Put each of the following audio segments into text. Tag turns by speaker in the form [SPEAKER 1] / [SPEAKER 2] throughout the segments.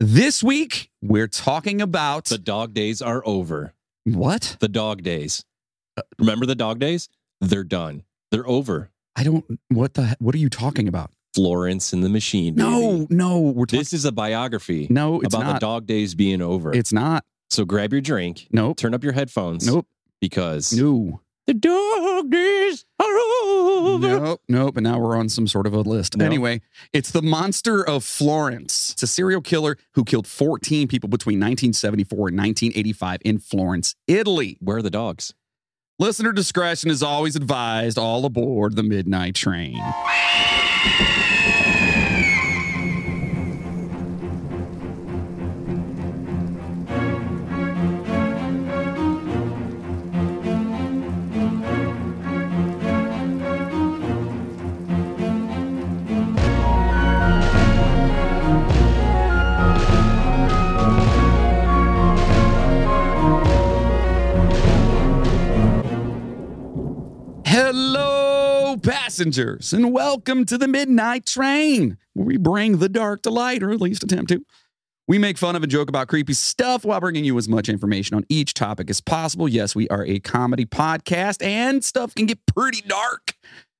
[SPEAKER 1] This week, we're talking about
[SPEAKER 2] The dog days are over.
[SPEAKER 1] what?
[SPEAKER 2] The dog days. Uh, Remember the dog days? They're done. They're over.
[SPEAKER 1] I don't. What the? What are you talking about?
[SPEAKER 2] Florence and the Machine. baby.
[SPEAKER 1] No, no, we're talking.
[SPEAKER 2] This is a biography
[SPEAKER 1] No, it's
[SPEAKER 2] about the
[SPEAKER 1] not.
[SPEAKER 2] dog days being over.
[SPEAKER 1] It's not.
[SPEAKER 2] so grab your drink,
[SPEAKER 1] Nope.
[SPEAKER 2] turn up your headphones,
[SPEAKER 1] Nope.
[SPEAKER 2] because
[SPEAKER 1] No.
[SPEAKER 2] the dog days are over.
[SPEAKER 1] Nope. Nope. And now we're on some sort of a list.
[SPEAKER 2] No.
[SPEAKER 1] Anyway, it's the Monster of Florence. It's a serial killer who killed 14 people between 1974 and 1985 in Florence, Italy.
[SPEAKER 2] Where are the dogs?
[SPEAKER 1] Listener discretion is always advised. All aboard the midnight train. Hello, passengers, and welcome to the Midnight Train, where we bring the dark to light, or at least attempt to. We make fun of and joke about creepy stuff while bringing you as much information on each topic as possible. Yes, we are a comedy podcast, and stuff can get pretty dark.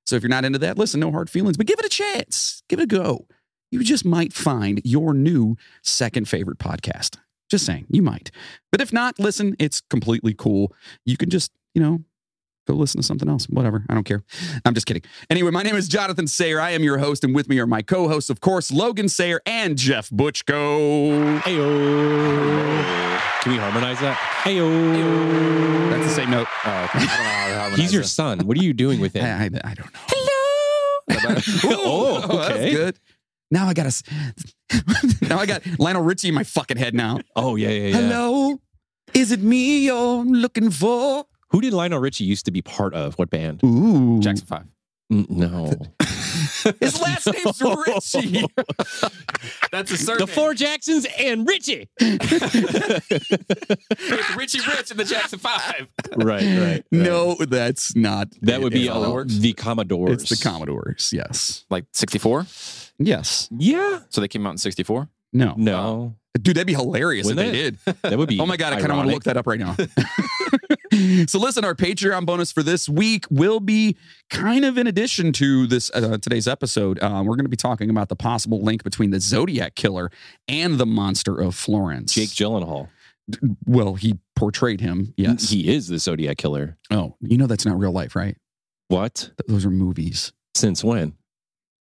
[SPEAKER 1] So if you're not into that, listen, no hard feelings, but give it a chance, give it a go. You just might find your new second favorite podcast. Just saying, you might. But if not, listen, it's completely cool. You can just, you know, go listen to something else. Whatever. I don't care. I'm just kidding. Anyway, my name is Jonathan Sayer. I am your host, and with me are my co hosts, of course, Logan Sayer and Jeff Butchko.
[SPEAKER 2] Ayo. Can we harmonize that? Ayo.
[SPEAKER 1] That's the same note.
[SPEAKER 2] Oh,
[SPEAKER 3] I don't know how to harmonize
[SPEAKER 2] he's your
[SPEAKER 3] that.
[SPEAKER 2] son. What are you doing with him?
[SPEAKER 1] I, I, I don't know.
[SPEAKER 2] oh,
[SPEAKER 1] Ooh, That's
[SPEAKER 2] okay.
[SPEAKER 1] good. Now I got a. now I got Lionel Richie in my fucking head now.
[SPEAKER 2] Oh, yeah, yeah, yeah.
[SPEAKER 1] Hello. Is it me you're looking for?
[SPEAKER 2] Who did Lionel Richie used to be part of? What band?
[SPEAKER 1] Ooh.
[SPEAKER 3] Jackson Five.
[SPEAKER 2] Mm, No.
[SPEAKER 1] His last name's
[SPEAKER 2] No.
[SPEAKER 1] Richie.
[SPEAKER 3] That's a surname.
[SPEAKER 2] the Four Jacksons and Richie.
[SPEAKER 3] It's Richie Rich and the Jackson Five.
[SPEAKER 2] Right, right.
[SPEAKER 1] No, that's not.
[SPEAKER 2] That would be
[SPEAKER 1] it's
[SPEAKER 3] how that
[SPEAKER 2] all
[SPEAKER 3] works.
[SPEAKER 2] the Commodores.
[SPEAKER 1] It's the Commodores. Yes.
[SPEAKER 3] Like '64,
[SPEAKER 1] Yes.
[SPEAKER 2] Yeah.
[SPEAKER 3] so they came out in '64.
[SPEAKER 1] No.
[SPEAKER 2] No.
[SPEAKER 1] Dude, that'd be hilarious
[SPEAKER 2] Wouldn't
[SPEAKER 1] if they did.
[SPEAKER 2] That would be.
[SPEAKER 1] Oh my god, I kind of want to
[SPEAKER 2] ironic.
[SPEAKER 1] look that up right now. so listen, our Patreon bonus for this week will be kind of in addition to this uh, today's episode. Uh, we're going to be talking about the possible link between the Zodiac killer and the monster of Florence.
[SPEAKER 2] Jake Gyllenhaal.
[SPEAKER 1] well, he portrayed him. Yes.
[SPEAKER 2] He is the Zodiac killer.
[SPEAKER 1] oh, you know that's not real life, right?
[SPEAKER 2] What?
[SPEAKER 1] Th- Those are movies.
[SPEAKER 2] Since when?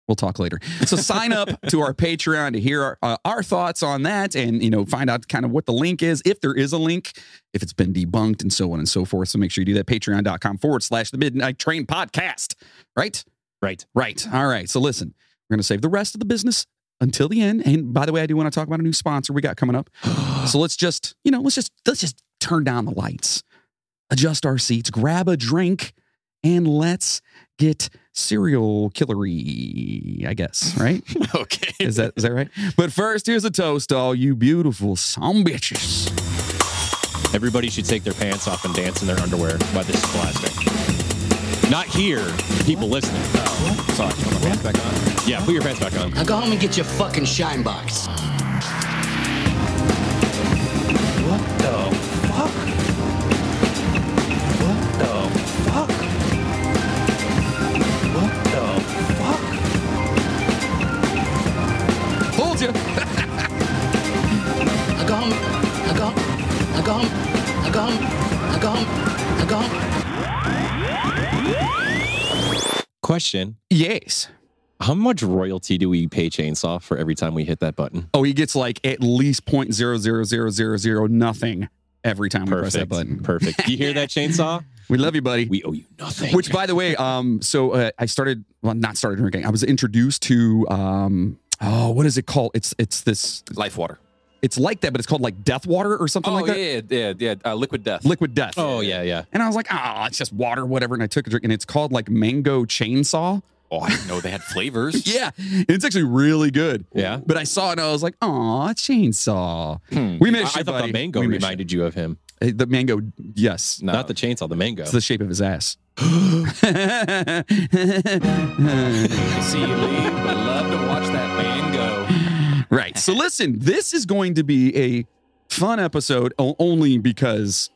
[SPEAKER 1] We'll talk later. So sign up to our Patreon to hear our, uh, our thoughts on that, and you know find out kind of what the link is, if there is a link, if it's been debunked, and so on and so forth. So make sure you do that. Patreon.com forward slash the Midnight Train Podcast. Right,
[SPEAKER 2] Right.
[SPEAKER 1] right. All right. So listen, we're gonna save the rest of the business until the end. And by the way, I do want to talk about a new sponsor we got coming up. So let's just you know let's just let's just turn down the lights, adjust our seats, grab a drink, and let's get serial killery. I guess right.
[SPEAKER 3] Okay.
[SPEAKER 1] Is that is that right? But first, here's a toast to all you beautiful some bitches.
[SPEAKER 2] Everybody should take their pants off and dance in their underwear while this is blasting. Not here, people listening. Oh, sorry. Put my pants back on. Yeah, put your pants back on.
[SPEAKER 4] Now go home and get your fucking shine box.
[SPEAKER 1] Hold you.
[SPEAKER 4] Now go home. Now go home. Now go home. Now go home. Now go home. Now go home.
[SPEAKER 2] Question:
[SPEAKER 1] Yes.
[SPEAKER 2] How much royalty do we pay Chainsaw for every time we hit that button?
[SPEAKER 1] Oh, he gets like at least point zero zero zero zero zero nothing every time we press
[SPEAKER 2] Perfect.
[SPEAKER 1] that button.
[SPEAKER 2] Perfect. Do you hear that chainsaw?
[SPEAKER 1] We love you, buddy.
[SPEAKER 2] We owe you nothing.
[SPEAKER 1] Which, by the way, um, so uh, I started well, not started drinking. I was introduced to um, oh, what is it called? It's it's this.
[SPEAKER 3] Life water.
[SPEAKER 1] It's like that, but it's called like death water or something
[SPEAKER 3] Oh
[SPEAKER 1] like that.
[SPEAKER 3] yeah, yeah, yeah, yeah. Uh, liquid death.
[SPEAKER 1] Liquid death.
[SPEAKER 2] Oh yeah, yeah.
[SPEAKER 1] And I was like, ah, it's just water, whatever. And I took a drink, and it's called like mango chainsaw.
[SPEAKER 3] oh, I didn't know they had flavors.
[SPEAKER 1] Yeah, and it's actually really good.
[SPEAKER 2] Yeah?
[SPEAKER 1] but I saw it and I was like, "Aw, chainsaw."
[SPEAKER 3] Hmm.
[SPEAKER 1] We
[SPEAKER 2] I, I
[SPEAKER 1] missed
[SPEAKER 2] thought
[SPEAKER 1] you, buddy.
[SPEAKER 2] the mango
[SPEAKER 1] We miss
[SPEAKER 2] reminded you of him.
[SPEAKER 1] you. Uh, the mango. Yes,
[SPEAKER 3] No.
[SPEAKER 2] Not the chainsaw, the mango.
[SPEAKER 1] it's the shape of his ass.
[SPEAKER 3] See, Lee, I love to watch that mango.
[SPEAKER 1] Right. So listen, this is going to be a fun episode o- only because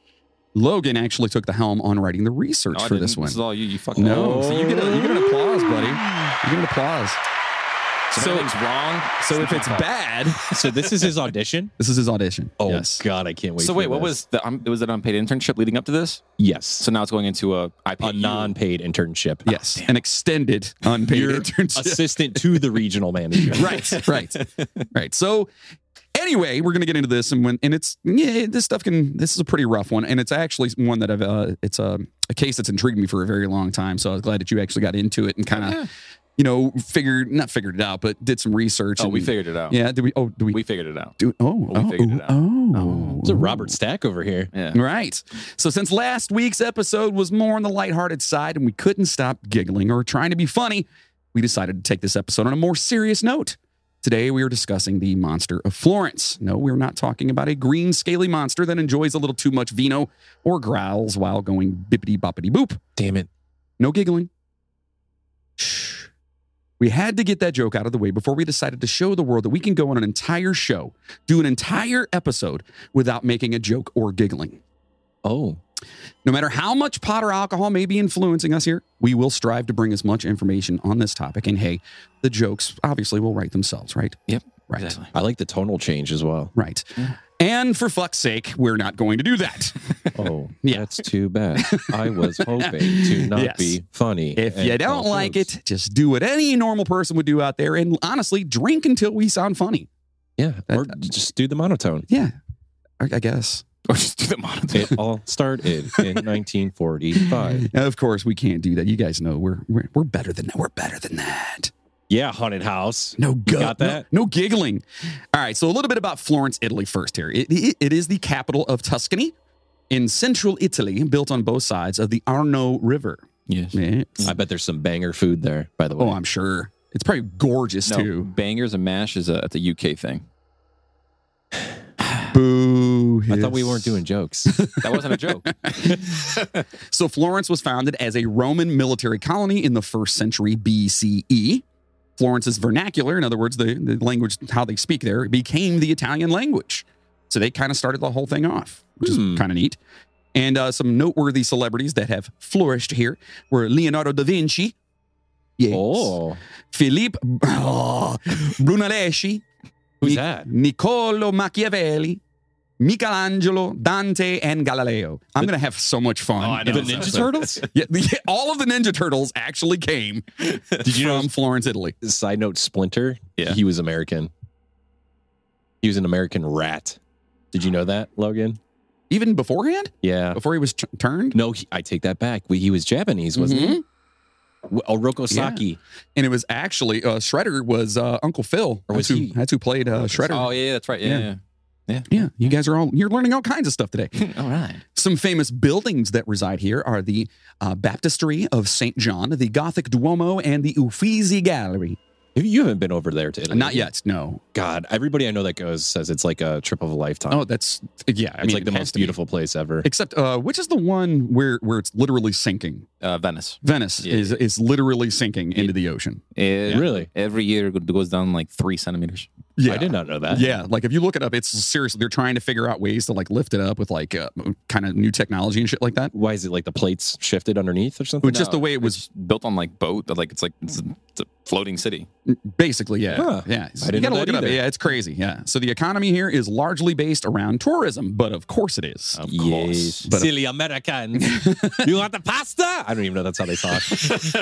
[SPEAKER 1] Logan actually took the helm on writing the research
[SPEAKER 3] No, Oh, I
[SPEAKER 1] for this
[SPEAKER 3] didn't.
[SPEAKER 1] one.
[SPEAKER 3] This is all you. You fucking.
[SPEAKER 1] No.
[SPEAKER 3] So
[SPEAKER 1] So you get, a, you get an applause, buddy. You get an applause.
[SPEAKER 3] So,
[SPEAKER 1] So-
[SPEAKER 3] everything's wrong.
[SPEAKER 1] So if it's bad,
[SPEAKER 2] So this is his audition.
[SPEAKER 1] this is his audition.
[SPEAKER 2] Oh
[SPEAKER 1] yes.
[SPEAKER 2] God, I can't wait.
[SPEAKER 3] so
[SPEAKER 2] for
[SPEAKER 3] wait, what
[SPEAKER 2] this.
[SPEAKER 3] was the? Um, was it unpaid internship leading up to this?
[SPEAKER 2] yes?
[SPEAKER 3] So now it's going into a E? IP.
[SPEAKER 2] a non-paid internship.
[SPEAKER 1] Yes. An extended unpaid
[SPEAKER 2] Your
[SPEAKER 1] internship.
[SPEAKER 2] assistant to the regional manager.
[SPEAKER 1] right. Right. Right. So anyway, we're gonna get into this and when and it's yeah, this stuff can this is a pretty rough one. And it's actually one that I've uh, it's a, a case that's intrigued me for a very long time. So I was glad that you actually got into it and kind of you know, figured not figured it out, but did some research.
[SPEAKER 3] Oh, we
[SPEAKER 1] and-
[SPEAKER 3] figured it out.
[SPEAKER 1] Yeah, did we oh do we,
[SPEAKER 3] we figured it out.
[SPEAKER 1] do oh,
[SPEAKER 3] we
[SPEAKER 1] oh,
[SPEAKER 3] figured it out.
[SPEAKER 1] oh,
[SPEAKER 2] It's a Robert Stack over here.
[SPEAKER 3] Yeah.
[SPEAKER 1] Right. So since last week's episode was more on the lighthearted side and we couldn't stop giggling or trying to be funny, we decided to take this episode on a more serious note. Today we are discussing the monster of Florence. No, we're not talking about a green scaly monster that enjoys a little too much vino or growls while going bippity boppity boop.
[SPEAKER 2] Damn it.
[SPEAKER 1] No giggling. Shh. We had to get that joke out of the way before we decided to show the world that we can go on an entire show, do an entire episode without making a joke or giggling.
[SPEAKER 2] Oh,
[SPEAKER 1] No matter how much pot or alcohol may be influencing us here, we will strive to bring as much information on this topic. And hey, the jokes obviously will write themselves, right?
[SPEAKER 3] Yep,
[SPEAKER 1] Right.
[SPEAKER 3] Exactly.
[SPEAKER 2] I like the tonal change as well.
[SPEAKER 1] Right. And for fuck's sake, we're not going to do that.
[SPEAKER 2] Oh,
[SPEAKER 1] Yeah.
[SPEAKER 2] that's too bad. I was hoping to not
[SPEAKER 1] Yes.
[SPEAKER 2] be funny.
[SPEAKER 1] If
[SPEAKER 2] and
[SPEAKER 1] you
[SPEAKER 2] tell
[SPEAKER 1] don't like
[SPEAKER 2] jokes.
[SPEAKER 1] it, just do what any normal person would do out there and honestly drink until we sound funny.
[SPEAKER 2] yeah,
[SPEAKER 1] That-
[SPEAKER 2] or just do the monotone.
[SPEAKER 1] Yeah. I I guess.
[SPEAKER 3] Or just do the monitor.
[SPEAKER 2] It all started in 1945.
[SPEAKER 1] Of course, we can't do that. You guys know we're we're, we're better than that. We're better than that.
[SPEAKER 2] Yeah, haunted house.
[SPEAKER 1] No gu-
[SPEAKER 2] got that?
[SPEAKER 1] No, no giggling. All right, so a little bit about Florence, Italy first here. It- it- it is the capital of Tuscany in central Italy, built on both sides of the Arno River.
[SPEAKER 3] Yes.
[SPEAKER 1] Eh,
[SPEAKER 2] I bet there's some banger food there. By the way,
[SPEAKER 1] Oh, I'm sure. It's probably gorgeous
[SPEAKER 3] No,
[SPEAKER 1] too.
[SPEAKER 3] bangers and mash is a that's a UK thing.
[SPEAKER 1] Boo.
[SPEAKER 2] I thought we
[SPEAKER 1] hiss.
[SPEAKER 2] weren't doing jokes.
[SPEAKER 3] That wasn't a joke.
[SPEAKER 1] So Florence was founded as a Roman military colony in the first century BCE. Florence's vernacular, in other words, the, the language, how they speak there, became the Italian language. So they kind of started the whole thing off, which
[SPEAKER 2] Hmm.
[SPEAKER 1] is kind of neat. And uh, some noteworthy celebrities that have flourished here were Leonardo da Vinci, yes,
[SPEAKER 2] Oh,
[SPEAKER 1] Philippe oh, Brunelleschi,
[SPEAKER 2] who's
[SPEAKER 1] Ni-
[SPEAKER 2] that?
[SPEAKER 1] Niccolo Machiavelli, Michelangelo, Dante, and Galileo. I'm going to have so much fun.
[SPEAKER 3] Oh, I
[SPEAKER 1] in
[SPEAKER 3] know.
[SPEAKER 2] The
[SPEAKER 1] this
[SPEAKER 2] Ninja
[SPEAKER 1] episode.
[SPEAKER 2] Turtles.
[SPEAKER 1] Yeah, the- all of the Ninja Turtles actually came
[SPEAKER 2] Did you know
[SPEAKER 1] from Florence, Italy.
[SPEAKER 2] side note splinter
[SPEAKER 3] Yeah.
[SPEAKER 2] he was american he was an american rat did you know that logan
[SPEAKER 1] Even beforehand,
[SPEAKER 2] yeah
[SPEAKER 1] before he was t- turned,
[SPEAKER 2] no he, i take that back we, he was japanese wasn't he W- oh roko
[SPEAKER 1] Yeah.
[SPEAKER 2] saki
[SPEAKER 1] and it was actually uh, Shredder was uh, Uncle Phil.
[SPEAKER 2] Or was
[SPEAKER 1] that's,
[SPEAKER 2] he-
[SPEAKER 1] who, that's who played uh, Shredder.
[SPEAKER 3] Oh yeah, yeah, that's right.
[SPEAKER 1] Yeah.
[SPEAKER 3] Yeah, yeah.
[SPEAKER 1] yeah, you guys are all you're learning all kinds of stuff today.
[SPEAKER 3] All right.
[SPEAKER 1] Some famous buildings that reside here are the uh, Baptistery of Saint John, the Gothic Duomo, and the Uffizi Gallery.
[SPEAKER 2] Have you you haven't been over there to Italy.
[SPEAKER 1] Not yet, no.
[SPEAKER 2] God, everybody I know that goes says it's like a trip of a lifetime.
[SPEAKER 1] Oh, that's yeah. I
[SPEAKER 2] it's
[SPEAKER 1] mean,
[SPEAKER 2] like the
[SPEAKER 1] it has
[SPEAKER 2] most
[SPEAKER 1] to be.
[SPEAKER 2] beautiful place ever.
[SPEAKER 1] Except, uh, which is the one where where it's literally sinking?
[SPEAKER 3] Uh, Venice.
[SPEAKER 1] Venice
[SPEAKER 3] Yeah.
[SPEAKER 1] is is literally sinking into the ocean.
[SPEAKER 3] It-
[SPEAKER 2] Really?
[SPEAKER 3] Every year it goes down like three centimeters.
[SPEAKER 1] Yeah,
[SPEAKER 2] I did not know that.
[SPEAKER 1] Yeah, like if you look it up, it's seriously they're trying to figure out ways to like lift it up with like uh, kind of new technology and shit like that.
[SPEAKER 2] Why is it like the plates shifted underneath or something?
[SPEAKER 1] But just the way it was,
[SPEAKER 3] It's built on like boat. Like it's like it's a, it's a floating city.
[SPEAKER 1] basically, yeah,
[SPEAKER 2] Huh.
[SPEAKER 1] yeah.
[SPEAKER 2] I
[SPEAKER 1] you
[SPEAKER 2] didn't
[SPEAKER 1] gotta
[SPEAKER 2] know
[SPEAKER 1] look
[SPEAKER 2] that
[SPEAKER 1] it up.
[SPEAKER 2] either.
[SPEAKER 1] Yeah, it's crazy. Yeah. So the economy here is largely based around tourism, but of course it is.
[SPEAKER 3] Of
[SPEAKER 2] Yes.
[SPEAKER 3] course.
[SPEAKER 5] uh,
[SPEAKER 1] But-
[SPEAKER 2] Silly Americans. you want the pasta? I don't even know that's how they talk.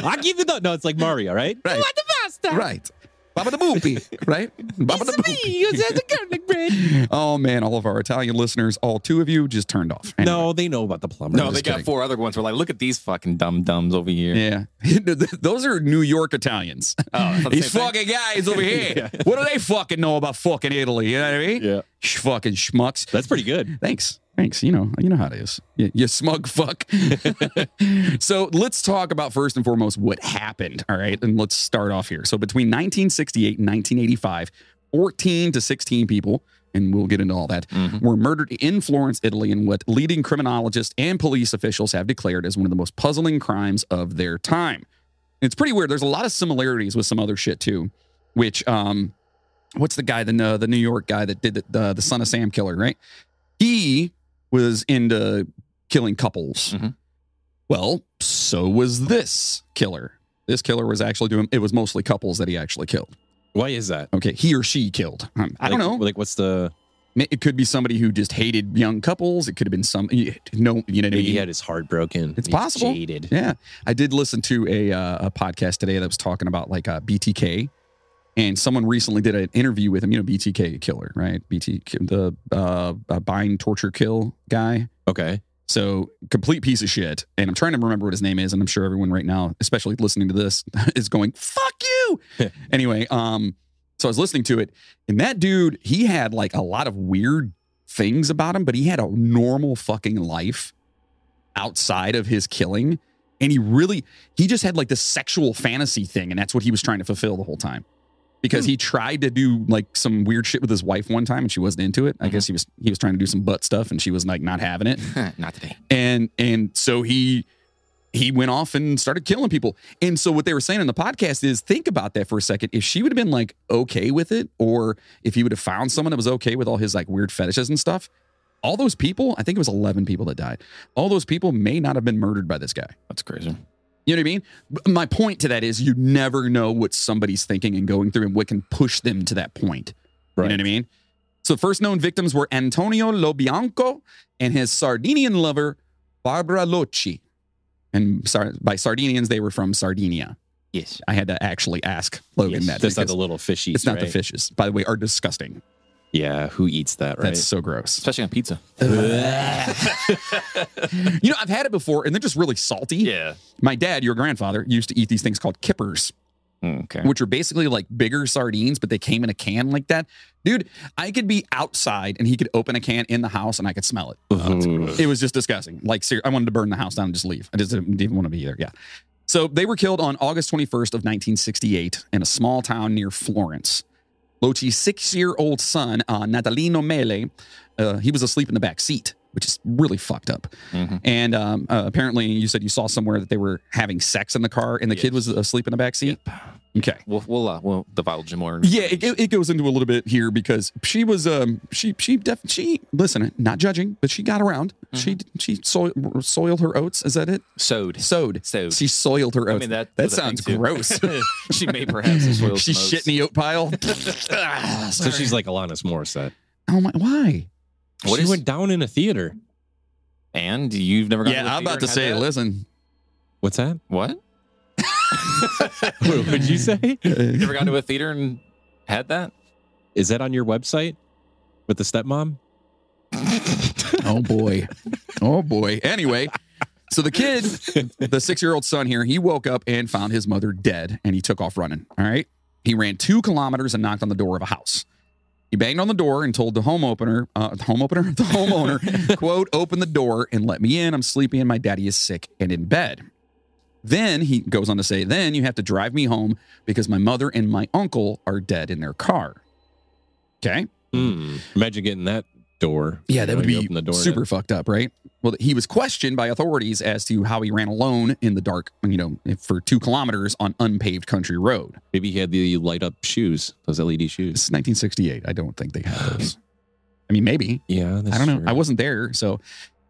[SPEAKER 2] I give you the no, it's like Mario, right?
[SPEAKER 1] Right.
[SPEAKER 2] You want the pasta?
[SPEAKER 1] right. Baba the boopy, right? Baba the boopy.
[SPEAKER 2] me. You said the garlic bread.
[SPEAKER 1] Oh man, all of our Italian listeners, all two of you just turned off. Anyway.
[SPEAKER 2] No, they know about the plumber.
[SPEAKER 3] No,
[SPEAKER 1] just
[SPEAKER 3] they got
[SPEAKER 1] kidding.
[SPEAKER 3] four other ones. We're like, look at these fucking dumb dumbs over here.
[SPEAKER 1] Yeah. Those are New York Italians.
[SPEAKER 3] Oh, it's not the
[SPEAKER 1] These
[SPEAKER 3] same thing?
[SPEAKER 1] fucking guys over here. What do they fucking know about fucking Italy? You know what I mean?
[SPEAKER 2] Yeah.
[SPEAKER 1] Sh- fucking schmucks.
[SPEAKER 2] That's pretty good.
[SPEAKER 1] Thanks. Thanks. You know, you know how it is. You, you smug fuck. so let's talk about first and foremost what happened. All right. And let's start off here. So between 1968 and 1985, 14 to 16 people, and we'll get into all that,
[SPEAKER 3] Mhm.
[SPEAKER 1] were murdered in Florence, Italy, in what leading criminologists and police officials have declared as one of the most puzzling crimes of their time. It's pretty weird. There's a lot of similarities with some other shit too, which um what's the guy, the uh, the New York guy that did the uh, the Son of Sam killer, right? He was into killing couples.
[SPEAKER 5] Mm-hmm.
[SPEAKER 3] Mhm.
[SPEAKER 1] Well, so was this killer. This killer was actually doing. It was mostly couples that he actually killed.
[SPEAKER 5] Why is that?
[SPEAKER 1] Okay, he or she killed. Um, I don't
[SPEAKER 5] Like-
[SPEAKER 1] know.
[SPEAKER 5] Like, what's the?
[SPEAKER 1] Ma- It could be somebody who just hated young couples. It could have been some. you- No, you know. what I
[SPEAKER 5] Maybe
[SPEAKER 1] mean?
[SPEAKER 5] he had his heart broken.
[SPEAKER 1] It's
[SPEAKER 5] He's
[SPEAKER 1] possible.
[SPEAKER 5] Jaded.
[SPEAKER 1] Yeah, I did listen to a uh, a podcast today that was talking about like uh, BTK, and someone recently did an interview with him. You know, BTK killer, right? BTK, the uh, uh, bind, torture, kill guy.
[SPEAKER 5] Okay.
[SPEAKER 1] So complete piece of shit. And I'm trying to remember what his name is, and I'm sure everyone right now, especially listening to this, is going "fuck you." anyway, um, so I was listening to it, and that dude, he had like a lot of weird things about him, but he had a normal fucking life outside of his killing, and he really, he just had like this sexual fantasy thing, and that's what he was trying to fulfill the whole time. Because he tried to do like some weird shit with his wife one time, and she wasn't into it. I
[SPEAKER 3] Mhm.
[SPEAKER 1] guess he was he was trying to do some butt stuff, and she was like not having it
[SPEAKER 4] Not today.
[SPEAKER 1] and and so he he went off and started killing people. And so what they were saying in the podcast is think about that for a second. If she would have been like okay with it, or if he would have found someone that was okay with all his like weird fetishes and stuff, all those people, I think it was eleven people that died. All those people may not have been murdered by this guy.
[SPEAKER 3] That's crazy.
[SPEAKER 1] You know what I mean? B- My point to that is you never know what somebody's thinking and going through and what can push them to that point. You
[SPEAKER 5] Right.
[SPEAKER 1] know what I mean? So the first known victims were Antonio Lobianco and his Sardinian lover, Barbara Locci. And sar- by Sardinians, they were from Sardinia.
[SPEAKER 4] Yes.
[SPEAKER 1] I had to actually ask Logan that.
[SPEAKER 5] That's not
[SPEAKER 1] because
[SPEAKER 5] the little fishy.
[SPEAKER 1] it's not the fishes, by the way, are disgusting.
[SPEAKER 5] Yeah. Who eats that? Right.
[SPEAKER 1] That's so gross.
[SPEAKER 3] Especially on pizza.
[SPEAKER 1] You know, I've had it before and they're just really salty.
[SPEAKER 3] Yeah.
[SPEAKER 1] My dad, your grandfather, used to eat these things called kippers.
[SPEAKER 3] Mm, Okay.
[SPEAKER 1] which are basically like bigger sardines, but they came in a can like that. Dude, I could be outside and he could open a can in the house and I could smell it. It was just disgusting. Like, ser- I wanted to burn the house down and just leave. I just didn't even want to be there. Yeah. So they were killed on August 21st of 1968 in a small town near Florence. Loci's six-year-old son, uh, Natalino Mele, uh, he was asleep in the back seat, which is really fucked up.
[SPEAKER 3] Mhm.
[SPEAKER 1] And um, uh, apparently, you said you saw somewhere that they were having sex in the car, and the kid was asleep in the back seat. Okay.
[SPEAKER 3] We'll we'll uh, we'll divulge more.
[SPEAKER 1] Yeah, it, it it goes into a little bit here because she was um she she def she listen not judging but she got around she
[SPEAKER 3] Mm-hmm.
[SPEAKER 1] she soil, soiled her oats is that it
[SPEAKER 3] Sewed.
[SPEAKER 1] sowed
[SPEAKER 3] Sewed.
[SPEAKER 1] she soiled her
[SPEAKER 3] I
[SPEAKER 1] oats
[SPEAKER 3] mean that.
[SPEAKER 1] that
[SPEAKER 3] was a thing
[SPEAKER 1] sounds
[SPEAKER 3] too.
[SPEAKER 1] gross
[SPEAKER 3] she may perhaps have soiled
[SPEAKER 1] she
[SPEAKER 3] some
[SPEAKER 1] shit
[SPEAKER 3] oats.
[SPEAKER 1] in the oat pile Ah,
[SPEAKER 5] so
[SPEAKER 1] sorry.
[SPEAKER 5] she's like Alanis Morissette.
[SPEAKER 1] oh my why
[SPEAKER 3] What
[SPEAKER 5] she
[SPEAKER 3] is-
[SPEAKER 5] went down in a theater.
[SPEAKER 3] And you've never. gone to a
[SPEAKER 1] yeah I'm
[SPEAKER 3] theater
[SPEAKER 1] about to
[SPEAKER 3] and had
[SPEAKER 1] say
[SPEAKER 3] that?
[SPEAKER 1] listen
[SPEAKER 5] What's that?
[SPEAKER 3] What?
[SPEAKER 5] What would you say?
[SPEAKER 3] You never gone to a theater and had that?
[SPEAKER 5] Is that on your website with the stepmom?
[SPEAKER 1] oh boy oh boy anyway so the kid the six year old son here he woke up and found his mother dead and he took off running all right he ran two kilometers and knocked on the door of a house he banged on the door and told the home opener uh, the home opener the homeowner quote open the door and let me in i'm sleepy and my daddy is sick and in bed then he goes on to say then you have to drive me home because my mother and my uncle are dead in their car okay
[SPEAKER 5] Hmm. Imagine getting that door.
[SPEAKER 1] yeah, that
[SPEAKER 5] You know,
[SPEAKER 1] would
[SPEAKER 5] you
[SPEAKER 1] be
[SPEAKER 5] open the door
[SPEAKER 1] super fucked up, right? Well, he was questioned by authorities as to how he ran alone in the dark, you know, for two kilometers on unpaved country road.
[SPEAKER 5] Maybe he had the light up shoes, those
[SPEAKER 2] E
[SPEAKER 5] LED
[SPEAKER 1] This
[SPEAKER 5] shoes.
[SPEAKER 1] is 1968. I don't think they had those. I mean, maybe.
[SPEAKER 5] Yeah,
[SPEAKER 1] I don't know. I wasn't there, so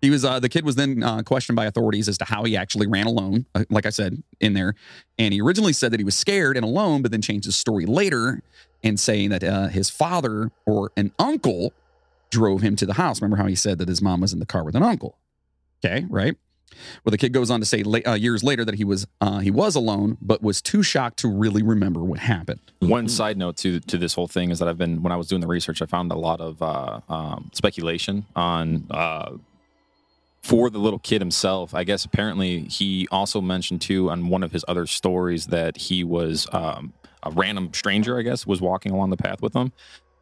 [SPEAKER 1] he was. Uh, the kid was then uh, questioned by authorities as to how he actually ran alone. uh, Like I said in there, and he originally said that he was scared and alone, but then changed his story later and saying that uh, his father or an uncle drove him to the house. Remember how he said that his mom was in the car with an uncle? Okay, right. Well, the kid goes on to say la- uh, years later that he was uh, he was alone, but was too shocked to really remember what happened.
[SPEAKER 3] One side note to to this whole thing is that I've been when I was doing the research, I found a lot of uh, um, speculation on uh, for the little kid himself. I guess apparently he also mentioned too on one of his other stories that he was um, a random stranger. I guess was walking along the path with him,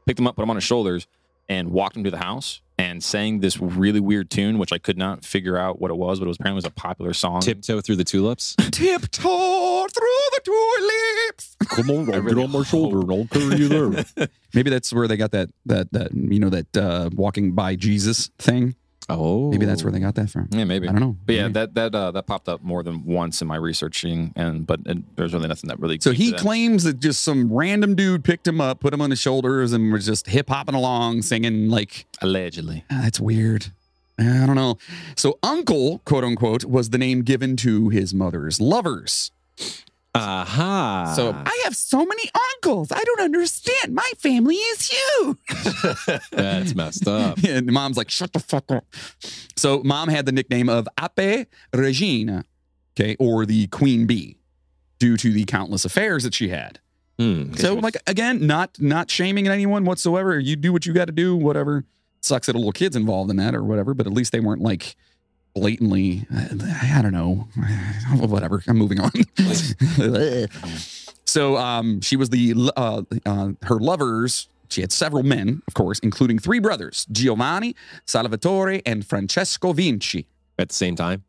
[SPEAKER 3] picked him up, put him on his shoulders, and walked him to the house and sang this really weird tune, which I could not figure out what it was, but it was apparently was a popular song.
[SPEAKER 5] Tiptoe through the tulips.
[SPEAKER 1] Tiptoe through the tulips.
[SPEAKER 5] Come on,
[SPEAKER 3] I really hope-
[SPEAKER 5] and I'll carry you there.
[SPEAKER 1] Maybe that's where they got that that that you know that uh, walking by Jesus thing.
[SPEAKER 3] Oh,
[SPEAKER 1] Maybe that's where they got that from.
[SPEAKER 3] Yeah, maybe.
[SPEAKER 1] I don't know.
[SPEAKER 3] But yeah,
[SPEAKER 1] Maybe.
[SPEAKER 3] that that uh, that popped up more than once in my researching, and but and there's really nothing that really.
[SPEAKER 1] So
[SPEAKER 3] keeps
[SPEAKER 1] he
[SPEAKER 3] it in.
[SPEAKER 1] claims that just some random dude picked him up, put him on his shoulders, and was just hip hopping along, singing like
[SPEAKER 3] allegedly.
[SPEAKER 1] "Ah, that's weird. I don't know. So uncle, quote unquote, was the name given to his mother's lovers.
[SPEAKER 2] Aha.
[SPEAKER 1] So
[SPEAKER 5] Ah.
[SPEAKER 1] I have so many uncles. I don't understand. My family is huge.
[SPEAKER 2] that's messed up.
[SPEAKER 1] and mom's like, shut the fuck up. So mom had the nickname of Ape Regina, okay, or the Queen Bee, due to the countless affairs that she had.
[SPEAKER 2] Hmm.
[SPEAKER 1] So like again, not not shaming anyone whatsoever. You do what you got to do, whatever. Sucks that a little kid's involved in that or whatever, but at least they weren't like blatantly. I don't know. whatever. I'm moving on. so um, she was the uh, uh, her lovers. She had several men, of course, including three brothers: Giovanni, Salvatore, and Francesco Vinci.
[SPEAKER 2] At the same time.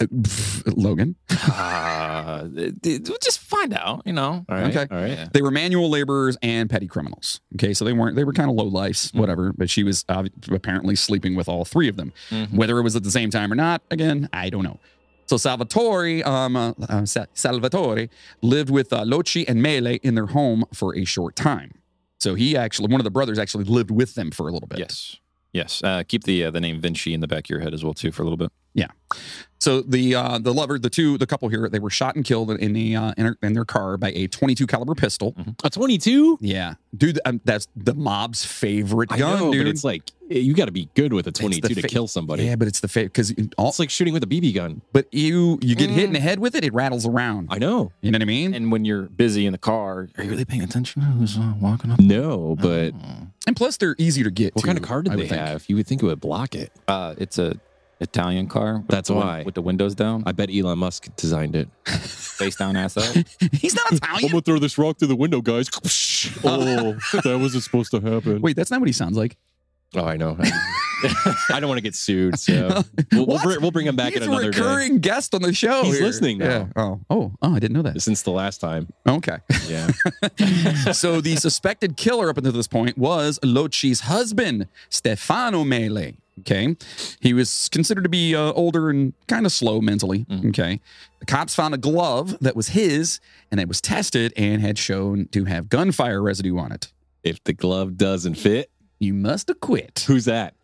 [SPEAKER 1] Uh, pff, Logan.
[SPEAKER 3] Uh, it- it- we'll just find out, you know.
[SPEAKER 2] All right.
[SPEAKER 1] Okay.
[SPEAKER 2] All right.
[SPEAKER 1] They were manual laborers and petty criminals. Okay, so they weren't. They were kind of low lifes,
[SPEAKER 2] Mm-hmm.
[SPEAKER 1] whatever. But she was uh, apparently sleeping with all three of them.
[SPEAKER 2] Mm-hmm.
[SPEAKER 3] Mhm.
[SPEAKER 1] Whether it was at the same time or not, again, I don't know. So Salvatore, um, uh, uh, Sa- Salvatore lived with uh, Loci and Mele in their home for a short time. So he actually, one of the brothers actually lived with them for a little bit.
[SPEAKER 3] Yes. Yes. Uh, keep the uh, the name Vinci in the back of your head as well too for a little bit.
[SPEAKER 1] So the uh, the lover, the two, the couple here, they were shot and killed in the uh, in, her, in their car by a 22 caliber pistol.
[SPEAKER 2] A 22?
[SPEAKER 1] Yeah, dude, um, that's the mob's favorite
[SPEAKER 2] I
[SPEAKER 1] gun,
[SPEAKER 2] know,
[SPEAKER 1] dude.
[SPEAKER 2] but it's like you got to be good with a 22 to
[SPEAKER 1] fa-
[SPEAKER 2] kill somebody.
[SPEAKER 1] Yeah, but it's the fake because all.
[SPEAKER 2] It's like shooting with a BB gun.
[SPEAKER 1] oh, But you you get hit in the head with it, it rattles around.
[SPEAKER 2] Mm. I know.
[SPEAKER 1] You know what I mean? And,
[SPEAKER 3] And when you're busy in the car, are you really paying attention to who's uh, walking up?
[SPEAKER 2] No, but
[SPEAKER 1] plus, they're easy to get.
[SPEAKER 2] what
[SPEAKER 1] to,
[SPEAKER 2] kind of car did
[SPEAKER 1] I
[SPEAKER 2] they
[SPEAKER 1] would think.
[SPEAKER 2] have? You would think it would block it.
[SPEAKER 3] Uh, it's a Italian car. with
[SPEAKER 2] That's
[SPEAKER 3] the win-
[SPEAKER 2] why.
[SPEAKER 3] with the windows down,
[SPEAKER 2] I bet Elon Musk designed it.
[SPEAKER 3] face down, ass up.
[SPEAKER 1] He's not Italian.
[SPEAKER 2] throw this rock through the window, guys. oh, that wasn't supposed to happen.
[SPEAKER 1] Wait, that's not what he sounds like.
[SPEAKER 2] Oh, I know. I don't want to get sued, so we'll, we'll,
[SPEAKER 1] What?
[SPEAKER 2] bring, we'll bring him back
[SPEAKER 1] He's
[SPEAKER 2] at
[SPEAKER 1] a
[SPEAKER 2] another day.
[SPEAKER 1] recurring guest on the show.
[SPEAKER 2] He's
[SPEAKER 1] here.
[SPEAKER 2] listening now.
[SPEAKER 1] Yeah. Oh, oh, oh! I didn't know that.
[SPEAKER 2] Since the last time,
[SPEAKER 1] Okay.
[SPEAKER 2] yeah.
[SPEAKER 1] so the suspected killer up until this point was Loci's husband, Stefano Mele. Okay. He was considered to be uh, older and kind of slow mentally.
[SPEAKER 3] Mm-hmm.
[SPEAKER 1] Okay. The cops found a glove that was his and it was tested and had shown to have gunfire residue on it.
[SPEAKER 2] if the glove doesn't fit,
[SPEAKER 1] You must have quit.
[SPEAKER 2] who's that?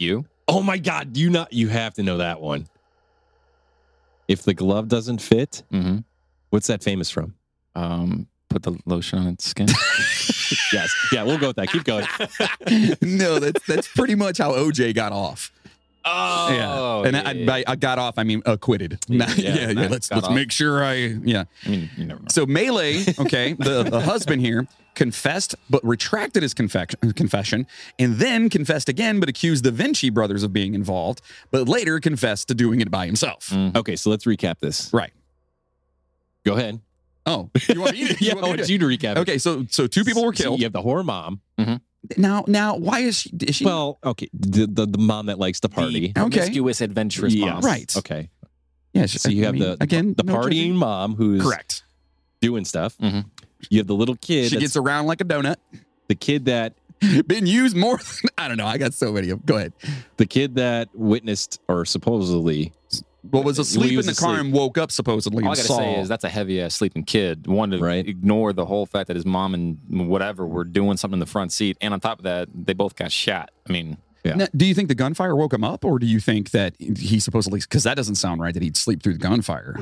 [SPEAKER 3] You?
[SPEAKER 2] Oh my God! Do you not? You have to know that one. If the glove doesn't fit,
[SPEAKER 3] Mm-hmm.
[SPEAKER 2] what's that famous from?
[SPEAKER 3] Um, put the lotion on its skin.
[SPEAKER 2] Yes, yeah, we'll go with that. Keep going.
[SPEAKER 1] no, that's that's pretty much how OJ got off.
[SPEAKER 3] oh,
[SPEAKER 1] yeah. And I, by I got off, I mean acquitted.
[SPEAKER 3] Yeah,
[SPEAKER 1] Yeah, yeah.
[SPEAKER 3] yeah, not
[SPEAKER 1] Let's
[SPEAKER 3] got
[SPEAKER 1] let's
[SPEAKER 3] off.
[SPEAKER 1] make sure I yeah.
[SPEAKER 3] I mean, you never know.
[SPEAKER 1] So Melee, okay, the, the husband here confessed but retracted his confec- confession and then confessed again but accused the Vinci brothers of being involved, but later confessed to doing it by himself.
[SPEAKER 2] Okay, so let's recap this.
[SPEAKER 1] Right.
[SPEAKER 2] Go ahead.
[SPEAKER 1] Oh, you want me to, you
[SPEAKER 2] yeah, oh, I
[SPEAKER 1] want me
[SPEAKER 2] want
[SPEAKER 1] to-
[SPEAKER 2] you to recap. it.
[SPEAKER 1] Okay, so so two people were
[SPEAKER 2] So
[SPEAKER 1] killed.
[SPEAKER 2] you have the horror mom.
[SPEAKER 1] Now now why is she, is she
[SPEAKER 2] Well, okay, the, the the mom that likes to party.
[SPEAKER 1] Okay.
[SPEAKER 3] Promiscuous, adventurous
[SPEAKER 2] Yeah.
[SPEAKER 3] mom.
[SPEAKER 1] right.
[SPEAKER 2] Okay,
[SPEAKER 1] yeah, she-
[SPEAKER 2] so you
[SPEAKER 1] I
[SPEAKER 2] have
[SPEAKER 1] mean,
[SPEAKER 2] the
[SPEAKER 1] again
[SPEAKER 2] the
[SPEAKER 1] no
[SPEAKER 2] partying
[SPEAKER 1] judging.
[SPEAKER 2] mom who's
[SPEAKER 1] Correct. Mm-hmm.
[SPEAKER 2] doing stuff.
[SPEAKER 3] Mhm.
[SPEAKER 2] You have the little kid.
[SPEAKER 1] She
[SPEAKER 2] that's
[SPEAKER 1] gets around like a donut.
[SPEAKER 2] the kid that
[SPEAKER 1] Been used more than I don't know. I got so many of them. Go ahead.
[SPEAKER 2] the kid that witnessed or supposedly
[SPEAKER 1] Well, was asleep
[SPEAKER 2] Louis
[SPEAKER 1] in
[SPEAKER 2] was
[SPEAKER 1] the car
[SPEAKER 2] asleep.
[SPEAKER 1] and woke up supposedly.
[SPEAKER 3] All I
[SPEAKER 1] and
[SPEAKER 3] gotta
[SPEAKER 1] saw.
[SPEAKER 3] say is that's a heavy ass sleeping kid. One to
[SPEAKER 2] Right.
[SPEAKER 3] ignore the whole fact that his mom and whatever were doing something in the front seat, and on top of that, they both got shot. I mean,
[SPEAKER 2] Yeah.
[SPEAKER 1] Now, do you think the gunfire woke him up, or do you think that he supposedly? Because that doesn't sound right that he'd sleep through the gunfire.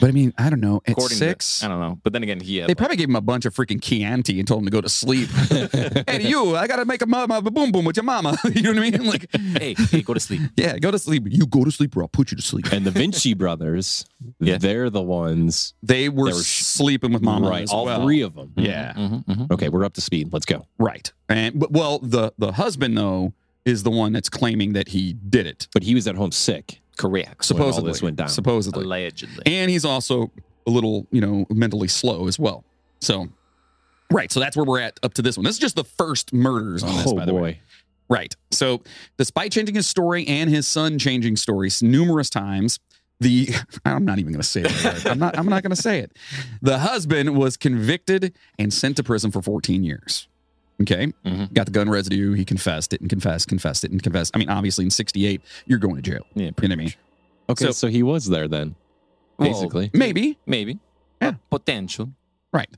[SPEAKER 1] But I mean, I don't know. At
[SPEAKER 3] according
[SPEAKER 1] six,
[SPEAKER 3] to I don't know, but then again, he had
[SPEAKER 1] they probably gave him a bunch of freaking Chianti and told him to go to sleep. hey, you! I gotta make a mama a boom boom with your mama. you know what I mean? Like,
[SPEAKER 3] like, hey, hey, go to sleep.
[SPEAKER 1] yeah, go to sleep. You go to sleep, or I'll put you to sleep.
[SPEAKER 2] and the Vinci brothers,
[SPEAKER 3] Yeah.
[SPEAKER 2] they're the ones.
[SPEAKER 1] They were,
[SPEAKER 2] They were sh-
[SPEAKER 1] sleeping with mama.
[SPEAKER 2] right,
[SPEAKER 1] as
[SPEAKER 2] all
[SPEAKER 1] well. Mm-hmm.
[SPEAKER 2] three of them.
[SPEAKER 1] Yeah.
[SPEAKER 3] Mhm, mhm.
[SPEAKER 2] Okay, we're up to speed. Let's go.
[SPEAKER 1] Right. And but- well, the the husband though is the one that's claiming that he did it.
[SPEAKER 2] But he was at home sick.
[SPEAKER 3] Correct.
[SPEAKER 2] all
[SPEAKER 1] Supposedly,
[SPEAKER 2] this went down.
[SPEAKER 1] Supposedly,
[SPEAKER 3] Allegedly.
[SPEAKER 1] and he's also a little, you know, mentally slow as well. So, right. So that's where we're at up to this one. This is just the first murders on this,
[SPEAKER 2] oh
[SPEAKER 1] by the way.
[SPEAKER 2] boy.
[SPEAKER 1] Right. So, despite changing his story and his son changing stories numerous times, the I'm not even going to say it. right. I'm not. I'm not going to say it. The husband was convicted and sent to prison for 14 years. Okay.
[SPEAKER 2] Mm-hmm.
[SPEAKER 3] Mhm.
[SPEAKER 1] Got the gun residue. He confessed it and confessed, confessed it and confessed. I mean, obviously in 68, you're going to jail.
[SPEAKER 3] Yeah,
[SPEAKER 1] You know what I mean?
[SPEAKER 2] Okay,
[SPEAKER 1] So-
[SPEAKER 2] so, he was there then,
[SPEAKER 3] Well,
[SPEAKER 2] basically.
[SPEAKER 1] Maybe.
[SPEAKER 3] maybe.
[SPEAKER 1] Yeah.
[SPEAKER 3] Potential.
[SPEAKER 1] Right.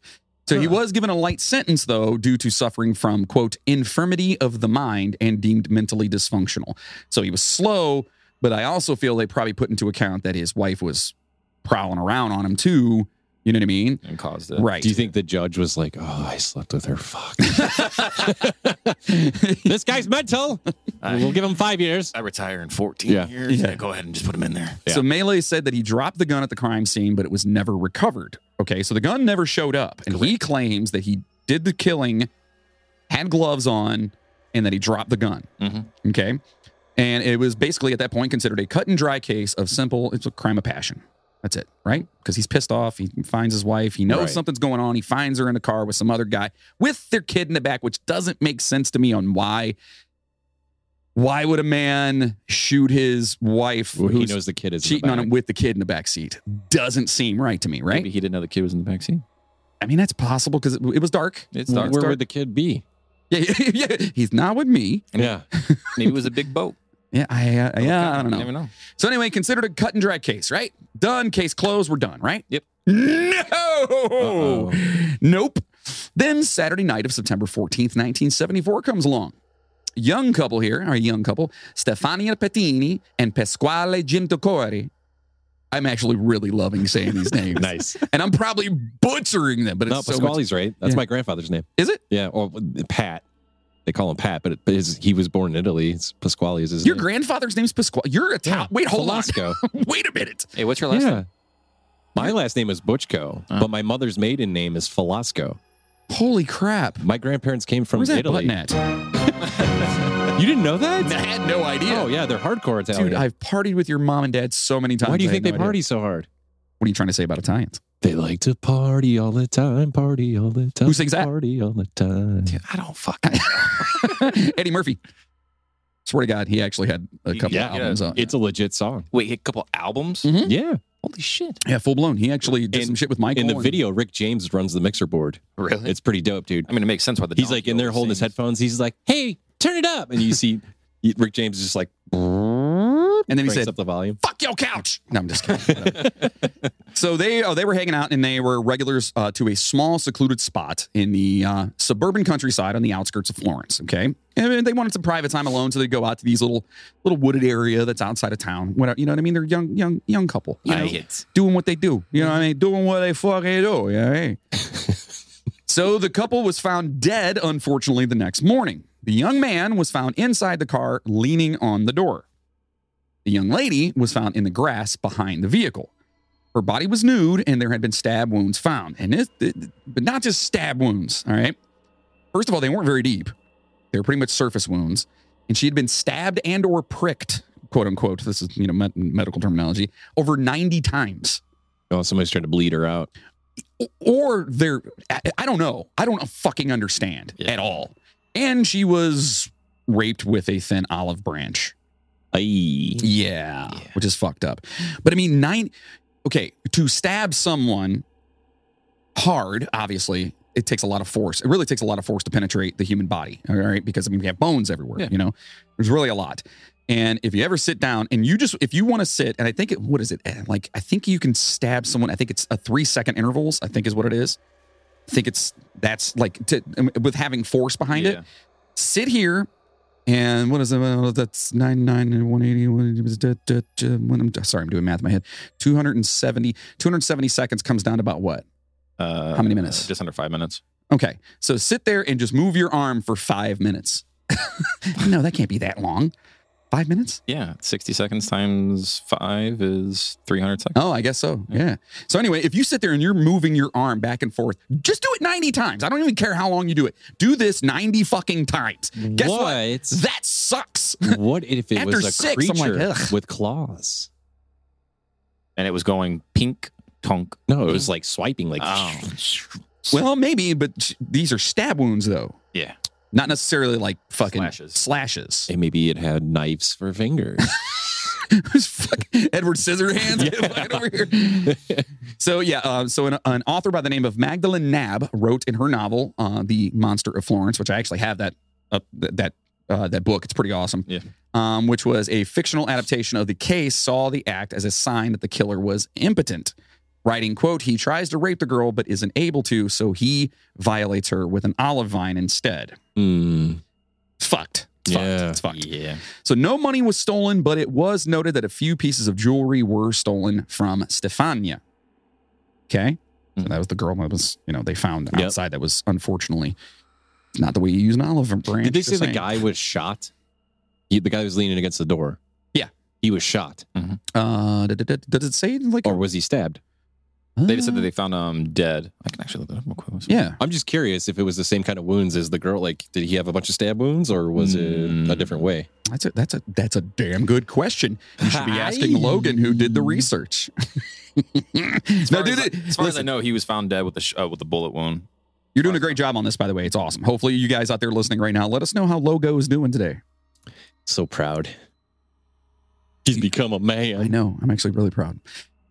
[SPEAKER 1] So he
[SPEAKER 3] Huh.
[SPEAKER 1] was given a light sentence, though, due to suffering from, quote, infirmity of the mind and deemed mentally dysfunctional. So he was slow, but I also feel they probably put into account that his wife was prowling around on him, too. You know what I mean?
[SPEAKER 3] And caused it.
[SPEAKER 1] Right.
[SPEAKER 2] Do you think the judge was like, "Oh, I slept with her. Fuck, this guy's mental. we'll give him five years."
[SPEAKER 3] I retire in 14
[SPEAKER 2] Yeah.
[SPEAKER 3] years.
[SPEAKER 1] Yeah.
[SPEAKER 3] Yeah. Go ahead and just put him in there.
[SPEAKER 1] So Melee said that he dropped the gun at the crime scene, but it was never recovered. Okay, so the gun never showed up, and he claims that he did the killing, had gloves on, and that he dropped the gun.
[SPEAKER 3] Mhm.
[SPEAKER 2] Mm-hmm.
[SPEAKER 1] Okay, and it was basically at that point considered a cut and dry case of simple. It's a crime of passion. That's it, right? Because he's pissed off. He finds his wife. He knows
[SPEAKER 2] Right.
[SPEAKER 1] something's going on. He finds her in the car with some other guy with their kid in the back, which doesn't make sense to me on why. Why would a man shoot his wife?
[SPEAKER 2] Well, he
[SPEAKER 1] who's-
[SPEAKER 2] knows the kid is in the
[SPEAKER 1] cheating on
[SPEAKER 2] back.
[SPEAKER 1] him with the kid in the back seat doesn't seem right to me, right?
[SPEAKER 3] Maybe he didn't know the kid was in the backseat.
[SPEAKER 1] I mean, that's possible because it, it was dark.
[SPEAKER 3] It's dark.
[SPEAKER 2] Where would the kid be?
[SPEAKER 1] Yeah, yeah, yeah, he's not with me.
[SPEAKER 2] Yeah,
[SPEAKER 3] Maybe it was a big boat.
[SPEAKER 1] Yeah, I, uh, yeah, I don't
[SPEAKER 3] Oh, Never
[SPEAKER 1] know.
[SPEAKER 3] know.
[SPEAKER 1] So anyway, considered a cut and dry case, right? Done. Case closed. We're done, right?
[SPEAKER 3] Yep.
[SPEAKER 1] No.
[SPEAKER 2] Uh-oh.
[SPEAKER 1] Nope. Then Saturday night of September 14th, 1974 comes along. Young couple here, our young couple, Stefania Pettini and Pasquale Gentocori. I'm actually really loving saying these names.
[SPEAKER 2] nice.
[SPEAKER 1] and I'm probably butchering them, but it's
[SPEAKER 2] no,
[SPEAKER 1] so much.
[SPEAKER 2] Pasquale's right. That's
[SPEAKER 1] Yeah.
[SPEAKER 2] my grandfather's name.
[SPEAKER 1] Is it?
[SPEAKER 2] Yeah, or Pat. They call him Pat, but, it, but his, he was born in Italy. It's Pasquale is his
[SPEAKER 1] Your
[SPEAKER 2] name.
[SPEAKER 1] grandfather's name's Pasquale. You're Italian. Wait, hold
[SPEAKER 2] Velasco.
[SPEAKER 1] on. Wait a minute.
[SPEAKER 3] Hey, what's your last name?
[SPEAKER 2] yeah. My last name is Butchko,
[SPEAKER 1] Uh.
[SPEAKER 3] Oh.
[SPEAKER 2] but my mother's maiden name is Falasco.
[SPEAKER 1] Holy crap.
[SPEAKER 2] My grandparents came from
[SPEAKER 1] Where's that
[SPEAKER 2] Italy.
[SPEAKER 1] button at? I
[SPEAKER 2] You didn't know that?
[SPEAKER 1] had no idea.
[SPEAKER 2] Oh yeah, they're hardcore Italian.
[SPEAKER 1] Dude, I've partied with your mom and dad so many times.
[SPEAKER 2] Why do you
[SPEAKER 1] I
[SPEAKER 2] think
[SPEAKER 1] had
[SPEAKER 2] they
[SPEAKER 1] no idea.
[SPEAKER 2] party so hard?
[SPEAKER 1] What are you trying to say about Italians?
[SPEAKER 2] They like to party all the time, party all the time.
[SPEAKER 1] sings that?
[SPEAKER 2] Party all the time.
[SPEAKER 3] I don't fucking.
[SPEAKER 1] Eddie Murphy. Swear to God, he actually had a couple
[SPEAKER 2] Yeah,
[SPEAKER 1] of albums uh, on.
[SPEAKER 2] It's a legit song.
[SPEAKER 3] Wait, a couple albums?
[SPEAKER 1] Mhm.
[SPEAKER 2] Yeah.
[SPEAKER 3] Hmm? Holy shit.
[SPEAKER 1] yeah, full blown. He actually did
[SPEAKER 2] In-
[SPEAKER 1] some shit with Michael.
[SPEAKER 2] In the
[SPEAKER 1] and-
[SPEAKER 2] video, Rick James runs the mixer board.
[SPEAKER 3] Really?
[SPEAKER 2] It's pretty dope, dude.
[SPEAKER 3] I mean, it makes sense why the
[SPEAKER 2] He's like in there holding his headphones. He's like, "Hey, turn it up," and you see Rick James is just like
[SPEAKER 1] And then he
[SPEAKER 2] cranks
[SPEAKER 1] said,
[SPEAKER 2] up the volume.
[SPEAKER 1] fuck your couch. No, I'm just kidding. so they oh, they were hanging out and they were regulars uh, to a small secluded spot in the uh, suburban countryside on the outskirts of Florence. Okay, and they wanted some private time alone, so they go out to these little little wooded area that's outside of town. Whatever, you know what I mean? They're young young young couple. You know?
[SPEAKER 3] hits.
[SPEAKER 1] doing what they do. You know what I mean? Doing what they fucking do. Yeah. Hey. so the couple was found dead, unfortunately, the next morning. The young man was found inside the car, leaning on the door. The young lady was found in the grass behind the vehicle. Her body was nude, and there had been stab wounds found, and this, th- th- but not just stab wounds. All right. First of all, they weren't very deep; they were pretty much surface wounds, and she had been stabbed and/or pricked, quote unquote. This is you know med- medical terminology over ninety times.
[SPEAKER 2] Oh, somebody's trying to bleed her out.
[SPEAKER 1] or they're I I don't know. I don't fucking understand
[SPEAKER 3] Yeah.
[SPEAKER 1] at all. And she was raped with a thin olive branch.
[SPEAKER 2] Aye.
[SPEAKER 1] Yeah,
[SPEAKER 3] Yeah.
[SPEAKER 1] which is fucked up. But I mean, nine. Okay, to stab someone hard, obviously, it takes a lot of force. It really takes a lot of force to penetrate the human body. All right, because I mean, we have bones everywhere.
[SPEAKER 3] Yeah.
[SPEAKER 1] You know, there's really a lot. And if you ever sit down and you just, if you want to sit, and I think it, what is it? Eh, Like, I think you can stab someone. I think it's a three second intervals. I think is what it is. I think it's that's like to, um, with having force behind it
[SPEAKER 3] Yeah.
[SPEAKER 1] sit here and what is it? Well, that's 99 and 180. When it was da- da- da- when I'm sorry, I'm doing math in my head. 270, 270 seconds comes down to about what?
[SPEAKER 3] Uh,
[SPEAKER 1] How many minutes?
[SPEAKER 3] Just under five minutes.
[SPEAKER 1] Okay. So sit there and just move your arm for five minutes. no, that can't be that long. Five minutes?
[SPEAKER 3] Yeah. 60 seconds times five is 300 seconds.
[SPEAKER 1] Oh, I guess so. Yeah. So anyway, if you sit there and you're moving your arm back and forth, just do it 90 times. I don't even care how long you do it. Do this 90 fucking times. Guess what? That sucks.
[SPEAKER 2] what if it
[SPEAKER 1] After
[SPEAKER 2] was a
[SPEAKER 1] six, I'm like,
[SPEAKER 2] creature
[SPEAKER 1] ugh.
[SPEAKER 2] with claws?
[SPEAKER 3] And it was going pink, tonk.
[SPEAKER 2] No, it was like swiping, like
[SPEAKER 3] Oh.
[SPEAKER 1] Well, maybe, but sh- these are stab wounds though.
[SPEAKER 3] Yeah.
[SPEAKER 1] Not necessarily like fucking slashes.
[SPEAKER 3] Slashes.
[SPEAKER 2] and maybe it had knives for fingers.
[SPEAKER 1] Who's fuck- Edward Scissorhands fucking over here. so yeah, uh, so an, an author by the name of Magdalene Nab wrote in her novel uh, *The Monster of Florence*, which I actually have that up th- that uh, that book. It's pretty awesome.
[SPEAKER 3] Yeah.
[SPEAKER 1] Um, which was a fictional adaptation of the case, saw the act as a sign that the killer was impotent. Writing, quote, he tries to rape the girl but isn't able to, so he violates her with an olive vine instead.
[SPEAKER 2] Hmm.
[SPEAKER 1] It's fucked. It's
[SPEAKER 2] Yeah.
[SPEAKER 1] fucked. It's fucked.
[SPEAKER 3] Yeah.
[SPEAKER 1] So no money was stolen, but it was noted that a few pieces of jewelry were stolen from Stefania. Okay. So
[SPEAKER 3] Mhm.
[SPEAKER 1] that was the girl that was, you know, they found
[SPEAKER 2] Yep.
[SPEAKER 1] outside that was unfortunately not the way you use an olive branch.
[SPEAKER 2] Did they
[SPEAKER 1] just
[SPEAKER 2] say the
[SPEAKER 1] saying.
[SPEAKER 2] guy was shot? He, the guy who was leaning against the door.
[SPEAKER 1] Yeah.
[SPEAKER 2] He was shot,
[SPEAKER 1] Uh, did, did, did, did it say like? uh,
[SPEAKER 2] or was he stabbed?
[SPEAKER 3] Oh, They just said that they found um dead. I can actually look that up real quick.
[SPEAKER 1] Yeah.
[SPEAKER 2] I'm just curious if it was the same kind of wounds as the girl. Like, did he have a bunch of stab wounds, or was it a
[SPEAKER 3] Mm.
[SPEAKER 2] different way?
[SPEAKER 1] That's a that's a that's a damn good question. You should be asking
[SPEAKER 2] Hi.
[SPEAKER 1] Logan who did the research.
[SPEAKER 3] As
[SPEAKER 1] now,
[SPEAKER 3] far
[SPEAKER 1] dude,
[SPEAKER 3] as I-
[SPEAKER 1] it-
[SPEAKER 3] as far as I
[SPEAKER 1] listen,
[SPEAKER 3] know, he was found dead with a sh- uh, with a bullet wound.
[SPEAKER 1] you're doing a great job on this, by the way. It's awesome. Hopefully, you guys out there listening right now, let us know how Logo is doing today.
[SPEAKER 2] So proud. He's become a
[SPEAKER 1] I
[SPEAKER 2] man.
[SPEAKER 1] know. I'm actually really proud.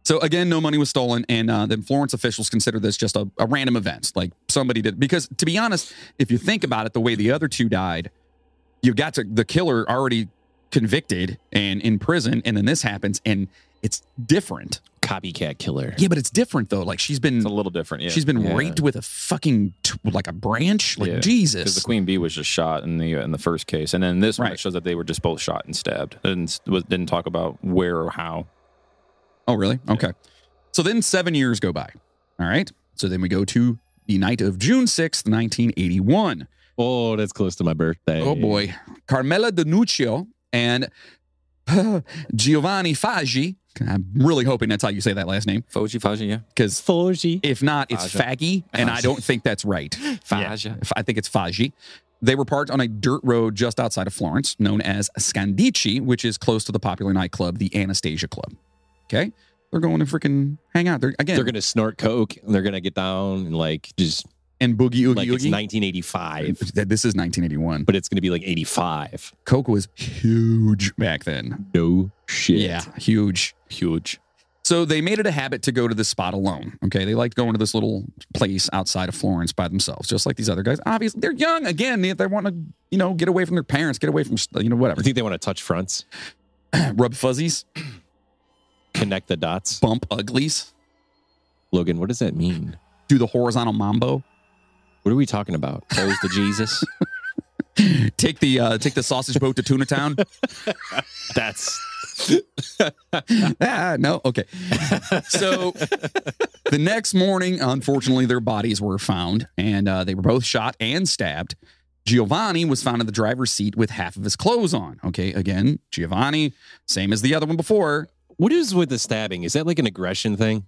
[SPEAKER 1] So again, no money was stolen, and uh, then Florence officials consider this just a, a random event, like somebody did. Because to be honest, if you think about it, the way the other two died, you've got to, the killer already convicted and in prison, and then this happens, and it's different.
[SPEAKER 2] Copycat killer.
[SPEAKER 1] Yeah, but it's different though. Like she's been
[SPEAKER 3] It's a little different. Yeah.
[SPEAKER 1] she's been
[SPEAKER 2] Yeah.
[SPEAKER 1] raped with a fucking t- like a branch, like
[SPEAKER 3] Yeah. Because the
[SPEAKER 1] Jesus.
[SPEAKER 3] queen bee was just shot in the uh, in the first case, and then this one
[SPEAKER 1] Right.
[SPEAKER 3] it shows that they were just both shot and stabbed. Didn't was, didn't talk about where or how.
[SPEAKER 1] Oh, really? Okay. So then seven years go by. All right. So then we go to the night of June sixth, nineteen eighty one.
[SPEAKER 2] Oh, that's close to my birthday.
[SPEAKER 1] Oh boy. Carmela Danuccio and Giovanni Faggi. I'm really hoping that's how you say that last name
[SPEAKER 3] Foji Faja, yeah.
[SPEAKER 1] because
[SPEAKER 2] Foji.
[SPEAKER 1] if not, it's Faggy, and I don't think that's right.
[SPEAKER 3] Faja.
[SPEAKER 1] If- I think it's Faggi. They were parked on a dirt road just outside of Florence, known as Scandici, which is close to the popular nightclub, the Anastasia Club. Okay, they're going to freaking hang out. They're again
[SPEAKER 2] They're gonna snort coke and they're gonna get down and like just
[SPEAKER 1] and boogie oogie
[SPEAKER 2] like it's
[SPEAKER 1] oogie.
[SPEAKER 2] 1985,
[SPEAKER 1] This is 1981.
[SPEAKER 2] but it's gonna be like 85.
[SPEAKER 1] Coke was huge back then.
[SPEAKER 2] No shit.
[SPEAKER 1] Yeah, huge.
[SPEAKER 3] Huge.
[SPEAKER 1] So they made it a habit to go to this spot alone. Okay. They liked going to this little place outside of Florence by themselves, just like these other guys. Obviously, they're young. Again, they, they want to, you know, get away from their parents, get away from, you know,
[SPEAKER 2] I
[SPEAKER 1] whatever.
[SPEAKER 2] think they want to touch fronts,
[SPEAKER 1] Rub fuzzies,
[SPEAKER 2] connect the dots.
[SPEAKER 1] bump uglies,
[SPEAKER 2] Logan, what does that mean?
[SPEAKER 1] do the horizontal mambo,
[SPEAKER 2] What are we talking about?
[SPEAKER 3] Praise the Jesus.
[SPEAKER 1] take the uh, take the sausage boat to Tuna Town.
[SPEAKER 2] That's
[SPEAKER 1] ah, no. Okay. So the next morning, unfortunately, their bodies were found and uh, they were both shot and stabbed. Giovanni was found in the driver's seat with half of his clothes on. Okay. Again, Giovanni, same as the other one before.
[SPEAKER 2] what is with the stabbing? Is that like an aggression thing?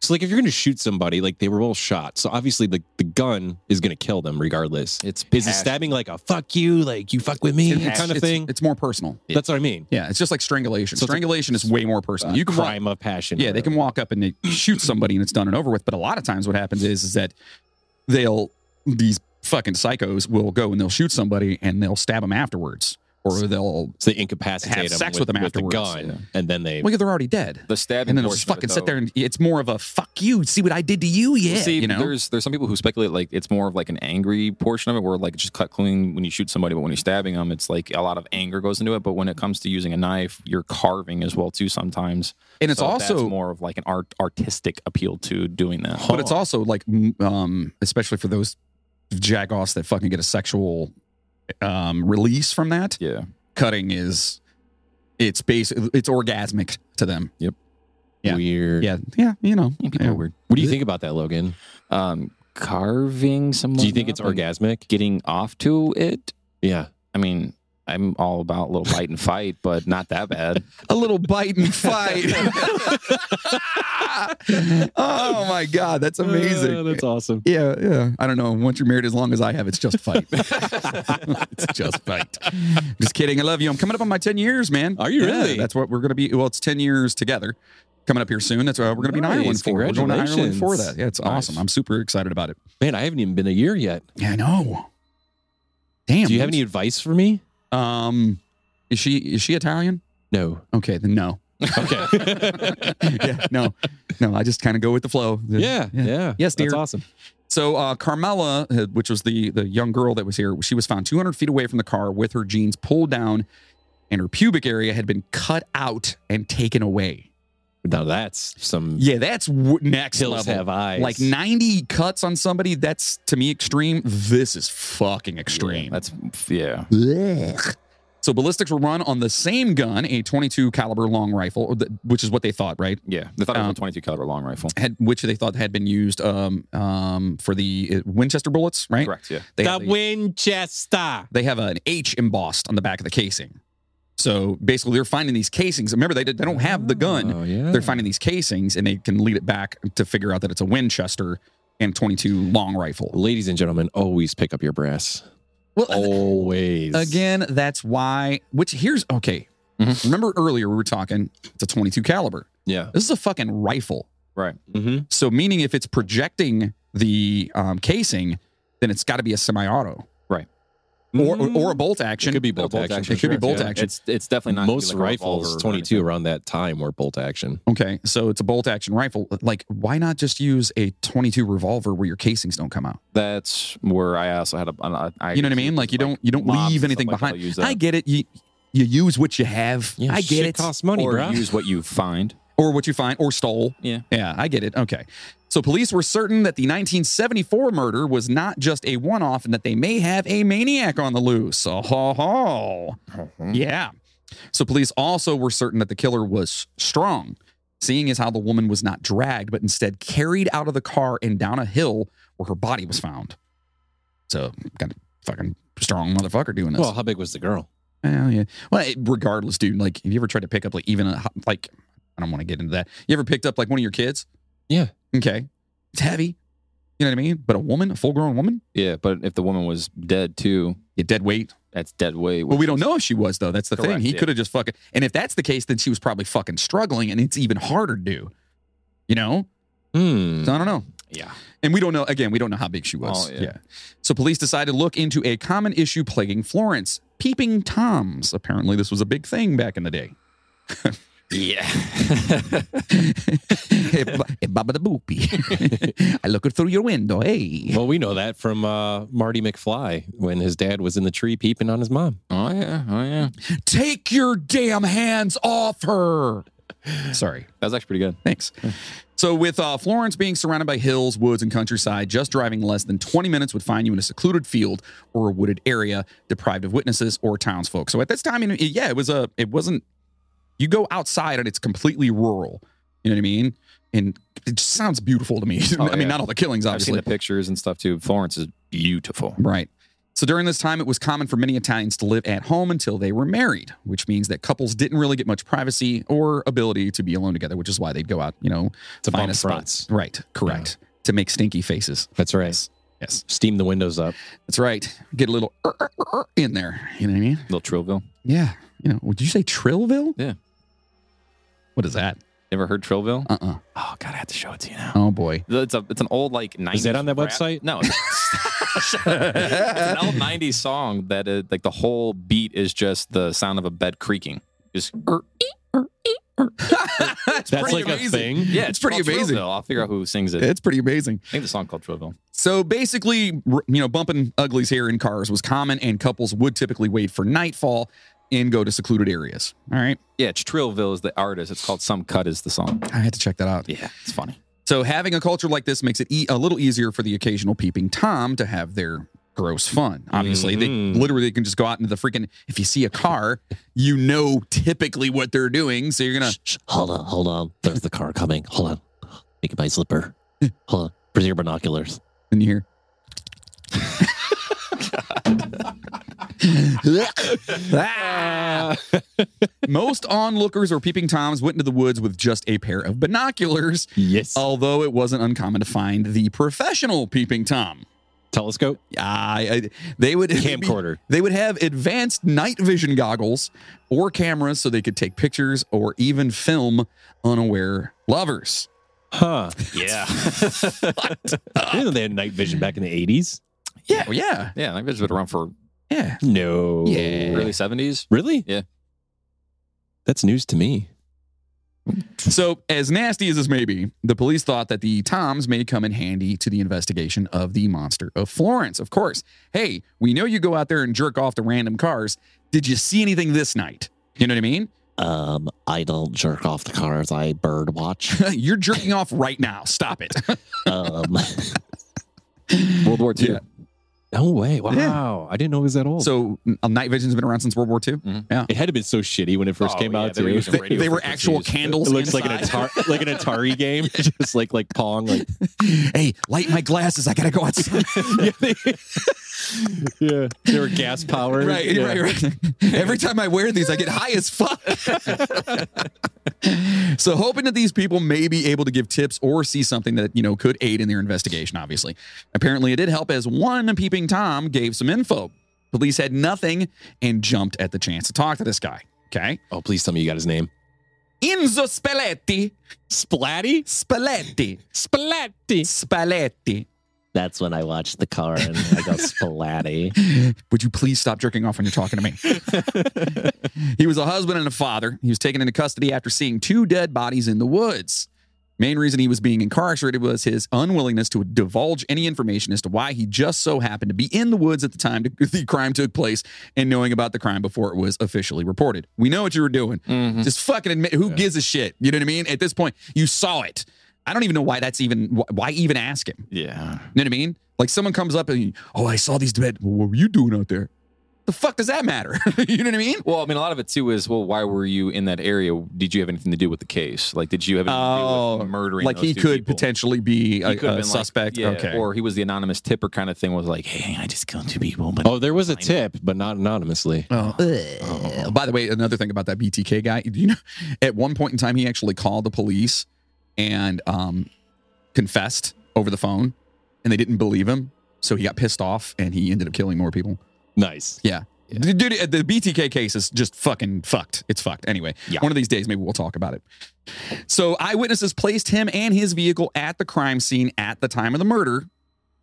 [SPEAKER 2] So like if you're gonna shoot somebody, like they were all shot. So obviously the, the gun is gonna kill them regardless.
[SPEAKER 3] It's
[SPEAKER 2] Is the
[SPEAKER 3] passion.
[SPEAKER 2] stabbing like a fuck you, like you fuck with me
[SPEAKER 1] It's-
[SPEAKER 2] kind of
[SPEAKER 1] it's-
[SPEAKER 2] thing?
[SPEAKER 1] It's uh, more personal.
[SPEAKER 2] That's what I mean.
[SPEAKER 1] Yeah. It's just like strangulation.
[SPEAKER 2] So it's like-
[SPEAKER 1] strangulation is way more personal.
[SPEAKER 2] You
[SPEAKER 1] You can walk-
[SPEAKER 2] crime of passion.
[SPEAKER 1] Yeah, they can walk up and they shoot somebody and it's done and over with. But a lot of times what happens is is that they'll these fucking psychos will go and they'll shoot somebody and they'll stab them afterwards. Or they'll
[SPEAKER 2] So they incapacitate
[SPEAKER 1] Have
[SPEAKER 2] them
[SPEAKER 1] sex
[SPEAKER 2] with,
[SPEAKER 1] with them
[SPEAKER 2] with the gun,
[SPEAKER 1] afterwards.
[SPEAKER 2] and then they.
[SPEAKER 1] well, they're already dead.
[SPEAKER 3] The stabbing
[SPEAKER 1] And then they'll just
[SPEAKER 3] portion of it,
[SPEAKER 1] fucking sit
[SPEAKER 3] though-
[SPEAKER 1] there and it's more of a fuck you. See what I did to you? Yeah.
[SPEAKER 3] See,
[SPEAKER 1] you know?
[SPEAKER 3] there's there's some people who speculate like it's more of like an angry portion of it, where like it's just cut clean when you shoot somebody, but when you're stabbing them, it's like a lot of anger goes into it. But when it comes to using a knife, you're carving as well too sometimes,
[SPEAKER 1] And it's
[SPEAKER 3] So that's
[SPEAKER 1] also
[SPEAKER 3] more of like an art artistic appeal to doing that.
[SPEAKER 1] but it's also like m- um especially for those jagoffs that fucking get a sexual um release from that.
[SPEAKER 3] yeah,
[SPEAKER 1] Cutting is it's base it's orgasmic to them. yeah.
[SPEAKER 2] Weird.
[SPEAKER 1] Yeah. Yeah, you know.
[SPEAKER 3] people
[SPEAKER 1] yeah.
[SPEAKER 3] are weird.
[SPEAKER 2] What do you think about that, Logan?
[SPEAKER 3] Um, carving someone.
[SPEAKER 2] Do you think it's
[SPEAKER 3] up and
[SPEAKER 2] orgasmic?
[SPEAKER 3] Getting off to it.
[SPEAKER 2] Yeah.
[SPEAKER 3] I mean, I'm all about little bite and fight, but not that bad.
[SPEAKER 1] a little bite and fight. oh my god, that's amazing.
[SPEAKER 2] Uh, that's awesome.
[SPEAKER 1] yeah, yeah. I don't know. Once you're married as long as I have, it's just fight. it's just fight. Just kidding. I love you. I'm coming up on my 10 years, man.
[SPEAKER 2] Are you
[SPEAKER 1] Yeah,
[SPEAKER 2] really?
[SPEAKER 1] That's what we're gonna be. Well, it's 10 years together. Coming up here soon. That's what we're gonna be
[SPEAKER 2] Nice.
[SPEAKER 1] in Ireland for. We're going to Ireland
[SPEAKER 2] Congratulations.
[SPEAKER 1] for that. Yeah, it's
[SPEAKER 2] Nice.
[SPEAKER 1] awesome. I'm super excited about it.
[SPEAKER 2] Man, I haven't even been a year yet.
[SPEAKER 1] Yeah, I know. Damn.
[SPEAKER 2] Do you have
[SPEAKER 1] dude.
[SPEAKER 2] any advice for me?
[SPEAKER 1] Um, is she is she Italian?
[SPEAKER 5] No.
[SPEAKER 1] Okay, then no.
[SPEAKER 5] Okay.
[SPEAKER 1] yeah, no, no. I just kind of go with the flow.
[SPEAKER 5] yeah, yeah. That's
[SPEAKER 1] Yes, dear.
[SPEAKER 5] awesome.
[SPEAKER 1] So uh, Carmela, uh, which was the the young girl that was here, she was found 200 feet away from the car with her jeans pulled down, and her pubic area had been cut out and taken away.
[SPEAKER 5] Now that's some
[SPEAKER 1] Yeah, that's w- next
[SPEAKER 5] hills
[SPEAKER 1] level.
[SPEAKER 5] have eyes.
[SPEAKER 1] Like 90 cuts on somebody, that's to me extreme. This is fucking extreme.
[SPEAKER 3] Yeah, that's yeah.
[SPEAKER 1] Blech. So ballistics were run on the same gun, a 22 caliber long rifle, or the- which is what they thought, right?
[SPEAKER 3] Yeah, they thought it was
[SPEAKER 1] Um,
[SPEAKER 3] a 22 caliber long rifle.
[SPEAKER 1] Had which they thought had been used um, um, for the uh, Winchester bullets, right?
[SPEAKER 3] Correct. Yeah.
[SPEAKER 1] They
[SPEAKER 5] the
[SPEAKER 1] had the-
[SPEAKER 5] Winchester.
[SPEAKER 1] they have an H embossed on the back of the casing. So basically, they're finding these casings. Remember, they, they don't have the gun.
[SPEAKER 5] Oh yeah.
[SPEAKER 1] They're finding these casings, and they can lead it back to figure out that it's a Winchester and 22 long rifle. Oh,
[SPEAKER 5] Ladies and gentlemen, always pick up your brass.
[SPEAKER 1] Well,
[SPEAKER 5] Always.
[SPEAKER 1] again, that's why. Which here's okay.
[SPEAKER 3] Mhm.
[SPEAKER 1] Remember earlier we were talking. It's a 22 caliber.
[SPEAKER 3] Yeah.
[SPEAKER 1] This is a fucking rifle.
[SPEAKER 3] Right.
[SPEAKER 5] Mm-hmm.
[SPEAKER 1] So meaning, if it's projecting the um, casing, then it's got to be a semi-auto or, or or a bolt action.
[SPEAKER 5] It could be bolt,
[SPEAKER 3] bolt
[SPEAKER 5] action.
[SPEAKER 3] action,
[SPEAKER 1] It could be
[SPEAKER 3] sure,
[SPEAKER 1] bolt
[SPEAKER 3] yeah.
[SPEAKER 1] action.
[SPEAKER 3] It's it's definitely not gonna
[SPEAKER 5] Most
[SPEAKER 3] be like a
[SPEAKER 5] rifles,
[SPEAKER 3] revolver or
[SPEAKER 5] 22
[SPEAKER 3] anything.
[SPEAKER 5] around that time, were bolt action.
[SPEAKER 1] Okay, so it's a bolt action rifle. Like, why not just use a 22 revolver where your casings don't come out?
[SPEAKER 3] That's where I also had a. I, I
[SPEAKER 1] You know what I mean? Like, you don't you don't
[SPEAKER 3] mobs and
[SPEAKER 1] leave
[SPEAKER 3] stuff
[SPEAKER 1] anything
[SPEAKER 3] like that, I'll
[SPEAKER 1] behind.
[SPEAKER 3] use that.
[SPEAKER 1] I get it. You you use what you have. I get it.
[SPEAKER 5] Costs money,
[SPEAKER 3] or
[SPEAKER 5] bro.
[SPEAKER 3] use what you find.
[SPEAKER 1] Or what you find or stole.
[SPEAKER 3] Yeah.
[SPEAKER 1] Yeah, I get it. Okay. So police were certain that the 1974 murder was not just a one-off and that they may have a maniac on the loose. Oh, ho, ho. Yeah. So police also were certain that the killer was strong, seeing as how the woman was not dragged, but instead carried out of the car and down a hill where her body was found. So kind of fucking strong motherfucker doing this.
[SPEAKER 5] well, how big was the girl?
[SPEAKER 1] Well, yeah. Well, it- regardless, dude. Like, have you ever tried to pick up like even a ho- like? I don't want to get into that. You ever picked up like one of your kids?
[SPEAKER 5] Yeah.
[SPEAKER 1] Okay. It's heavy. You know what I mean? But a woman, a full-grown woman,
[SPEAKER 3] Yeah, but if the woman was dead too,
[SPEAKER 1] you dead weight.
[SPEAKER 3] that's dead weight.
[SPEAKER 1] Well, we don't know if she was though. That's the thing.
[SPEAKER 3] Correct,
[SPEAKER 1] He
[SPEAKER 3] yeah.
[SPEAKER 1] could have just fucking. And if that's the case, then she was probably fucking struggling, and it's even harder to do. You know?
[SPEAKER 5] Hmm.
[SPEAKER 1] So I don't know.
[SPEAKER 3] Yeah.
[SPEAKER 1] And we don't know, again, we don't know how big she was.
[SPEAKER 3] Oh,
[SPEAKER 1] yeah.
[SPEAKER 3] yeah.
[SPEAKER 1] So police decided to look into a common issue plaguing Florence peeping Toms. Apparently, this was a big thing back in the day.
[SPEAKER 3] Yeah.
[SPEAKER 1] hey, bu- hey, Baba the Boopy. I look through your window. Hey.
[SPEAKER 5] Well, we know that from uh, Marty McFly when his dad was in the tree peeping on his mom.
[SPEAKER 3] oh yeah. Oh yeah.
[SPEAKER 1] Take your damn hands off her. Sorry.
[SPEAKER 3] That was actually pretty good.
[SPEAKER 1] Thanks. So, with uh, Florence being surrounded by hills, woods, and countryside, just driving less than 20 minutes would find you in a secluded field or a wooded area, deprived of witnesses or townsfolk. So, at this time, you know, yeah, it was a, it wasn't. You go outside and it's completely rural. You know what I mean? And it just sounds beautiful to me.
[SPEAKER 3] Oh,
[SPEAKER 1] I mean,
[SPEAKER 3] yeah.
[SPEAKER 1] not all the killings,
[SPEAKER 3] I've seen
[SPEAKER 1] obviously.
[SPEAKER 3] the pictures and stuff too. Florence is beautiful.
[SPEAKER 1] Right. So during this time, it was common for many Italians to live at home until they were married, which means that couples didn't really get much privacy or ability to be alone together, which is why they'd go out, you know,
[SPEAKER 5] To
[SPEAKER 1] find
[SPEAKER 5] bump
[SPEAKER 1] a spot.
[SPEAKER 5] fronts.
[SPEAKER 1] Right. Correct. To make stinky faces.
[SPEAKER 5] That's right.
[SPEAKER 1] Yes.
[SPEAKER 5] Steam the windows up.
[SPEAKER 1] That's right. Get a little er, er, er, er in there. You know what I mean?
[SPEAKER 3] Little Trillville.
[SPEAKER 1] Yeah. You know, would you say Trillville?
[SPEAKER 3] Yeah.
[SPEAKER 1] What is that?
[SPEAKER 3] You ever heard Trillville?
[SPEAKER 1] Uh uh
[SPEAKER 3] Oh God, I have to show it to you now.
[SPEAKER 1] Oh, boy.
[SPEAKER 3] It's a it's an old like 90s.
[SPEAKER 5] that on that
[SPEAKER 3] rap-
[SPEAKER 5] website?
[SPEAKER 3] No. it's an old 90s song that uh like the whole beat is just the sound of a bed creaking. Just er,
[SPEAKER 1] That's,
[SPEAKER 5] That's
[SPEAKER 1] pretty
[SPEAKER 5] like a
[SPEAKER 1] amazing.
[SPEAKER 5] thing.
[SPEAKER 3] yeah,
[SPEAKER 1] It's pretty
[SPEAKER 3] called
[SPEAKER 1] amazing.
[SPEAKER 3] Trillville. I'll figure out who sings it.
[SPEAKER 1] It's pretty amazing.
[SPEAKER 3] I think the song called Trillville.
[SPEAKER 1] So basically, r- you know, bumping uglies here in cars was common, and couples would typically wait for nightfall and go to secluded areas. All right.
[SPEAKER 3] Yeah, it's Trillville is the artist. It's called Some Cut is the song.
[SPEAKER 1] I had to check that out.
[SPEAKER 3] Yeah, it's funny.
[SPEAKER 1] So having a culture like this makes it e- a little easier for the occasional peeping Tom to have their gross fun. Obviously,
[SPEAKER 5] Mhm.
[SPEAKER 3] Mm-hmm.
[SPEAKER 1] they literally can just go out into the freaking, if you see a car, you know typically what they're doing. So you're going to,
[SPEAKER 2] Shh, shh, hold on, hold on. There's the car coming. Hold on. Make my slipper. Hold on. Bring your binoculars.
[SPEAKER 1] and you hear, Ah! Most onlookers or peeping toms went into the woods with just a pair of binoculars,
[SPEAKER 5] Yes.
[SPEAKER 1] although it wasn't uncommon to find the professional peeping tom.
[SPEAKER 5] Telescope.
[SPEAKER 1] I, I- they would
[SPEAKER 5] Camcorder.
[SPEAKER 1] They would have advanced night vision goggles or cameras so they could take pictures or even film unaware lovers.
[SPEAKER 5] Huh.
[SPEAKER 3] Yeah.
[SPEAKER 5] I didn't know they had night vision back in the 80s.
[SPEAKER 1] Yeah, well, Oh, yeah,
[SPEAKER 3] yeah, that video's been around for
[SPEAKER 1] yeah.
[SPEAKER 5] No.
[SPEAKER 1] Yeah.
[SPEAKER 3] early 70s.
[SPEAKER 5] Really?
[SPEAKER 3] Yeah. That's news to me.
[SPEAKER 1] So, as nasty as this may be, the police thought that the toms may come in handy to the investigation of the monster of Florence. Of course, hey, we know you go out there and jerk off to random cars. Did you see anything this night? You know what I mean?
[SPEAKER 2] Um, I don't jerk off the cars. I bird watch.
[SPEAKER 1] You're jerking off right now. Stop it.
[SPEAKER 2] Um,
[SPEAKER 3] World War II.
[SPEAKER 1] Yeah.
[SPEAKER 3] No way. Wow.
[SPEAKER 1] Yeah.
[SPEAKER 3] I didn't know it was that old.
[SPEAKER 1] so, n- night vision's been around since World War II.
[SPEAKER 5] Mm-hmm. It had to been so shitty when it first
[SPEAKER 3] Oh,
[SPEAKER 5] came
[SPEAKER 3] yeah,
[SPEAKER 5] out.
[SPEAKER 3] they were
[SPEAKER 5] too.
[SPEAKER 3] using
[SPEAKER 5] It
[SPEAKER 3] radio
[SPEAKER 1] They were
[SPEAKER 3] frequencies.
[SPEAKER 1] actual candles.
[SPEAKER 5] looks like an
[SPEAKER 1] inside.
[SPEAKER 5] Atari, like an Atari game, just like like Pong. Like
[SPEAKER 1] hey, light my glasses. I gotta go outside.
[SPEAKER 5] yeah, they, yeah, they were gas powered.
[SPEAKER 1] right,
[SPEAKER 5] yeah.
[SPEAKER 1] right, right. Every time I wear these, I get high as fuck. so hoping that these people may be able to give tips or see something that you know could aid in their investigation. Obviously, apparently it did help as one peeping tom gave some info. Police had nothing and jumped at the chance to talk to this guy. Okay,
[SPEAKER 5] Oh, please tell me you got his name.
[SPEAKER 1] Enzo Spalletti,
[SPEAKER 5] Splatty.
[SPEAKER 1] Spalletti,
[SPEAKER 5] Splatty.
[SPEAKER 1] Spalletti.
[SPEAKER 2] that's when I watch the car and I go splatty.
[SPEAKER 1] Would you please stop jerking off when you're talking to me? he was a husband and a father. He was taken into custody after seeing two dead bodies in the woods. Main reason he was being incarcerated was his unwillingness to divulge any information as to why he just so happened to be in the woods at the time the crime took place and knowing about the crime before it was officially reported. We know what you were doing.
[SPEAKER 3] Mhm.
[SPEAKER 1] Just fucking admit who gives a shit. You know what I mean? At this point, you saw it. I don't even know why that's even wh- why even ask him.
[SPEAKER 3] Yeah.
[SPEAKER 1] You know what I mean? Like someone comes up and, oh, I saw these dead. Well, what were you doing out there? The fuck does that matter? you know what I mean?
[SPEAKER 3] Well, I mean, a lot of it too is well, why were you in that area? Did you have anything to do with the case? Like, did you have anything to do
[SPEAKER 1] Oh,
[SPEAKER 3] with murdering?
[SPEAKER 1] like
[SPEAKER 3] those
[SPEAKER 1] he
[SPEAKER 3] two
[SPEAKER 1] could
[SPEAKER 3] people?
[SPEAKER 1] potentially be a,
[SPEAKER 3] He could
[SPEAKER 1] a
[SPEAKER 3] have been like-
[SPEAKER 1] suspect.
[SPEAKER 3] yeah,
[SPEAKER 1] okay.
[SPEAKER 3] Or he was the anonymous tipper kind of thing. Was like, hey, I just killed two people, but
[SPEAKER 5] Oh, there was a tip, but not anonymously.
[SPEAKER 1] Oh. By the way, another thing about that BTK guy, do you know, at one point in time, he actually called the police and um, confessed over the phone, and they didn't believe him. So he got pissed off and he ended up killing more people.
[SPEAKER 5] Nice.
[SPEAKER 1] Yeah.
[SPEAKER 3] Yeah.
[SPEAKER 1] Dude, uh, the BTK case is just fucking fucked. It's fucked. Anyway,
[SPEAKER 3] Yeah.
[SPEAKER 1] one of these days, maybe we'll talk about it. So, eyewitnesses placed him and his vehicle at the crime scene at the time of the murder,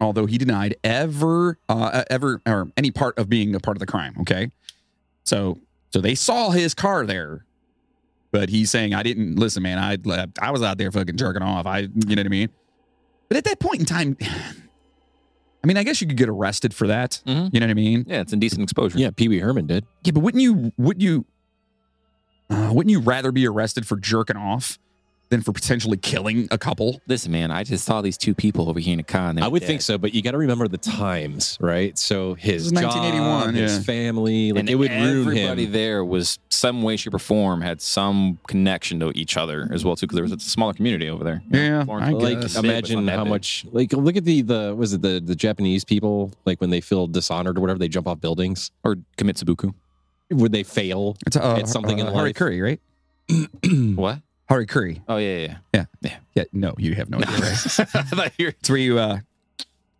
[SPEAKER 1] although he denied ever, uh, ever, or any part of being a part of the crime. Okay. So, so they saw his car there, but he's saying, I didn't listen, man. I, I was out there fucking jerking off. I, you know what I mean? But at that point in time, I mean, I guess you could get arrested for that.
[SPEAKER 3] Mhm.
[SPEAKER 1] You know what I mean?
[SPEAKER 3] yeah, it's indecent exposure.
[SPEAKER 5] Yeah, Pee Wee Herman did.
[SPEAKER 1] Yeah, but wouldn't you would you uh, wouldn't you rather be arrested for jerking off than for potentially killing a couple?
[SPEAKER 3] Listen, man, I just saw these two people over here in a con.
[SPEAKER 5] I would think so, but you got to remember the times, right? So his
[SPEAKER 1] This is
[SPEAKER 5] job,
[SPEAKER 1] 1981,
[SPEAKER 5] his
[SPEAKER 1] yeah.
[SPEAKER 5] family, like
[SPEAKER 3] and
[SPEAKER 5] it would ruin
[SPEAKER 3] everybody
[SPEAKER 5] him.
[SPEAKER 3] there was some way, shape, or form had some connection to each other as well too, because there was a smaller community over there. you know,
[SPEAKER 1] Yeah,
[SPEAKER 3] Florence
[SPEAKER 1] I guess.
[SPEAKER 3] was
[SPEAKER 5] like
[SPEAKER 3] big, but it's
[SPEAKER 5] imagine
[SPEAKER 3] not that
[SPEAKER 5] how
[SPEAKER 3] big.
[SPEAKER 5] much like look at the the was it the the Japanese people like when they feel dishonored or whatever they jump off buildings
[SPEAKER 3] or commit seppuku.
[SPEAKER 5] would they fail
[SPEAKER 1] It's, uh,
[SPEAKER 5] It's something in
[SPEAKER 1] Hari
[SPEAKER 5] life.
[SPEAKER 1] Curry, right?
[SPEAKER 3] What?
[SPEAKER 1] Hari Curry.
[SPEAKER 3] Oh yeah, yeah.
[SPEAKER 1] Yeah, no, you have no
[SPEAKER 3] yeah.
[SPEAKER 1] idea. Right?
[SPEAKER 3] I thought you were-
[SPEAKER 1] It's where you, uh,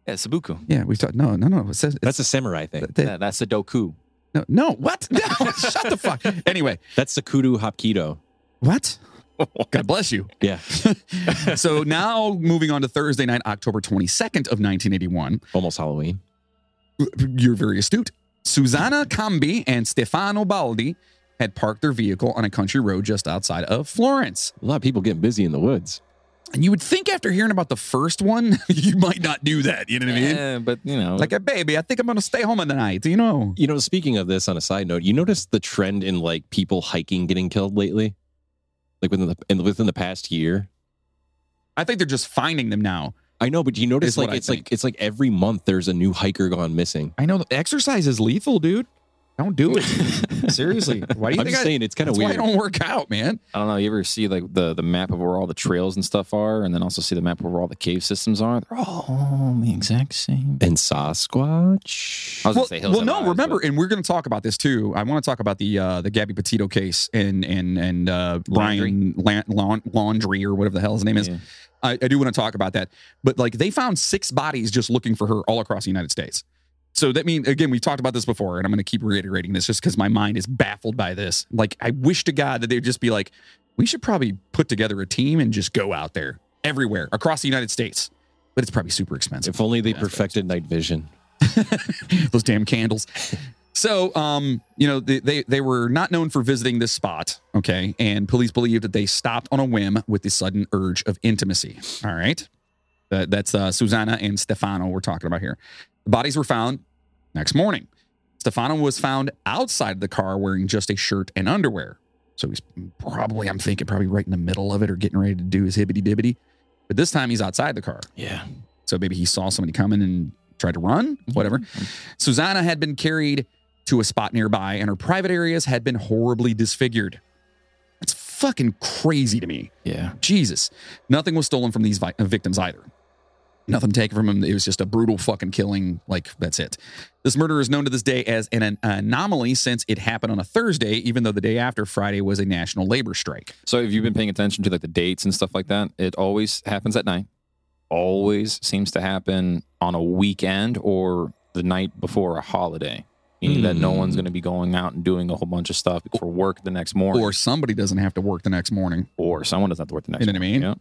[SPEAKER 3] yeah, seppuku.
[SPEAKER 1] yeah, we've talked. No, no, no. It says it's,
[SPEAKER 5] that's a samurai thing
[SPEAKER 1] that-
[SPEAKER 3] Yeah, that's a doku.
[SPEAKER 1] no, no, what? No, shut the fuck. Anyway,
[SPEAKER 5] that's Sakudu Hapkido
[SPEAKER 1] what? God bless you.
[SPEAKER 5] yeah
[SPEAKER 1] So now moving on to Thursday night, October 22nd of 1981.
[SPEAKER 5] almost Halloween
[SPEAKER 1] you're very astute. Susanna Cambi and Stefano Baldi had parked their vehicle on a country road just outside of Florence.
[SPEAKER 5] a lot of people getting busy in the woods
[SPEAKER 1] And you would think after hearing about the first one, you might not do that. You know what I mean?
[SPEAKER 3] Yeah, but you know,
[SPEAKER 1] Like, "Hey, baby, I think I'm going to stay home tonight. You know,
[SPEAKER 5] you know speaking of this on a side note you notice the trend in like people hiking getting killed lately like within the in, within the past year
[SPEAKER 1] I think they're just finding them now.
[SPEAKER 5] I know but you notice
[SPEAKER 1] Is what
[SPEAKER 5] like
[SPEAKER 1] I
[SPEAKER 5] it's
[SPEAKER 1] think.
[SPEAKER 5] like it's like every month there's a new hiker gone missing
[SPEAKER 1] I know that exercise is lethal, dude. Don't do it. Seriously. Why do you
[SPEAKER 5] I'm
[SPEAKER 1] think
[SPEAKER 5] just
[SPEAKER 1] I,
[SPEAKER 5] saying it's kind of
[SPEAKER 1] that's why I
[SPEAKER 5] weird
[SPEAKER 1] don't work out, man?
[SPEAKER 3] I don't know. You ever see like the the map of where all the trails and stuff are, and then also see the map of where all the cave systems are? They're all the exact same.
[SPEAKER 5] and Sasquatch
[SPEAKER 3] I
[SPEAKER 1] Well,
[SPEAKER 3] was gonna say hills
[SPEAKER 1] well,
[SPEAKER 3] have
[SPEAKER 1] no,
[SPEAKER 3] eyes,
[SPEAKER 1] remember,
[SPEAKER 3] but-
[SPEAKER 1] and we're going to talk about this too. I want to talk about the uh, the Gabby Petito case and and and uh, Brian Lan- Laun- Laundry or whatever the hell his name is.
[SPEAKER 3] Yeah.
[SPEAKER 1] I, I do want to talk about that, but like they found six bodies just looking for her all across the United States. So that mean again, we talked about this before, and I'm going to keep reiterating this just because my mind is baffled by this. Like, I wish to God that they'd just be like, we should probably put together a team and just go out there everywhere across the United States. But it's probably super expensive.
[SPEAKER 5] If only they
[SPEAKER 1] Yeah, that's
[SPEAKER 5] perfected night vision.
[SPEAKER 1] Those damn candles. So, um, you know, they, they they were not known for visiting this spot, okay? And police believe that they stopped on a whim with the sudden urge of intimacy. All right, that, that's uh, Susanna and Stefano we're talking about here. The bodies were found next morning. Stefano was found outside the car wearing just a shirt and underwear. So he's probably, I'm thinking, probably right in the middle of it or getting ready to do his hibbity dibbity. But this time he's outside the car.
[SPEAKER 3] Yeah.
[SPEAKER 1] So maybe he saw somebody coming and tried to run, whatever. Susanna had been carried to a spot nearby and her private areas had been horribly disfigured. That's fucking crazy to me.
[SPEAKER 3] Yeah.
[SPEAKER 1] Jesus. Nothing was stolen from these vi- uh, victims either. Nothing taken from them. It was just a brutal fucking killing. Like, that's it. This murder is known to this day as an, an anomaly since it happened on a Thursday, even though the day after Friday was a national labor strike.
[SPEAKER 3] So if you've been paying attention to like the dates and stuff like that, it always happens at night. Always seems to happen on a weekend or the night before a holiday. Meaning that no
[SPEAKER 1] Hmm.
[SPEAKER 3] one's going to be going out and doing a whole bunch of stuff for work the next morning,
[SPEAKER 1] Or
[SPEAKER 3] or,
[SPEAKER 1] somebody doesn't have to work the next morning.
[SPEAKER 3] someone doesn't have to work the next.
[SPEAKER 1] You know what I mean?
[SPEAKER 3] morning.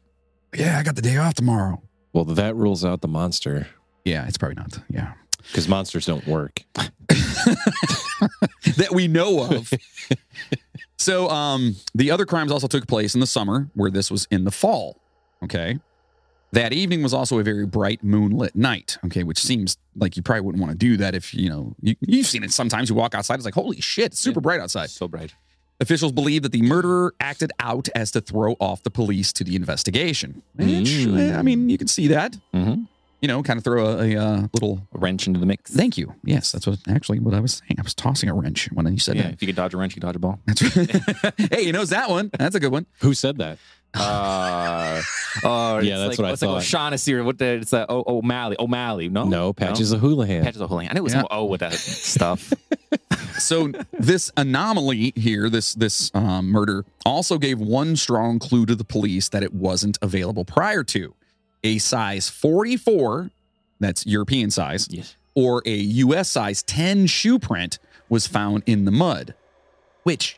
[SPEAKER 1] Yeah, I got the day off tomorrow.
[SPEAKER 2] Well, that rules out the monster
[SPEAKER 1] Yeah, it's probably not. Yeah.
[SPEAKER 2] because monsters don't work.
[SPEAKER 1] that we know of. so um, the other crimes also took place in the summer, where this was in the fall. Okay. That evening was also a very bright moonlit night. Okay, which seems like you probably wouldn't want to do that if you know you, you've seen it. Sometimes you walk outside, it's like holy shit, it's super bright
[SPEAKER 3] Yeah.
[SPEAKER 1] outside.
[SPEAKER 3] So bright.
[SPEAKER 1] Officials believe that the murderer acted out as to throw off the police to the investigation. Which,
[SPEAKER 3] Mm.
[SPEAKER 1] eh, I mean, you can see that.
[SPEAKER 3] Mm-hmm.
[SPEAKER 1] You know, kind of throw a, a, uh little.
[SPEAKER 3] A wrench into the mix.
[SPEAKER 1] Thank you. Yes, that's what actually what I was saying. I was tossing a wrench when you said
[SPEAKER 3] Yeah,
[SPEAKER 1] that.
[SPEAKER 3] if you could dodge a wrench, you could dodge a ball.
[SPEAKER 1] That's right. hey, he knows that one. That's a good one.
[SPEAKER 2] Who said that?
[SPEAKER 3] Uh,
[SPEAKER 2] Yeah,
[SPEAKER 3] uh,
[SPEAKER 2] that's
[SPEAKER 3] like,
[SPEAKER 2] what I
[SPEAKER 3] it's like
[SPEAKER 2] thought.
[SPEAKER 3] O'Shaughnessy or what the, it's like o- O'Malley. O'Malley, no?
[SPEAKER 2] Oh, No, Patches of Houlihan.
[SPEAKER 3] Patches O'Houlihan. I knew it was
[SPEAKER 1] Yeah.
[SPEAKER 3] some O with that stuff.
[SPEAKER 1] So this anomaly here, this this um, murder, also gave one strong clue to the police that it wasn't available prior to a size 44, that's European size,
[SPEAKER 3] yes.
[SPEAKER 1] or a U.S. size 10 shoe print was found in the mud. Which,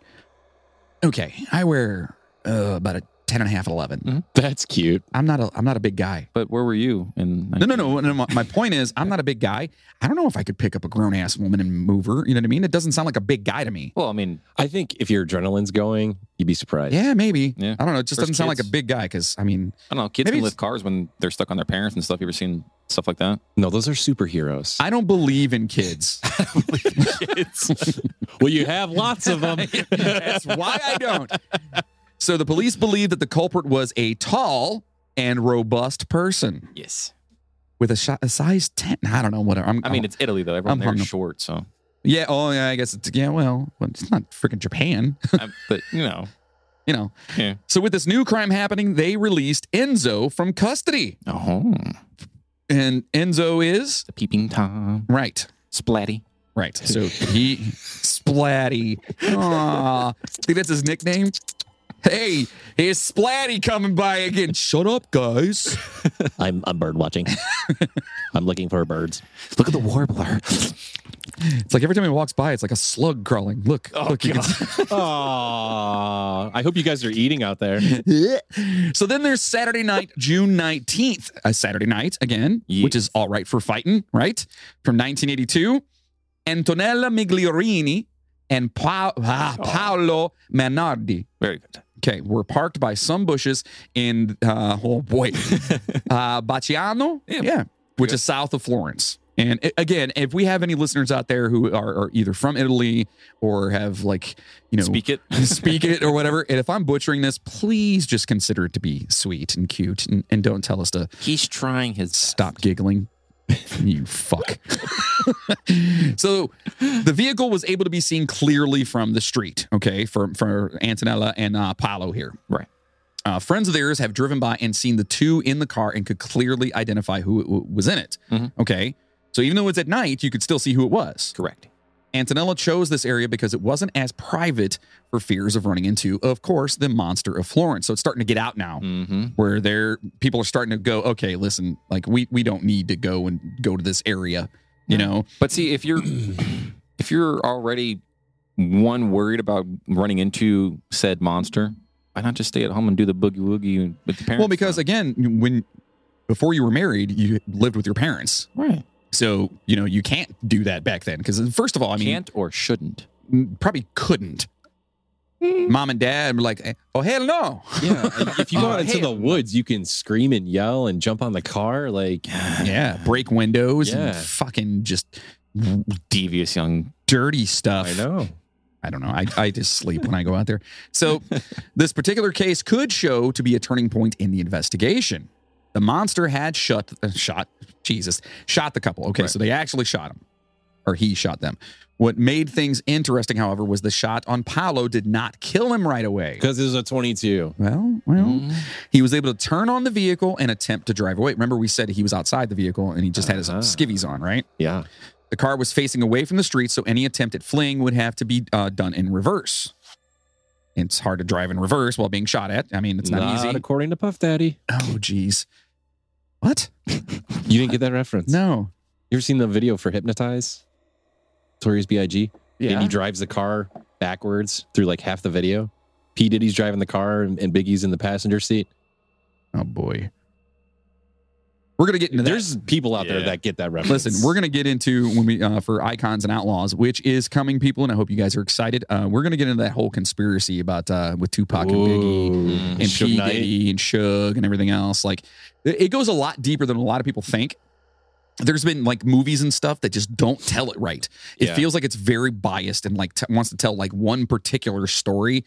[SPEAKER 1] okay, I wear uh, about a 10 and a half, 11.
[SPEAKER 2] That's cute.
[SPEAKER 1] I'm not a I'm not a big guy.
[SPEAKER 3] But where were you? In
[SPEAKER 1] No, no, no. no, my- My point is, I'm not a big guy. I don't know if I could pick up a grown ass woman and move her. You know what I mean? It doesn't sound like a big guy to me.
[SPEAKER 3] Well, I mean,
[SPEAKER 2] I think if your adrenaline's going, you'd be surprised.
[SPEAKER 1] Yeah, maybe.
[SPEAKER 3] Yeah.
[SPEAKER 1] I don't know. It just
[SPEAKER 3] First
[SPEAKER 1] doesn't sound like
[SPEAKER 3] kids.
[SPEAKER 1] a big guy because, I mean,
[SPEAKER 3] I don't know. Kids
[SPEAKER 1] Maybe
[SPEAKER 3] can
[SPEAKER 1] it's-
[SPEAKER 3] lift cars when they're stuck on their parents and stuff. You ever seen stuff like that?
[SPEAKER 2] No, those are superheroes.
[SPEAKER 1] I don't believe in kids.
[SPEAKER 2] well, you have lots of them.
[SPEAKER 1] That's why I don't. So the police believe that the culprit was a tall and robust person
[SPEAKER 3] Yes.
[SPEAKER 1] with a, shi- a size 10. I don't know what I'm.
[SPEAKER 3] I mean, it's Italy though. Everyone
[SPEAKER 1] I'm
[SPEAKER 3] there
[SPEAKER 1] hung
[SPEAKER 3] is
[SPEAKER 1] up.
[SPEAKER 3] short, so.
[SPEAKER 1] yeah. Oh, yeah. I guess it's, yeah, well, well, it's not freaking Japan.
[SPEAKER 3] I- but you know,
[SPEAKER 1] you know.
[SPEAKER 3] Yeah.
[SPEAKER 1] So with this new crime happening, they released Enzo from custody,
[SPEAKER 3] oh,
[SPEAKER 1] and Enzo is
[SPEAKER 3] the peeping tom,
[SPEAKER 1] right,
[SPEAKER 3] splatty.
[SPEAKER 1] right. So he Splatty. Aw, think that's his nickname. Hey, here's Splatty coming by again. Shut up, guys.
[SPEAKER 2] I'm I'm bird watching. I'm looking for birds.
[SPEAKER 3] Look at the warbler.
[SPEAKER 1] It's like every time he walks by, it's like a slug crawling. Look,
[SPEAKER 3] Oh,
[SPEAKER 1] look. you can see-
[SPEAKER 2] Aww. I hope you guys are eating out there.
[SPEAKER 1] so then there's Saturday night, June 19th, a Saturday night again, which is all right for fighting, right? From 1982, Antonella Migliorini and pa- ah, Paolo Manardi.
[SPEAKER 3] Very good.
[SPEAKER 1] Okay, were parked by some bushes in, uh, oh boy, uh, Bacciano, yeah, which is south of Florence. And i- again, if we have any listeners out there who are, are either from Italy or have like, you know,
[SPEAKER 3] Speak it.
[SPEAKER 1] speak it or whatever. And if I'm butchering this, please just consider it to be sweet and cute and, and don't tell us to
[SPEAKER 3] He's trying his.
[SPEAKER 1] stop giggling. you fuck. so the vehicle was able to be seen clearly from the street, okay, for, for Antonella and uh, Paolo here.
[SPEAKER 3] Right.
[SPEAKER 1] Uh, friends of theirs have driven by and seen the two in the car and could clearly identify who it w- was in it.
[SPEAKER 3] Mhm.
[SPEAKER 1] Okay. So even though it's at night, you could still see who it was.
[SPEAKER 3] Correct.
[SPEAKER 1] Antonella chose this area because it wasn't as private for fears of running into, of course, the monster of Florence. So it's starting to get out now,
[SPEAKER 3] Mm-hmm.
[SPEAKER 1] where there people are starting to go, okay, listen, like we we don't need to go and go to this area, you know.
[SPEAKER 3] But see, if you're if you're already one worried about running into said monster, why not just stay at home and do the boogie woogie with the parents?
[SPEAKER 1] Well, because again, when before you were married, you lived with your parents,
[SPEAKER 3] right,
[SPEAKER 1] So, you know, you can't do that back then. Because, first of all, I mean,
[SPEAKER 3] Can't or shouldn't.
[SPEAKER 1] m- probably couldn't. Mom and dad were like, eh, oh, hell no.
[SPEAKER 2] Hmm. Yeah. if you go
[SPEAKER 1] Oh,
[SPEAKER 2] out into
[SPEAKER 1] hell
[SPEAKER 2] the woods, you can scream and yell and jump on the car. Like,
[SPEAKER 1] Yeah. Break windows
[SPEAKER 2] Yeah.
[SPEAKER 1] and fucking just
[SPEAKER 3] Devious young.
[SPEAKER 1] dirty stuff.
[SPEAKER 2] I know.
[SPEAKER 1] I don't know. I, I just sleep when I go out there. So, this particular case could show to be a turning point in the investigation. The monster had shut, uh, shot, Jesus, shot the couple. Okay, so they actually shot him, or he shot them. What made things interesting, however, was the shot on Paolo did not kill him right away.
[SPEAKER 2] Because it was a 22.
[SPEAKER 1] Well, well,
[SPEAKER 2] Mm-hmm.
[SPEAKER 1] he was able to turn on the vehicle and attempt to drive away. Remember, we said he was outside the vehicle and he just had his
[SPEAKER 2] Uh-huh.
[SPEAKER 1] skivvies on, right?
[SPEAKER 2] Yeah.
[SPEAKER 1] The car was facing away from the street, so any attempt at fleeing would have to be uh, done in reverse. It's hard to drive in reverse while being shot at. I mean, it's not, easy.
[SPEAKER 2] according to Puff Daddy.
[SPEAKER 1] oh, geez. What?
[SPEAKER 2] You didn't get that reference.
[SPEAKER 1] No.
[SPEAKER 2] You ever seen the video for Hypnotize? Tori's B.I.G. And he drives the car backwards through like half the video. P. Diddy's driving the car and, and Biggie's in the passenger seat.
[SPEAKER 1] Oh boy. We're gonna get into that.
[SPEAKER 2] There's people out there
[SPEAKER 3] Yeah.
[SPEAKER 2] that get that reference.
[SPEAKER 1] Listen, we're gonna get into when we uh, for icons and outlaws, which is coming, people, and I hope you guys are excited. Uh, we're gonna get into that whole conspiracy about uh, with Tupac and Biggie.
[SPEAKER 2] Ooh.
[SPEAKER 1] and
[SPEAKER 2] Suge
[SPEAKER 1] P
[SPEAKER 2] Knight.
[SPEAKER 1] Diddy and Suge and everything else. Like it it goes a lot deeper than a lot of people think. There's been like movies and stuff that just don't tell it right. It
[SPEAKER 2] Yeah.
[SPEAKER 1] feels like it's very biased and like t- wants to tell like one particular story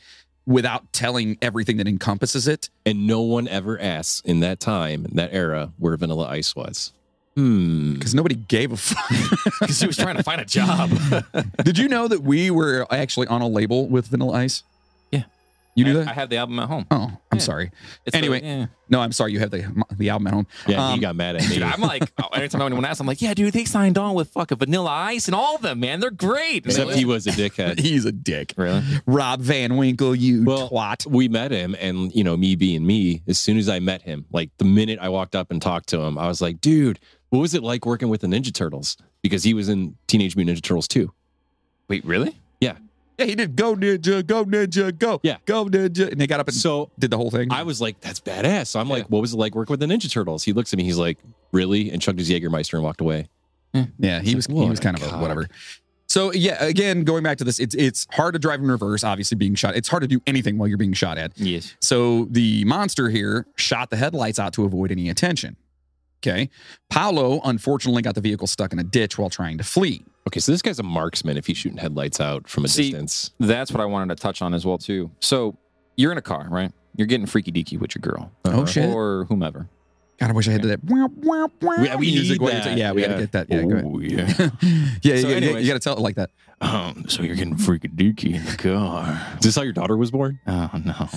[SPEAKER 1] without telling everything that encompasses it.
[SPEAKER 2] And no one ever asks in that time, in that era, where Vanilla Ice was. Hmm.
[SPEAKER 1] Because nobody gave a fuck.
[SPEAKER 3] Because he was trying to find a job.
[SPEAKER 1] Did you know that we were actually on a label with Vanilla Ice?
[SPEAKER 3] Yeah.
[SPEAKER 1] you knew
[SPEAKER 3] I,
[SPEAKER 1] that.
[SPEAKER 3] I have the album at home.
[SPEAKER 1] oh, I'm
[SPEAKER 3] Yeah.
[SPEAKER 1] sorry.
[SPEAKER 3] It's eh. the-
[SPEAKER 1] Anyway.
[SPEAKER 3] yeah.
[SPEAKER 1] No, I'm sorry. You have the the album at home.
[SPEAKER 2] Yeah,
[SPEAKER 1] Um,
[SPEAKER 2] he got mad at me.
[SPEAKER 3] Dude, I'm like, oh, anytime anyone asks, I'm like, yeah, dude, they signed on with fucking Vanilla Ice and all of them, man. They're great. And they
[SPEAKER 2] Except he was a dickhead.
[SPEAKER 1] He's a dick.
[SPEAKER 3] Really?
[SPEAKER 1] Rob Van Winkle, you
[SPEAKER 2] Well,
[SPEAKER 1] twat.
[SPEAKER 2] we met him and you know me being me as soon as i met him like the minute i walked up and talked to him i was like dude what was it like working with the ninja turtles because he was in teenage mutant ninja turtles too
[SPEAKER 3] Wait, really?
[SPEAKER 1] Yeah, he did. Go ninja, go ninja, go.
[SPEAKER 2] Yeah.
[SPEAKER 1] go ninja, and they got up and
[SPEAKER 2] so
[SPEAKER 1] did the whole thing.
[SPEAKER 2] i was like that's badass so i'm like what was it like working with the ninja turtles he looks at me he's like really and chugged his jaegermeister and walked away
[SPEAKER 1] yeah, he was
[SPEAKER 2] like,
[SPEAKER 1] he
[SPEAKER 2] what
[SPEAKER 1] was
[SPEAKER 2] a
[SPEAKER 1] kind of a
[SPEAKER 2] cock.
[SPEAKER 1] whatever. So yeah, again, going back to this, it's it's hard to drive in reverse. Obviously, being shot, it's hard to do anything while you're being shot at.
[SPEAKER 3] Yes.
[SPEAKER 1] So the monster here shot the headlights out to avoid any attention. Okay, Paolo unfortunately got the vehicle stuck in a ditch while trying to flee.
[SPEAKER 2] okay so this guy's a marksman if he's shooting headlights out from a
[SPEAKER 3] See-
[SPEAKER 2] distance
[SPEAKER 3] That's what I wanted to touch on as well, too. So you're in a car, right? You're getting freaky deaky with your girl
[SPEAKER 1] Oh shit!
[SPEAKER 3] or whomever.
[SPEAKER 1] God, I wish I had that. Wow, wow, wow,
[SPEAKER 2] We- we need
[SPEAKER 1] while you're
[SPEAKER 2] that.
[SPEAKER 1] ta- yeah, we got
[SPEAKER 2] Yeah.
[SPEAKER 1] to get that. Yeah, go ahead.
[SPEAKER 3] Oh, yeah.
[SPEAKER 1] yeah, yeah, yeah,
[SPEAKER 3] anyways-
[SPEAKER 1] you got to tell it like that.
[SPEAKER 3] Um, so you're getting freaky deaky in the car.
[SPEAKER 2] is this how your daughter was born
[SPEAKER 3] Oh, no.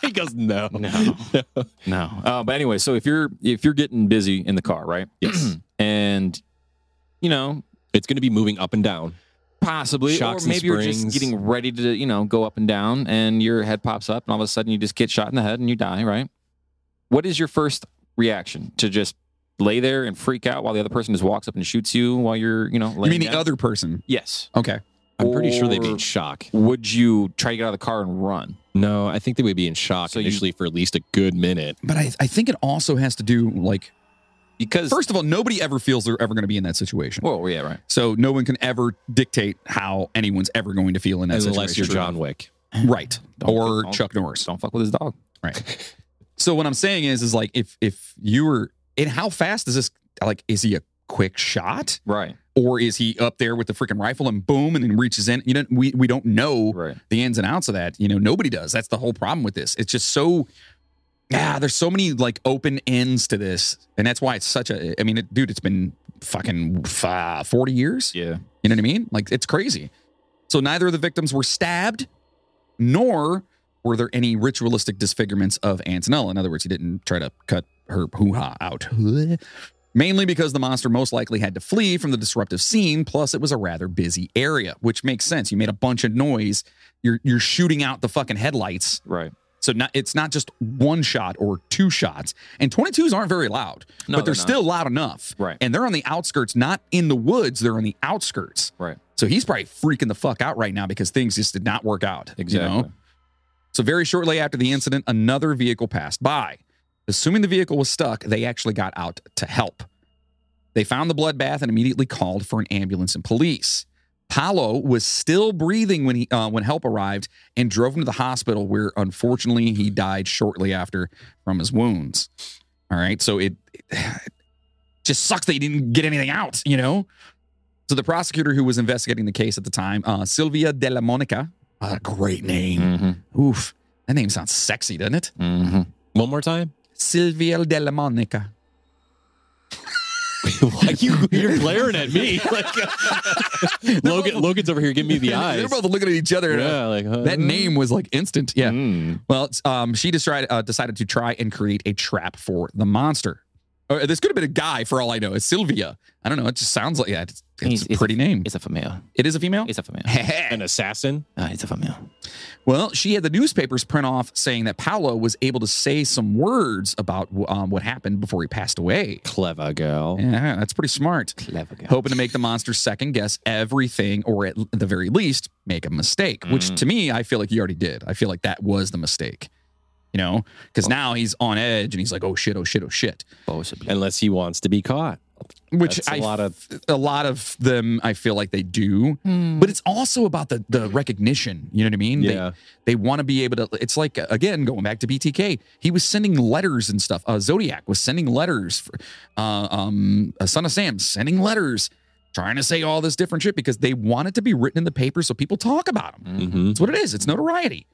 [SPEAKER 2] he goes no
[SPEAKER 3] No. no. Uh, but anyway, so if you're if you're getting busy in the car, right?
[SPEAKER 2] yes
[SPEAKER 3] And you know,
[SPEAKER 2] it's going to be moving up and down
[SPEAKER 3] possibly,
[SPEAKER 2] Shocks
[SPEAKER 3] or
[SPEAKER 2] and
[SPEAKER 3] maybe you're just
[SPEAKER 2] springs.
[SPEAKER 3] getting ready to you know go up and down, and your head pops up, and all of a sudden you just get shot in the head and you die, right? What is your first reaction? To just lay there and freak out while the other person just walks up and shoots you while you're you know.
[SPEAKER 1] You
[SPEAKER 3] laying
[SPEAKER 1] mean the
[SPEAKER 3] down?
[SPEAKER 1] other person?
[SPEAKER 3] Yes.
[SPEAKER 1] Okay.
[SPEAKER 2] i'm pretty sure they'd be in
[SPEAKER 3] Or-
[SPEAKER 2] shock
[SPEAKER 3] Would you try to get out of the car and run?
[SPEAKER 2] No, I think they would be in shock
[SPEAKER 3] So you-
[SPEAKER 2] initially for at least a good minute.
[SPEAKER 1] But I, I think it also has to do like
[SPEAKER 3] Because
[SPEAKER 1] first of all, nobody ever feels they're ever going to be in that situation.
[SPEAKER 3] well, yeah, right.
[SPEAKER 1] so no one can ever dictate how anyone's ever going to feel in that
[SPEAKER 2] Unless you're
[SPEAKER 1] situation.
[SPEAKER 2] John Wick.
[SPEAKER 1] right?
[SPEAKER 3] Don't-
[SPEAKER 1] or
[SPEAKER 3] don't-
[SPEAKER 1] Chuck Norris.
[SPEAKER 3] Don't fuck with his dog.
[SPEAKER 1] So what I'm saying is, is like if if you were, and how fast is this? Like, is he a quick shot,
[SPEAKER 3] Right.
[SPEAKER 1] or is he up there with the freaking rifle and boom, and then reaches in? You know, we we don't know
[SPEAKER 3] Right.
[SPEAKER 1] the ins and outs of that. You know, nobody does. That's the whole problem with this. It's just so ah, there's so many like open ends to this, and that's why it's such a. I mean, it, dude, it's been fucking fi- forty years.
[SPEAKER 3] Yeah.
[SPEAKER 1] You know what I mean? Like it's crazy. So neither of the victims were stabbed, nor were there any ritualistic disfigurements of Antonella. In other words, he didn't try to cut her hoo ha out. Mainly because the monster most likely had to flee from the disruptive scene, plus it was a rather busy area, which makes sense. You made a bunch of noise. You're you're shooting out the fucking headlights.
[SPEAKER 3] Right.
[SPEAKER 1] So not, it's not just one shot or two shots. And 22s aren't very loud,
[SPEAKER 3] No,
[SPEAKER 1] but they're,
[SPEAKER 3] they're not.
[SPEAKER 1] still loud enough.
[SPEAKER 3] Right.
[SPEAKER 1] And they're on the outskirts, not in the woods. They're on the outskirts.
[SPEAKER 3] Right.
[SPEAKER 1] So he's probably freaking the fuck out right now because things just did not work out. you
[SPEAKER 3] Exactly.
[SPEAKER 1] know? So very shortly after the incident, another vehicle passed by. Assuming the vehicle was stuck, they actually got out to help. They found the bloodbath and immediately called for an ambulance and police. Paolo was still breathing when he uh, when help arrived and drove him to the hospital, where unfortunately he died shortly after from his wounds. All right, so it, it just sucks that he didn't get anything out, you know. So the prosecutor who was investigating the case at the time, uh, Silvia Della Monica, a great name.
[SPEAKER 3] Mm-hmm.
[SPEAKER 1] Oof, that name sounds sexy, doesn't it?
[SPEAKER 3] Mm-hmm.
[SPEAKER 2] One more time.
[SPEAKER 1] Silvia Della Monica.
[SPEAKER 2] Why you?
[SPEAKER 5] You're glaring at me. Like, Logan, Logan's over here giving me the eyes.
[SPEAKER 1] They're both looking at each other. and, uh,
[SPEAKER 5] Yeah, like huh?
[SPEAKER 1] That name was like instant. Yeah.
[SPEAKER 3] Mm.
[SPEAKER 1] Well, it's, um, she decided uh, decided to try and create a trap for the monster. Or this could have been a guy for all I know. It's Sylvia. I don't know. It just sounds like yeah, it's, it's
[SPEAKER 6] He's-
[SPEAKER 1] a pretty name.
[SPEAKER 6] It's a female.
[SPEAKER 1] It is a female.
[SPEAKER 6] It's a female.
[SPEAKER 5] An assassin.
[SPEAKER 3] Ah,
[SPEAKER 6] Uh, it's a female.
[SPEAKER 1] well, she had the newspapers print off saying that Paolo was able to say some words about um, what happened before he passed away.
[SPEAKER 5] Clever girl.
[SPEAKER 1] Yeah, that's pretty smart.
[SPEAKER 6] Clever girl.
[SPEAKER 1] hoping to make the monster second guess everything or at the very least make a mistake which to me i feel like he already did i feel like that was the mistake you know because now he's on edge and he's like oh shit oh shit oh shit
[SPEAKER 6] Possibly.
[SPEAKER 5] Unless he wants to be caught.
[SPEAKER 1] which
[SPEAKER 5] That's a
[SPEAKER 1] I
[SPEAKER 5] lot of-
[SPEAKER 1] a lot of them i feel like they do but it's also about the the recognition you know what i mean They-
[SPEAKER 5] Yeah.
[SPEAKER 1] they, want to be able to it's like again going back to btk he was sending letters and stuff uh, zodiac was sending letters for, uh, um uh, son of sam sending letters trying to say all this different shit because they want it to be written in the paper so people talk about them
[SPEAKER 5] Mm-hmm.
[SPEAKER 1] that's what it is it's notoriety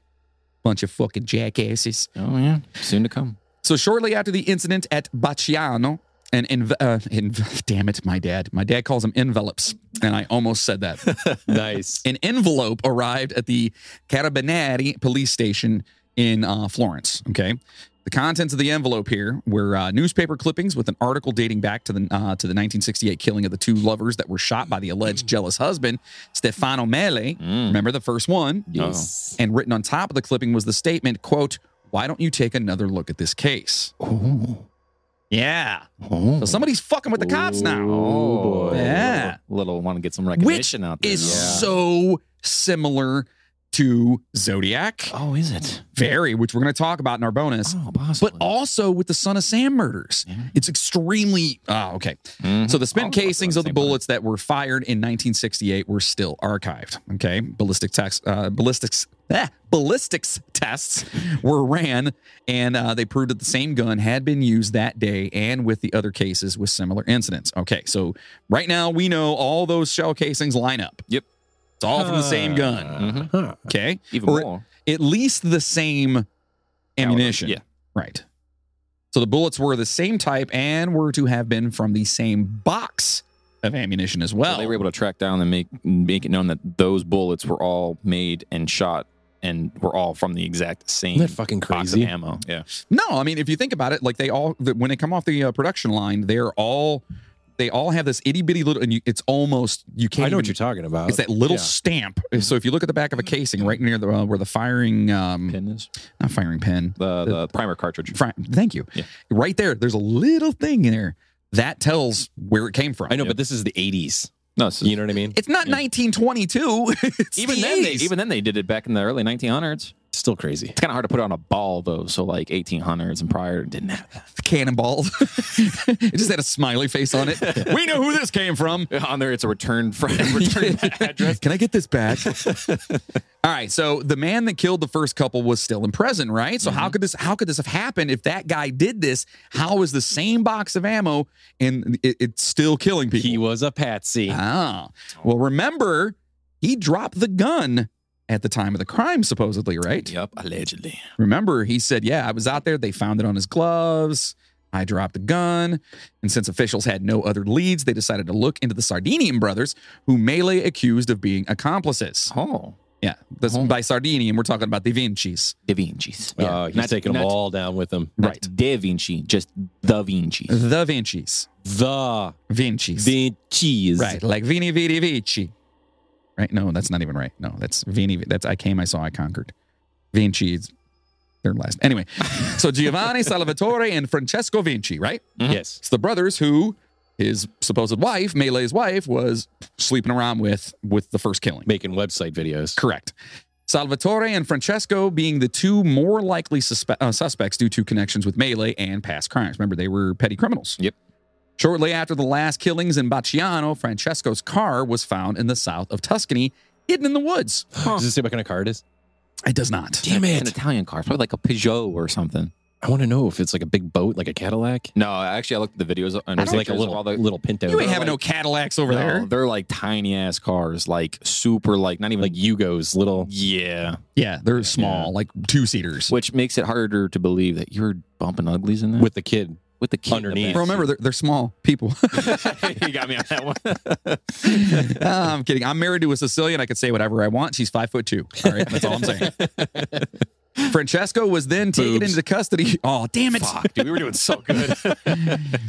[SPEAKER 1] bunch of fucking jackasses
[SPEAKER 6] Oh yeah. Soon to come.
[SPEAKER 1] so shortly after the incident at Bacciano, and inv- uh, inv- damn it, my dad. My dad calls them envelopes, and I almost said that.
[SPEAKER 5] Nice.
[SPEAKER 1] An envelope arrived at the Carabinieri police station in uh, Florence. Okay, the contents of the envelope here were uh, newspaper clippings with an article dating back to the uh, to the 1968 killing of the two lovers that were shot by the alleged jealous husband Stefano Mele. Remember the first one?
[SPEAKER 5] Yes.
[SPEAKER 1] And written on top of the clipping was the statement, quote, why don't you take another look at this case? Yeah. So somebody's fucking with the cops now.
[SPEAKER 3] Oh
[SPEAKER 5] boy.
[SPEAKER 1] Yeah.
[SPEAKER 3] Little, want to get some recognition out there.
[SPEAKER 1] Is
[SPEAKER 3] Yeah.
[SPEAKER 1] so similar to Zodiac.
[SPEAKER 6] Oh, is it?
[SPEAKER 1] Very, which we're going to talk about in our bonus.
[SPEAKER 6] Oh, possibly.
[SPEAKER 1] But also with the Son of Sam murders. It's extremely. Oh, okay.
[SPEAKER 3] Mhm.
[SPEAKER 1] So the spent
[SPEAKER 3] All
[SPEAKER 1] casings of the
[SPEAKER 3] same button.
[SPEAKER 1] bullets that were fired in 1968 were still archived. Okay, ballistic tests, uh, ballistics, ah, ballistics tests were ran, and uh, they proved that the same gun had been used that day and with the other cases with similar incidents. Okay, so right now we know all those shell casings line up.
[SPEAKER 3] Yep.
[SPEAKER 1] it's
[SPEAKER 5] Oh.
[SPEAKER 1] all from the same gun.
[SPEAKER 5] Mm-hmm.
[SPEAKER 3] Mhm.
[SPEAKER 1] Okay,
[SPEAKER 3] Even
[SPEAKER 1] Or-
[SPEAKER 3] more.
[SPEAKER 1] at least the same ammunition.
[SPEAKER 3] Yeah.
[SPEAKER 1] Right. So the bullets were the same type and were to have been from the same box of ammunition as well.
[SPEAKER 3] So they were able to track down and make make it known that those bullets were all made and shot and were all from the exact same
[SPEAKER 2] Isn't that fucking
[SPEAKER 3] box
[SPEAKER 2] crazy?
[SPEAKER 3] of ammo. Yeah.
[SPEAKER 1] no, I mean if you think about it, like they all the, when they come off the uh, production line, they're all they all have this itty bitty little, and you, it's almost you can't.
[SPEAKER 5] I know what
[SPEAKER 1] even-
[SPEAKER 5] you're talking about.
[SPEAKER 1] It's that little
[SPEAKER 5] Yeah.
[SPEAKER 1] stamp. So if you look at the back of a casing, right near the uh, where the firing, um,
[SPEAKER 3] Pin is
[SPEAKER 1] not firing pin,
[SPEAKER 3] the, the primer cartridge.
[SPEAKER 1] fri- thank you,
[SPEAKER 3] Yeah.
[SPEAKER 1] right there. There's a little thing in there that tells where it came from.
[SPEAKER 5] I know, but this is the 80s.
[SPEAKER 3] No, this is-
[SPEAKER 5] You know what I mean?
[SPEAKER 1] It's not 1922. It's
[SPEAKER 3] even
[SPEAKER 1] the
[SPEAKER 3] then they
[SPEAKER 1] 80s.
[SPEAKER 3] even then they did it back in the early 1900s.
[SPEAKER 5] It's still crazy.
[SPEAKER 3] It's kind of hard to put on a ball though. So like 1800s and prior didn't have that.
[SPEAKER 1] cannonball. it just had a smiley face on it. we know who this came from.
[SPEAKER 3] on there. It's a return from return address.
[SPEAKER 1] Can I get this back? All right. So the man that killed the first couple was still in prison, right? So
[SPEAKER 3] Mm-hmm.
[SPEAKER 1] how could this how could this have happened if that guy did this? How is the same box of ammo and it, it's still killing people?
[SPEAKER 5] He was a patsy.
[SPEAKER 1] ah. Well, remember he dropped the gun at the time of the crime, supposedly, right?
[SPEAKER 3] Yep, allegedly.
[SPEAKER 1] Remember, he said, Yeah, I was out there. They found it on his gloves. I dropped the gun. And since officials had no other leads, they decided to look into the Sardinian brothers, who Melee accused of being accomplices.
[SPEAKER 3] Oh,
[SPEAKER 1] Yeah, that's by Sardinian, we're talking about the Vincis.
[SPEAKER 3] Da Vinci's.
[SPEAKER 5] Uh, he's taking them all down with him.
[SPEAKER 3] Not Da Vinci, just Da Vinci.
[SPEAKER 1] The Vincis.
[SPEAKER 5] The
[SPEAKER 1] Vincis.
[SPEAKER 5] Vincis.
[SPEAKER 1] right, like Vini Vidi Vici. Right? No, that's not even right. No, that's Vini. That's I came, I saw, I conquered. Vinci is third last. Anyway, so Giovanni Salvatore and Francesco Vinci, right?
[SPEAKER 5] Yes.
[SPEAKER 1] It's the brothers who his supposed wife, Melee's wife, was sleeping around with with the first killing.
[SPEAKER 5] Making website videos.
[SPEAKER 1] Correct. Salvatore and Francesco being the two more likely suspe- uh, suspects due to connections with Melee and past crimes. Remember, they were petty criminals.
[SPEAKER 3] Yep.
[SPEAKER 1] Shortly after the last killings in Bacciano, Francesco's car was found in the south of Tuscany, hidden in the woods.
[SPEAKER 2] Does it say what kind of car it is?
[SPEAKER 1] It does not.
[SPEAKER 2] Damn
[SPEAKER 3] An
[SPEAKER 2] it!
[SPEAKER 3] Italian car. It's probably like a Peugeot or something.
[SPEAKER 2] I want to know if it's like a big boat, like a Cadillac.
[SPEAKER 3] No, actually, I looked at the videos and
[SPEAKER 2] Or
[SPEAKER 3] there's
[SPEAKER 2] is it like a
[SPEAKER 3] pictures of
[SPEAKER 2] little
[SPEAKER 3] all the
[SPEAKER 2] little Pinto.
[SPEAKER 1] You ain't
[SPEAKER 3] they're
[SPEAKER 1] having no Cadillacs over
[SPEAKER 3] No,
[SPEAKER 1] there.
[SPEAKER 3] They're like tiny ass cars, like super, like not even
[SPEAKER 2] like Yugos, little.
[SPEAKER 3] yeah,
[SPEAKER 1] Yeah, they're small, like two seaters.
[SPEAKER 3] which makes it harder to believe that you're bumping uglies in there
[SPEAKER 2] With the kid,
[SPEAKER 3] with the kid in the
[SPEAKER 2] underneath.
[SPEAKER 3] back.
[SPEAKER 1] Remember, they're, they're small people.
[SPEAKER 3] you got me on that one.
[SPEAKER 1] I'm kidding. I'm married to a Sicilian. I could say whatever I want. She's five foot two. All right, that's all I'm saying. Francesco was then taken
[SPEAKER 3] Boobs.
[SPEAKER 1] into custody. Oh, damn it!
[SPEAKER 3] Fuck, dude, we were doing so good.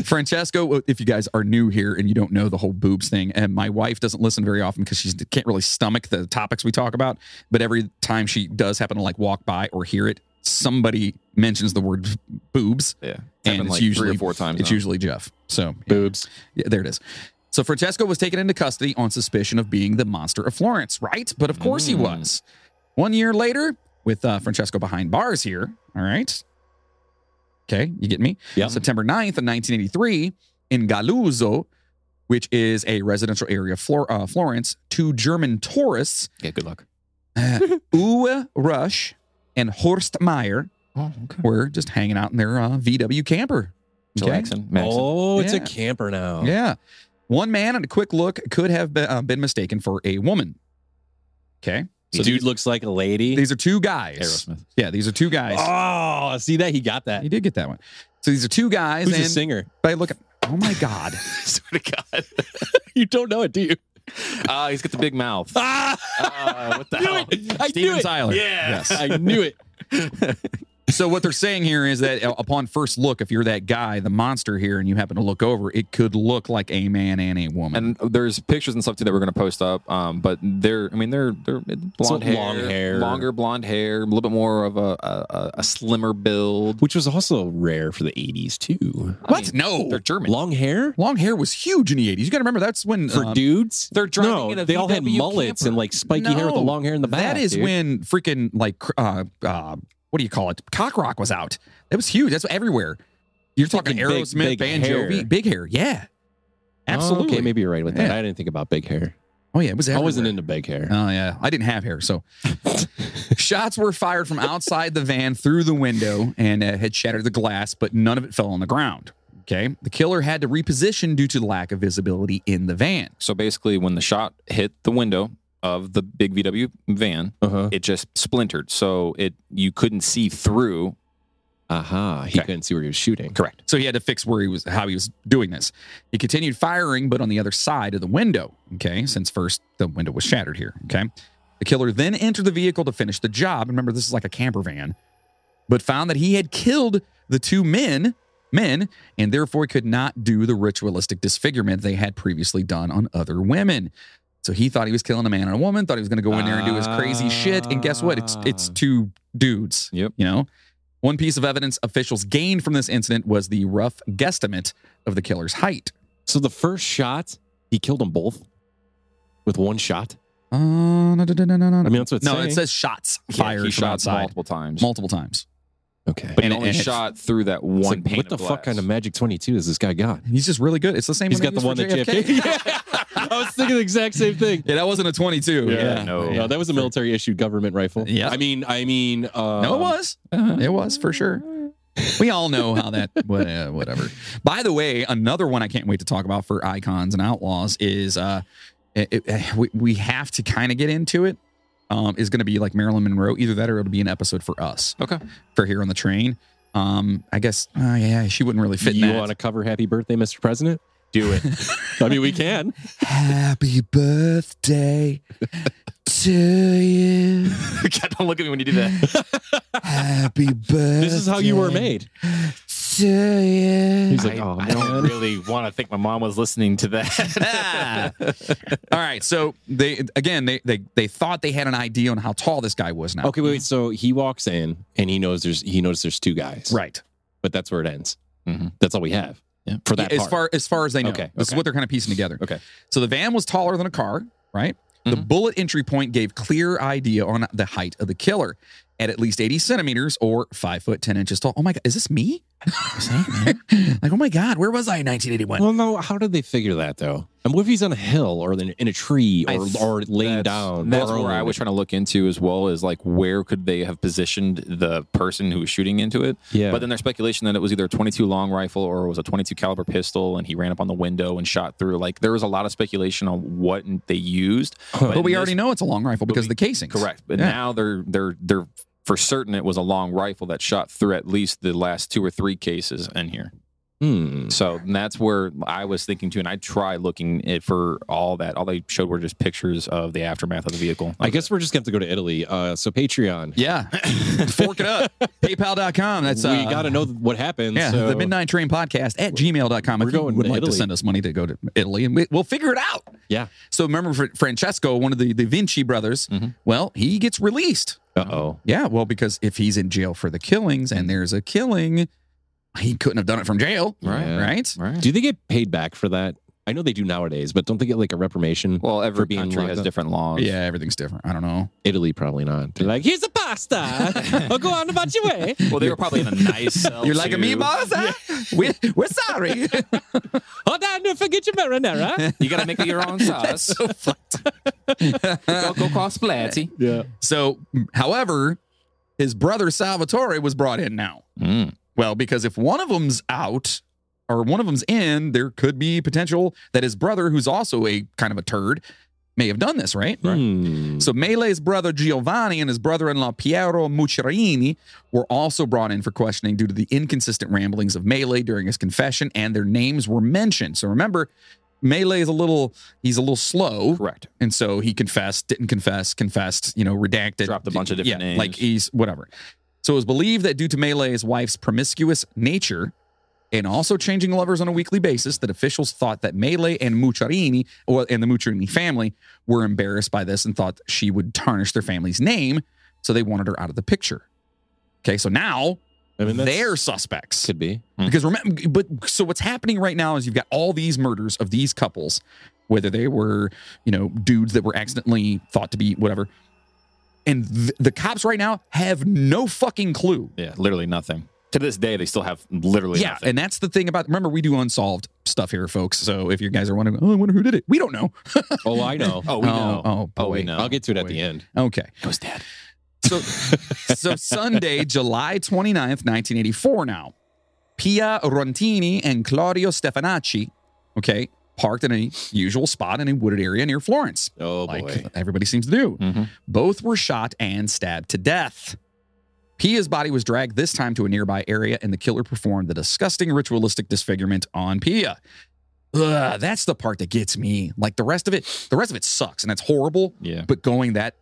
[SPEAKER 1] Francesco, if you guys are new here and you don't know the whole boobs thing, and my wife doesn't listen very often because she can't really stomach the topics we talk about, but every time she does happen to like walk by or hear it, somebody mentions the word boobs,
[SPEAKER 3] yeah, Happened
[SPEAKER 1] and it's
[SPEAKER 3] like
[SPEAKER 1] usually
[SPEAKER 3] three or four times.
[SPEAKER 1] It's
[SPEAKER 3] now.
[SPEAKER 1] usually Jeff. So
[SPEAKER 2] boobs.
[SPEAKER 1] yeah, there it is. So Francesco was taken into custody on suspicion of being the monster of Florence, right? But of course he
[SPEAKER 3] Mm.
[SPEAKER 1] was. One year later, with uh, Francesco behind bars here, all right? Okay, you get me?
[SPEAKER 2] Yeah.
[SPEAKER 1] September 9th of 1983 in Galuzzo, which is a residential area of Flor- uh, Florence, two German tourists,
[SPEAKER 3] yeah. Good luck.
[SPEAKER 1] Uwe Rush and Horst Meyer,
[SPEAKER 6] Oh, okay.
[SPEAKER 1] were just hanging out in their uh, VW camper. Okay?
[SPEAKER 3] Chillaxin, Maxin.
[SPEAKER 2] Oh, it's a
[SPEAKER 1] Yeah.
[SPEAKER 2] camper now.
[SPEAKER 1] Yeah. One man on a quick look could have been, uh, been mistaken for a woman. Okay.
[SPEAKER 2] So dude looks like a lady.
[SPEAKER 1] These are two guys.
[SPEAKER 3] Aerosmith.
[SPEAKER 1] Yeah, these are two guys.
[SPEAKER 2] Oh, see that he got that.
[SPEAKER 1] You did get that one. So these are two guys.
[SPEAKER 2] Who's
[SPEAKER 1] and
[SPEAKER 2] a singer?
[SPEAKER 1] By look, oh my God.
[SPEAKER 3] Swear to God.
[SPEAKER 2] You don't know it, do you?
[SPEAKER 3] Ah, he's got the big mouth.
[SPEAKER 2] Ah,
[SPEAKER 3] Ah, what the
[SPEAKER 2] I knew
[SPEAKER 3] hell?
[SPEAKER 2] it. I knew
[SPEAKER 1] Steven
[SPEAKER 2] it.
[SPEAKER 1] Tyler.
[SPEAKER 3] Yeah.
[SPEAKER 1] Yes.
[SPEAKER 2] I knew it.
[SPEAKER 1] So what they're saying here is that uh, upon first look, if you're that guy, the monster here, and you happen to look over, it could look like a man and a woman.
[SPEAKER 3] And there's pictures and stuff too that we're gonna post up. Um, but they're, I mean, they're they're blonde hair,
[SPEAKER 2] long hair.
[SPEAKER 3] longer blonde hair, a little bit more of a a, a- a slimmer build.
[SPEAKER 2] Which was also rare for the 80s, too.
[SPEAKER 1] what?
[SPEAKER 3] They're
[SPEAKER 1] no.
[SPEAKER 3] German.
[SPEAKER 2] Long hair
[SPEAKER 1] Long hair was huge in the 80s. You got to remember that's when
[SPEAKER 2] for
[SPEAKER 1] um,
[SPEAKER 2] dudes?
[SPEAKER 3] They're driving
[SPEAKER 2] no,
[SPEAKER 3] in a
[SPEAKER 2] they all had
[SPEAKER 3] VW
[SPEAKER 2] mullets
[SPEAKER 3] camper.
[SPEAKER 2] and like spiky hair with the
[SPEAKER 1] No.
[SPEAKER 2] long hair in the back.
[SPEAKER 1] That is
[SPEAKER 2] dude. Oh,
[SPEAKER 1] when freaking like cr- uh, uh, what do you call it? Cock rock was out. That was huge. That's everywhere. You're talking
[SPEAKER 2] Thinking big-
[SPEAKER 1] Aerosmith,
[SPEAKER 2] big
[SPEAKER 1] Banjo, Ban Jovi,
[SPEAKER 2] hair.
[SPEAKER 1] big hair. Yeah,
[SPEAKER 2] Oh,
[SPEAKER 1] absolutely.
[SPEAKER 2] okay, maybe you're right with that.
[SPEAKER 1] Yeah.
[SPEAKER 2] I didn't think about big hair.
[SPEAKER 1] Oh yeah, it was. Everywhere.
[SPEAKER 2] I wasn't into big hair.
[SPEAKER 1] Oh yeah, I didn't have hair, so shots were fired from outside the van through the window and uh, had shattered the glass, but none of it fell on the ground. Okay, the killer had to reposition due to the lack of visibility in the van.
[SPEAKER 3] So basically, when the shot hit the window of the big VW van,
[SPEAKER 2] Uh-huh.
[SPEAKER 3] it just splintered. So it you couldn't see through.
[SPEAKER 2] Aha. He
[SPEAKER 3] Okay.
[SPEAKER 2] couldn't see where he was shooting.
[SPEAKER 3] Correct.
[SPEAKER 1] So he had to fix where he was, how he was doing this. He continued firing, but on the other side of the window. Okay, since first the window was shattered here. Okay, the killer then entered the vehicle to finish the job. And remember, this is like a camper van, but found that he had killed the two men, men, and therefore could not do the ritualistic disfigurement they had previously done on other women. So he thought he was killing a man and a woman. Thought he was going to go in there and do his crazy shit. And guess what? It's it's
[SPEAKER 2] Ah.
[SPEAKER 1] two dudes.
[SPEAKER 3] Yep.
[SPEAKER 1] You know. One piece of evidence officials gained from this incident was the rough guesstimate of the killer's height.
[SPEAKER 2] So the first shot, he killed them both with one shot.
[SPEAKER 1] Uh, no, no, no, no, no.
[SPEAKER 2] I mean, that's what it's
[SPEAKER 1] no,
[SPEAKER 2] saying.
[SPEAKER 1] it says shots
[SPEAKER 3] Yeah,
[SPEAKER 1] fired
[SPEAKER 3] he
[SPEAKER 1] from
[SPEAKER 3] shot
[SPEAKER 1] outside multiple,
[SPEAKER 3] multiple
[SPEAKER 1] times.
[SPEAKER 3] times,
[SPEAKER 2] Okay.
[SPEAKER 3] but he
[SPEAKER 1] And-
[SPEAKER 3] only
[SPEAKER 1] and-
[SPEAKER 3] shot through that
[SPEAKER 2] It's
[SPEAKER 3] one.
[SPEAKER 2] like,
[SPEAKER 3] pane
[SPEAKER 2] what the
[SPEAKER 3] of
[SPEAKER 2] fuck
[SPEAKER 3] glass.
[SPEAKER 2] kind of magic 22 does this guy got?
[SPEAKER 1] He's just really good. It's the same.
[SPEAKER 2] He's
[SPEAKER 1] one
[SPEAKER 2] got the
[SPEAKER 1] they
[SPEAKER 2] one that
[SPEAKER 1] used for
[SPEAKER 2] JFK. Yeah. I was thinking the exact same thing.
[SPEAKER 1] yeah, that wasn't a 22. Yeah,
[SPEAKER 3] no.
[SPEAKER 2] No, that was a military issued government rifle.
[SPEAKER 1] Yeah.
[SPEAKER 2] I mean, I mean, uh,
[SPEAKER 1] No, it was. Uh-huh. It was for sure. We all know how that, wha- uh, whatever. By the way, another one I can't wait to talk about for icons and outlaws is uh, it, it- we, we have to kind of get into it. Um, is going to be like Marilyn Monroe. Either that or it'll be an episode for us.
[SPEAKER 3] Okay.
[SPEAKER 1] For here on the train. Um, I guess, uh, yeah, she wouldn't really fit in
[SPEAKER 2] you
[SPEAKER 1] that.
[SPEAKER 2] want to cover Happy Birthday, Mr. President?
[SPEAKER 3] Do it.
[SPEAKER 2] I mean, we can.
[SPEAKER 1] Happy birthday to you.
[SPEAKER 3] God, don't look at me when you do that.
[SPEAKER 1] Happy birthday.
[SPEAKER 2] This is how you were made.
[SPEAKER 1] To you.
[SPEAKER 2] He's like,
[SPEAKER 3] I,
[SPEAKER 2] oh,
[SPEAKER 3] I
[SPEAKER 2] man.
[SPEAKER 3] don't really want to think my mom was listening to that.
[SPEAKER 1] Ah. All right. So they again they, they they thought they had an idea on how tall this guy was now.
[SPEAKER 2] Okay, wait, wait. So he walks in and he knows there's he knows there's two guys.
[SPEAKER 1] Right.
[SPEAKER 2] But that's where it ends.
[SPEAKER 3] Mhm.
[SPEAKER 2] That's all we have
[SPEAKER 3] Yeah.
[SPEAKER 2] for that
[SPEAKER 1] as
[SPEAKER 2] part.
[SPEAKER 1] far as far as they know.
[SPEAKER 2] Okay,
[SPEAKER 1] This is
[SPEAKER 2] okay.
[SPEAKER 1] what they're kind of piecing together.
[SPEAKER 2] Okay.
[SPEAKER 1] So the van was taller than a car, right? The
[SPEAKER 3] Mhm.
[SPEAKER 1] bullet entry point gave clear idea on the height of the killer at at least 80 centimeters or five foot ten inches tall. Oh my god, is this me? Like, oh my God, where was I in 1981?
[SPEAKER 2] Well, no. How did they figure that though? And what if he's on a hill or in, in a tree
[SPEAKER 3] I
[SPEAKER 2] or,
[SPEAKER 3] th-
[SPEAKER 2] or laying
[SPEAKER 3] That's-
[SPEAKER 2] down?
[SPEAKER 3] That's
[SPEAKER 2] or
[SPEAKER 3] where I was trying to look into as well is like where could they have positioned the person who was shooting into it?
[SPEAKER 2] Yeah.
[SPEAKER 3] But then there's speculation that it was either a 22 long rifle or it was a 22 caliber pistol, and he ran up on the window and shot through. Like there was a lot of speculation on what they used.
[SPEAKER 1] but we
[SPEAKER 3] in
[SPEAKER 1] already
[SPEAKER 3] this-
[SPEAKER 1] know it's a long rifle because of the casings.
[SPEAKER 3] correct. But
[SPEAKER 1] Yeah.
[SPEAKER 3] now they're they're they're for certain it was a long rifle that shot through at least the last two or three cases in here.
[SPEAKER 2] Hmm.
[SPEAKER 3] So that's where I was thinking too, and I try looking it for all that. All they showed were just pictures of the aftermath of the vehicle.
[SPEAKER 2] I guess we're just gonna have to go to Italy. Uh, so Patreon.
[SPEAKER 1] Yeah. Fork it up. PayPal.com. That's uh,
[SPEAKER 2] we got to know what happened.
[SPEAKER 1] Yeah,
[SPEAKER 2] so.
[SPEAKER 1] the Midnight Train Podcast at gmail.com. If
[SPEAKER 2] we're
[SPEAKER 1] you
[SPEAKER 2] going
[SPEAKER 1] would
[SPEAKER 2] to
[SPEAKER 1] like to
[SPEAKER 2] Italy.
[SPEAKER 1] send us money to go to Italy, and we, we'll figure it out.
[SPEAKER 2] Yeah. Mm-hmm.
[SPEAKER 1] So remember, Fr- Francesco, one of the, the Vinci brothers, well, he gets released.
[SPEAKER 2] Uh oh.
[SPEAKER 1] Yeah, well, because if he's in jail for the killings and there's a killing, he couldn't have done it from jail.
[SPEAKER 2] Right.
[SPEAKER 1] Right. Right.
[SPEAKER 6] Right.
[SPEAKER 2] Do they get paid back for that? I know they do nowadays, but don't they get like a reformation?
[SPEAKER 3] Well,
[SPEAKER 2] for
[SPEAKER 3] every
[SPEAKER 2] being
[SPEAKER 3] country
[SPEAKER 2] locked
[SPEAKER 3] has
[SPEAKER 2] up?
[SPEAKER 3] different laws.
[SPEAKER 1] Yeah, everything's different. I don't know.
[SPEAKER 2] Italy probably not. They're like, here's a pasta. oh, go on about your way.
[SPEAKER 3] Well, they were probably in a nice cell.
[SPEAKER 1] You're like
[SPEAKER 3] too.
[SPEAKER 1] me, boss. huh? We, we're sorry.
[SPEAKER 2] Hold on, don't forget your marinara.
[SPEAKER 3] You got to make it your own sauce.
[SPEAKER 1] so fucked.
[SPEAKER 6] Go, go call Splatty.
[SPEAKER 2] yeah.
[SPEAKER 1] So, however, his brother Salvatore was brought in now.
[SPEAKER 3] Mm.
[SPEAKER 1] Well, because if one of them's out or one of them's in, there could be potential that his brother, who's also a kind of a turd, may have done this, right?
[SPEAKER 2] Hmm.
[SPEAKER 1] So Mele's brother Giovanni and his brother-in-law Piero Mucciarini were also brought in for questioning due to the inconsistent ramblings of Mele during his confession, and their names were mentioned. So remember, Mele is a little he's a little slow.
[SPEAKER 3] Correct.
[SPEAKER 1] And so he confessed, didn't confess, confessed, you know, redacted.
[SPEAKER 3] Dropped a bunch of different
[SPEAKER 1] yeah,
[SPEAKER 3] names.
[SPEAKER 1] Like he's whatever. So it was believed that due to Mele's wife's promiscuous nature and also changing lovers on a weekly basis, that officials thought that Mele and Mucciarini or and the Mucciarini family were embarrassed by this and thought she would tarnish their family's name. So they wanted her out of the picture. Okay, so now
[SPEAKER 2] I mean, that's-
[SPEAKER 1] they're suspects.
[SPEAKER 2] could be.
[SPEAKER 1] Because remember, but so what's happening right now is you've got all these murders of these couples, whether they were, you know, dudes that were accidentally thought to be whatever. And th- the cops right now have no fucking clue.
[SPEAKER 3] Yeah, literally nothing. To this day, they still have literally
[SPEAKER 1] Yeah.
[SPEAKER 3] nothing.
[SPEAKER 1] And that's the thing about, remember, we do unsolved stuff here, folks. So if you guys are wondering, oh, I wonder who did it, we don't know.
[SPEAKER 2] Oh, I know.
[SPEAKER 3] Oh, we
[SPEAKER 1] Oh,
[SPEAKER 3] know.
[SPEAKER 1] oh,
[SPEAKER 3] we
[SPEAKER 1] boy.
[SPEAKER 3] know.
[SPEAKER 2] I'll get to it at the
[SPEAKER 1] Wait.
[SPEAKER 2] end.
[SPEAKER 1] Okay.
[SPEAKER 6] It was dad.
[SPEAKER 1] So, so Sunday, July 29th, 1984 now, Pia Rontini and Claudio Stefanacci, okay, parked in a usual spot in a wooded area near Florence,
[SPEAKER 2] Oh,
[SPEAKER 1] like
[SPEAKER 2] boy.
[SPEAKER 1] everybody seems to do.
[SPEAKER 3] Mhm.
[SPEAKER 1] Both were shot and stabbed to death. Pia's body was dragged this time to a nearby area, and the killer performed the disgusting ritualistic disfigurement on Pia. Ugh, that's the part that gets me. Like the rest of it, the rest of it sucks, and that's horrible.
[SPEAKER 3] Yeah.
[SPEAKER 1] But going that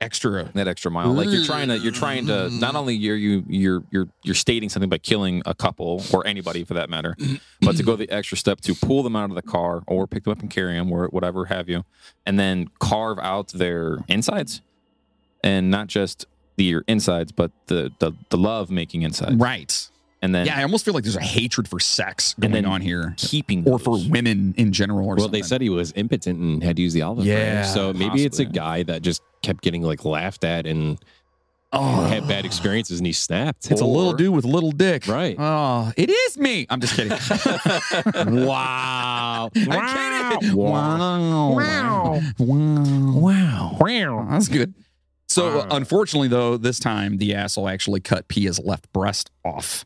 [SPEAKER 1] extra
[SPEAKER 3] that extra mile. Like you're trying to, you're trying to.
[SPEAKER 1] Mm.
[SPEAKER 3] Not only you're you you're you're you're stating something by killing a couple or anybody for that matter, but to go the extra step to pull them out of the car or pick them up and carry them or whatever have you, and then carve out their insides, and not just the insides, but the the, the love making insides,
[SPEAKER 1] right.
[SPEAKER 3] and then
[SPEAKER 1] Yeah, I almost feel like there's a hatred for sex going
[SPEAKER 3] then
[SPEAKER 1] on here,
[SPEAKER 3] keeping
[SPEAKER 1] or for
[SPEAKER 3] those.
[SPEAKER 1] women in general. Or
[SPEAKER 2] Well,
[SPEAKER 1] something.
[SPEAKER 2] they said he was impotent and had to use the olive
[SPEAKER 1] Yeah,
[SPEAKER 2] branch. So maybe it's a
[SPEAKER 3] possibly.
[SPEAKER 2] guy that just kept getting like laughed at and
[SPEAKER 1] oh,
[SPEAKER 2] had bad experiences and he snapped.
[SPEAKER 1] it's a little
[SPEAKER 3] or-
[SPEAKER 1] dude with a little dick,
[SPEAKER 2] Right.
[SPEAKER 1] Oh, it is me. I'm just kidding.
[SPEAKER 2] wow.
[SPEAKER 1] I get it. Wow. Wow. Wow.
[SPEAKER 2] Wow.
[SPEAKER 1] That's good. So, unfortunately, though, this time the asshole actually cut Pia's left breast off.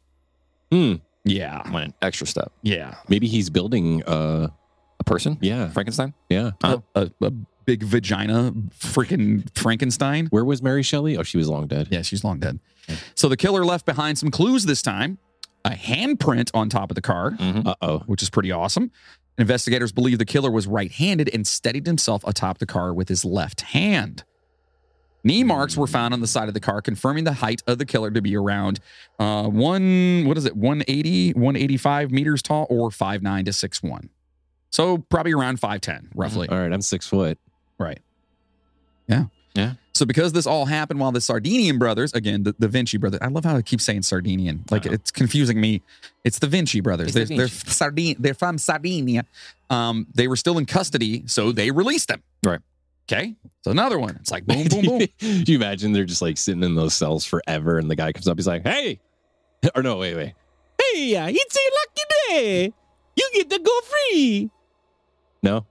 [SPEAKER 2] Hmm.
[SPEAKER 1] Yeah.
[SPEAKER 3] went an extra step.
[SPEAKER 1] Yeah.
[SPEAKER 2] Maybe he's building uh
[SPEAKER 3] A person,
[SPEAKER 2] yeah.
[SPEAKER 3] Frankenstein.
[SPEAKER 2] Yeah.
[SPEAKER 3] Huh.
[SPEAKER 1] A, a, a big vagina, freaking Frankenstein.
[SPEAKER 2] Where was Mary Shelley? Oh, she was long dead.
[SPEAKER 1] Yeah, she's long dead. So the killer left behind some clues this time a handprint on top of the car,
[SPEAKER 3] Mm-hmm.
[SPEAKER 2] Uh oh.
[SPEAKER 1] which is pretty awesome. Investigators believe the killer was right handed and steadied himself atop the car with his left hand. Knee marks were found on the side of the car, confirming the height of the killer to be around uh, one, what is it, 180, 185 meters tall or 5'9 to 6'1. So probably around 5'10, roughly.
[SPEAKER 2] All right, I'm six foot.
[SPEAKER 1] Right. Yeah.
[SPEAKER 3] Yeah.
[SPEAKER 1] So because this all happened while the Sardinian brothers, again, the, the Vinci brothers, I love how I keep saying Sardinian. Like it's confusing me. It's the Vinci brothers.
[SPEAKER 6] Uh-huh. It's
[SPEAKER 1] They're,
[SPEAKER 6] the
[SPEAKER 1] they're,
[SPEAKER 6] Vinci.
[SPEAKER 1] Sardin- they're from Sardinia. Um, they were still in custody, so they released them.
[SPEAKER 3] Right.
[SPEAKER 1] Okay. So another one. It's like boom, boom, boom.
[SPEAKER 2] you imagine they're just like sitting in those cells forever and the guy comes up, he's like, Hey. Or no, wait, wait. Hey, uh, it's a lucky day. You get to go free.
[SPEAKER 3] No,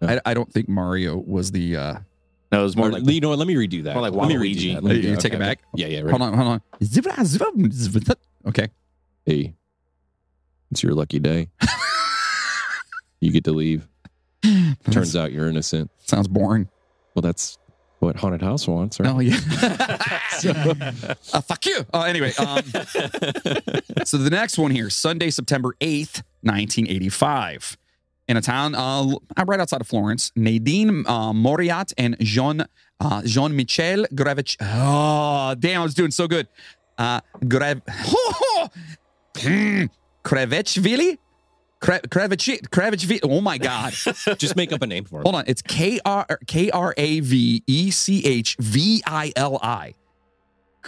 [SPEAKER 1] I, I don't think Mario was the. Uh,
[SPEAKER 3] no, it was more
[SPEAKER 2] Or,
[SPEAKER 3] like
[SPEAKER 2] you know what? Let me redo that.
[SPEAKER 3] More like
[SPEAKER 2] let me
[SPEAKER 3] Waluigi.
[SPEAKER 2] redo that. Let
[SPEAKER 1] you
[SPEAKER 2] me do
[SPEAKER 1] you
[SPEAKER 2] that.
[SPEAKER 1] take it
[SPEAKER 2] Okay,
[SPEAKER 1] back.
[SPEAKER 2] okay. Yeah, yeah.
[SPEAKER 1] Hold on, hold on. Okay.
[SPEAKER 2] Hey, it's your lucky day. you get to leave. Turns out you're innocent.
[SPEAKER 1] sounds boring.
[SPEAKER 2] Well, that's what haunted house wants, right?
[SPEAKER 1] Oh yeah. uh, fuck you. Uh, anyway, um, so the next one here, Sunday, September eighth, nineteen eighty-five, in a town uh, right outside of Florence, Nadine uh, Moriat and Jean uh, Jean Michel Gravich. Oh damn, I was doing so good. Uh, Grav. Krevechvili. Krevechvili. Oh my god.
[SPEAKER 2] Just make up a name for him.
[SPEAKER 1] Hold on. It's K R K R A V E C H V I L I.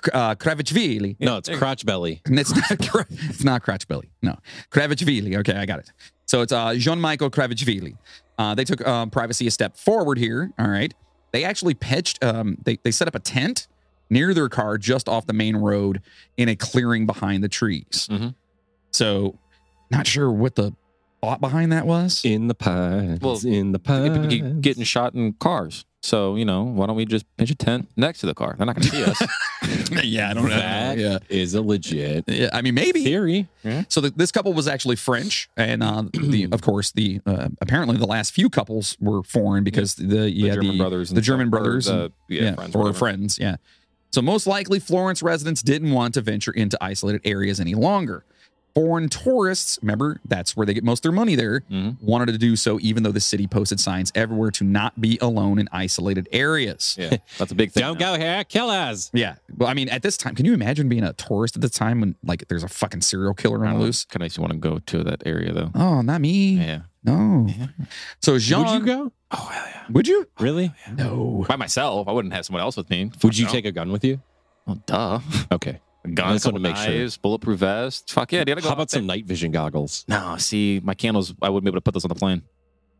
[SPEAKER 1] K- Uh, Kravicvili.
[SPEAKER 2] No, it's crotch belly.
[SPEAKER 1] And It's not, Kra- it's not Kratchbelly. No. Kravicvili. Okay, I got it. So it's uh, Jean Michael Kravicvili. Uh, they took um, privacy a step forward here. All right. They actually pitched, um, they, they set up a tent near their car just off the main road in a clearing behind the trees.
[SPEAKER 3] Mhm.
[SPEAKER 1] So, not sure what the thought behind that was.
[SPEAKER 2] In the pines.
[SPEAKER 3] Well,
[SPEAKER 2] in the pines.
[SPEAKER 3] people keep getting shot in cars. So you know, why don't we just pitch a tent next to the car? They're not going to see us.
[SPEAKER 1] yeah, I don't
[SPEAKER 2] That
[SPEAKER 1] Yeah.
[SPEAKER 2] is a legit
[SPEAKER 1] Yeah, I mean, maybe.
[SPEAKER 2] theory.
[SPEAKER 1] So the, this couple was actually French, and uh, the,
[SPEAKER 3] Mm.
[SPEAKER 1] of course, the uh, apparently the last few couples were foreign because the
[SPEAKER 3] the
[SPEAKER 1] yeah the
[SPEAKER 3] German brothers,
[SPEAKER 1] the German
[SPEAKER 3] stuff, or
[SPEAKER 1] brothers
[SPEAKER 3] the-
[SPEAKER 1] and-
[SPEAKER 3] yeah, friends,
[SPEAKER 1] or
[SPEAKER 3] whatever.
[SPEAKER 1] friends, yeah. So most likely, Florence residents didn't want to venture into isolated areas any longer. Foreign tourists, remember, that's where they get most of their money there,
[SPEAKER 3] Mhm.
[SPEAKER 1] wanted to do so, even though the city posted signs everywhere to not be alone in isolated areas.
[SPEAKER 3] Yeah, that's a big thing.
[SPEAKER 2] Don't
[SPEAKER 3] now.
[SPEAKER 2] go here. Kill us.
[SPEAKER 1] Yeah. Well, I mean, at this time, can you imagine being a tourist at the time when like there's a fucking serial killer
[SPEAKER 3] I
[SPEAKER 1] on
[SPEAKER 3] don't
[SPEAKER 1] the
[SPEAKER 3] know.
[SPEAKER 1] loose?
[SPEAKER 3] Kind of makes you want to go to that area though.
[SPEAKER 1] Oh, not me.
[SPEAKER 3] Yeah.
[SPEAKER 1] No. So Jean,
[SPEAKER 2] Would you go?
[SPEAKER 3] Oh hell yeah.
[SPEAKER 1] Would you?
[SPEAKER 2] Really?
[SPEAKER 1] No.
[SPEAKER 3] By myself, I wouldn't have someone else with me.
[SPEAKER 2] Would you
[SPEAKER 3] No.
[SPEAKER 2] take a gun with you?
[SPEAKER 3] Well, duh.
[SPEAKER 2] Okay.
[SPEAKER 3] A
[SPEAKER 2] I
[SPEAKER 3] gun,
[SPEAKER 2] just wanted
[SPEAKER 3] couple
[SPEAKER 2] to make sure.
[SPEAKER 3] knives, bulletproof vest. Fuck yeah, dude. I gotta go
[SPEAKER 2] How about
[SPEAKER 3] out there.
[SPEAKER 2] some night vision goggles?
[SPEAKER 3] No, see, my candles. I wouldn't be able to put those on the plane.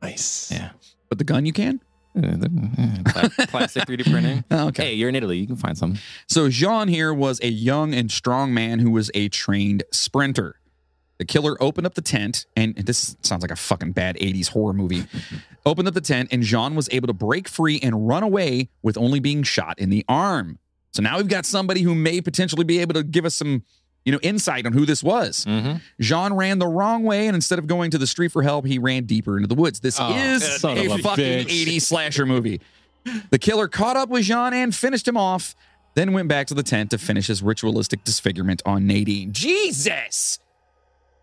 [SPEAKER 2] Nice.
[SPEAKER 3] Yeah.
[SPEAKER 1] But the gun you can?
[SPEAKER 3] Pla- Plastic 3D printing.
[SPEAKER 1] Oh, okay.
[SPEAKER 3] Hey, you're in Italy. You can find some.
[SPEAKER 1] So Jean here was a young and strong man who was a trained sprinter. The killer opened up the tent, and and this sounds like a fucking bad 80s horror movie. opened up the tent, and Jean was able to break free and run away with only being shot in the arm. So now we've got somebody who may potentially be able to give us some, you know, insight on who this was.
[SPEAKER 3] Mhm.
[SPEAKER 1] Jean ran the wrong way, and instead of going to the street for help, he ran deeper into the woods. This
[SPEAKER 2] Oh,
[SPEAKER 1] is
[SPEAKER 2] son
[SPEAKER 1] a
[SPEAKER 2] of a
[SPEAKER 1] fucking
[SPEAKER 2] bitch.
[SPEAKER 1] 80s slasher movie. The killer caught up with Jean and finished him off, then went back to the tent to finish his ritualistic disfigurement on Nadine. Jesus!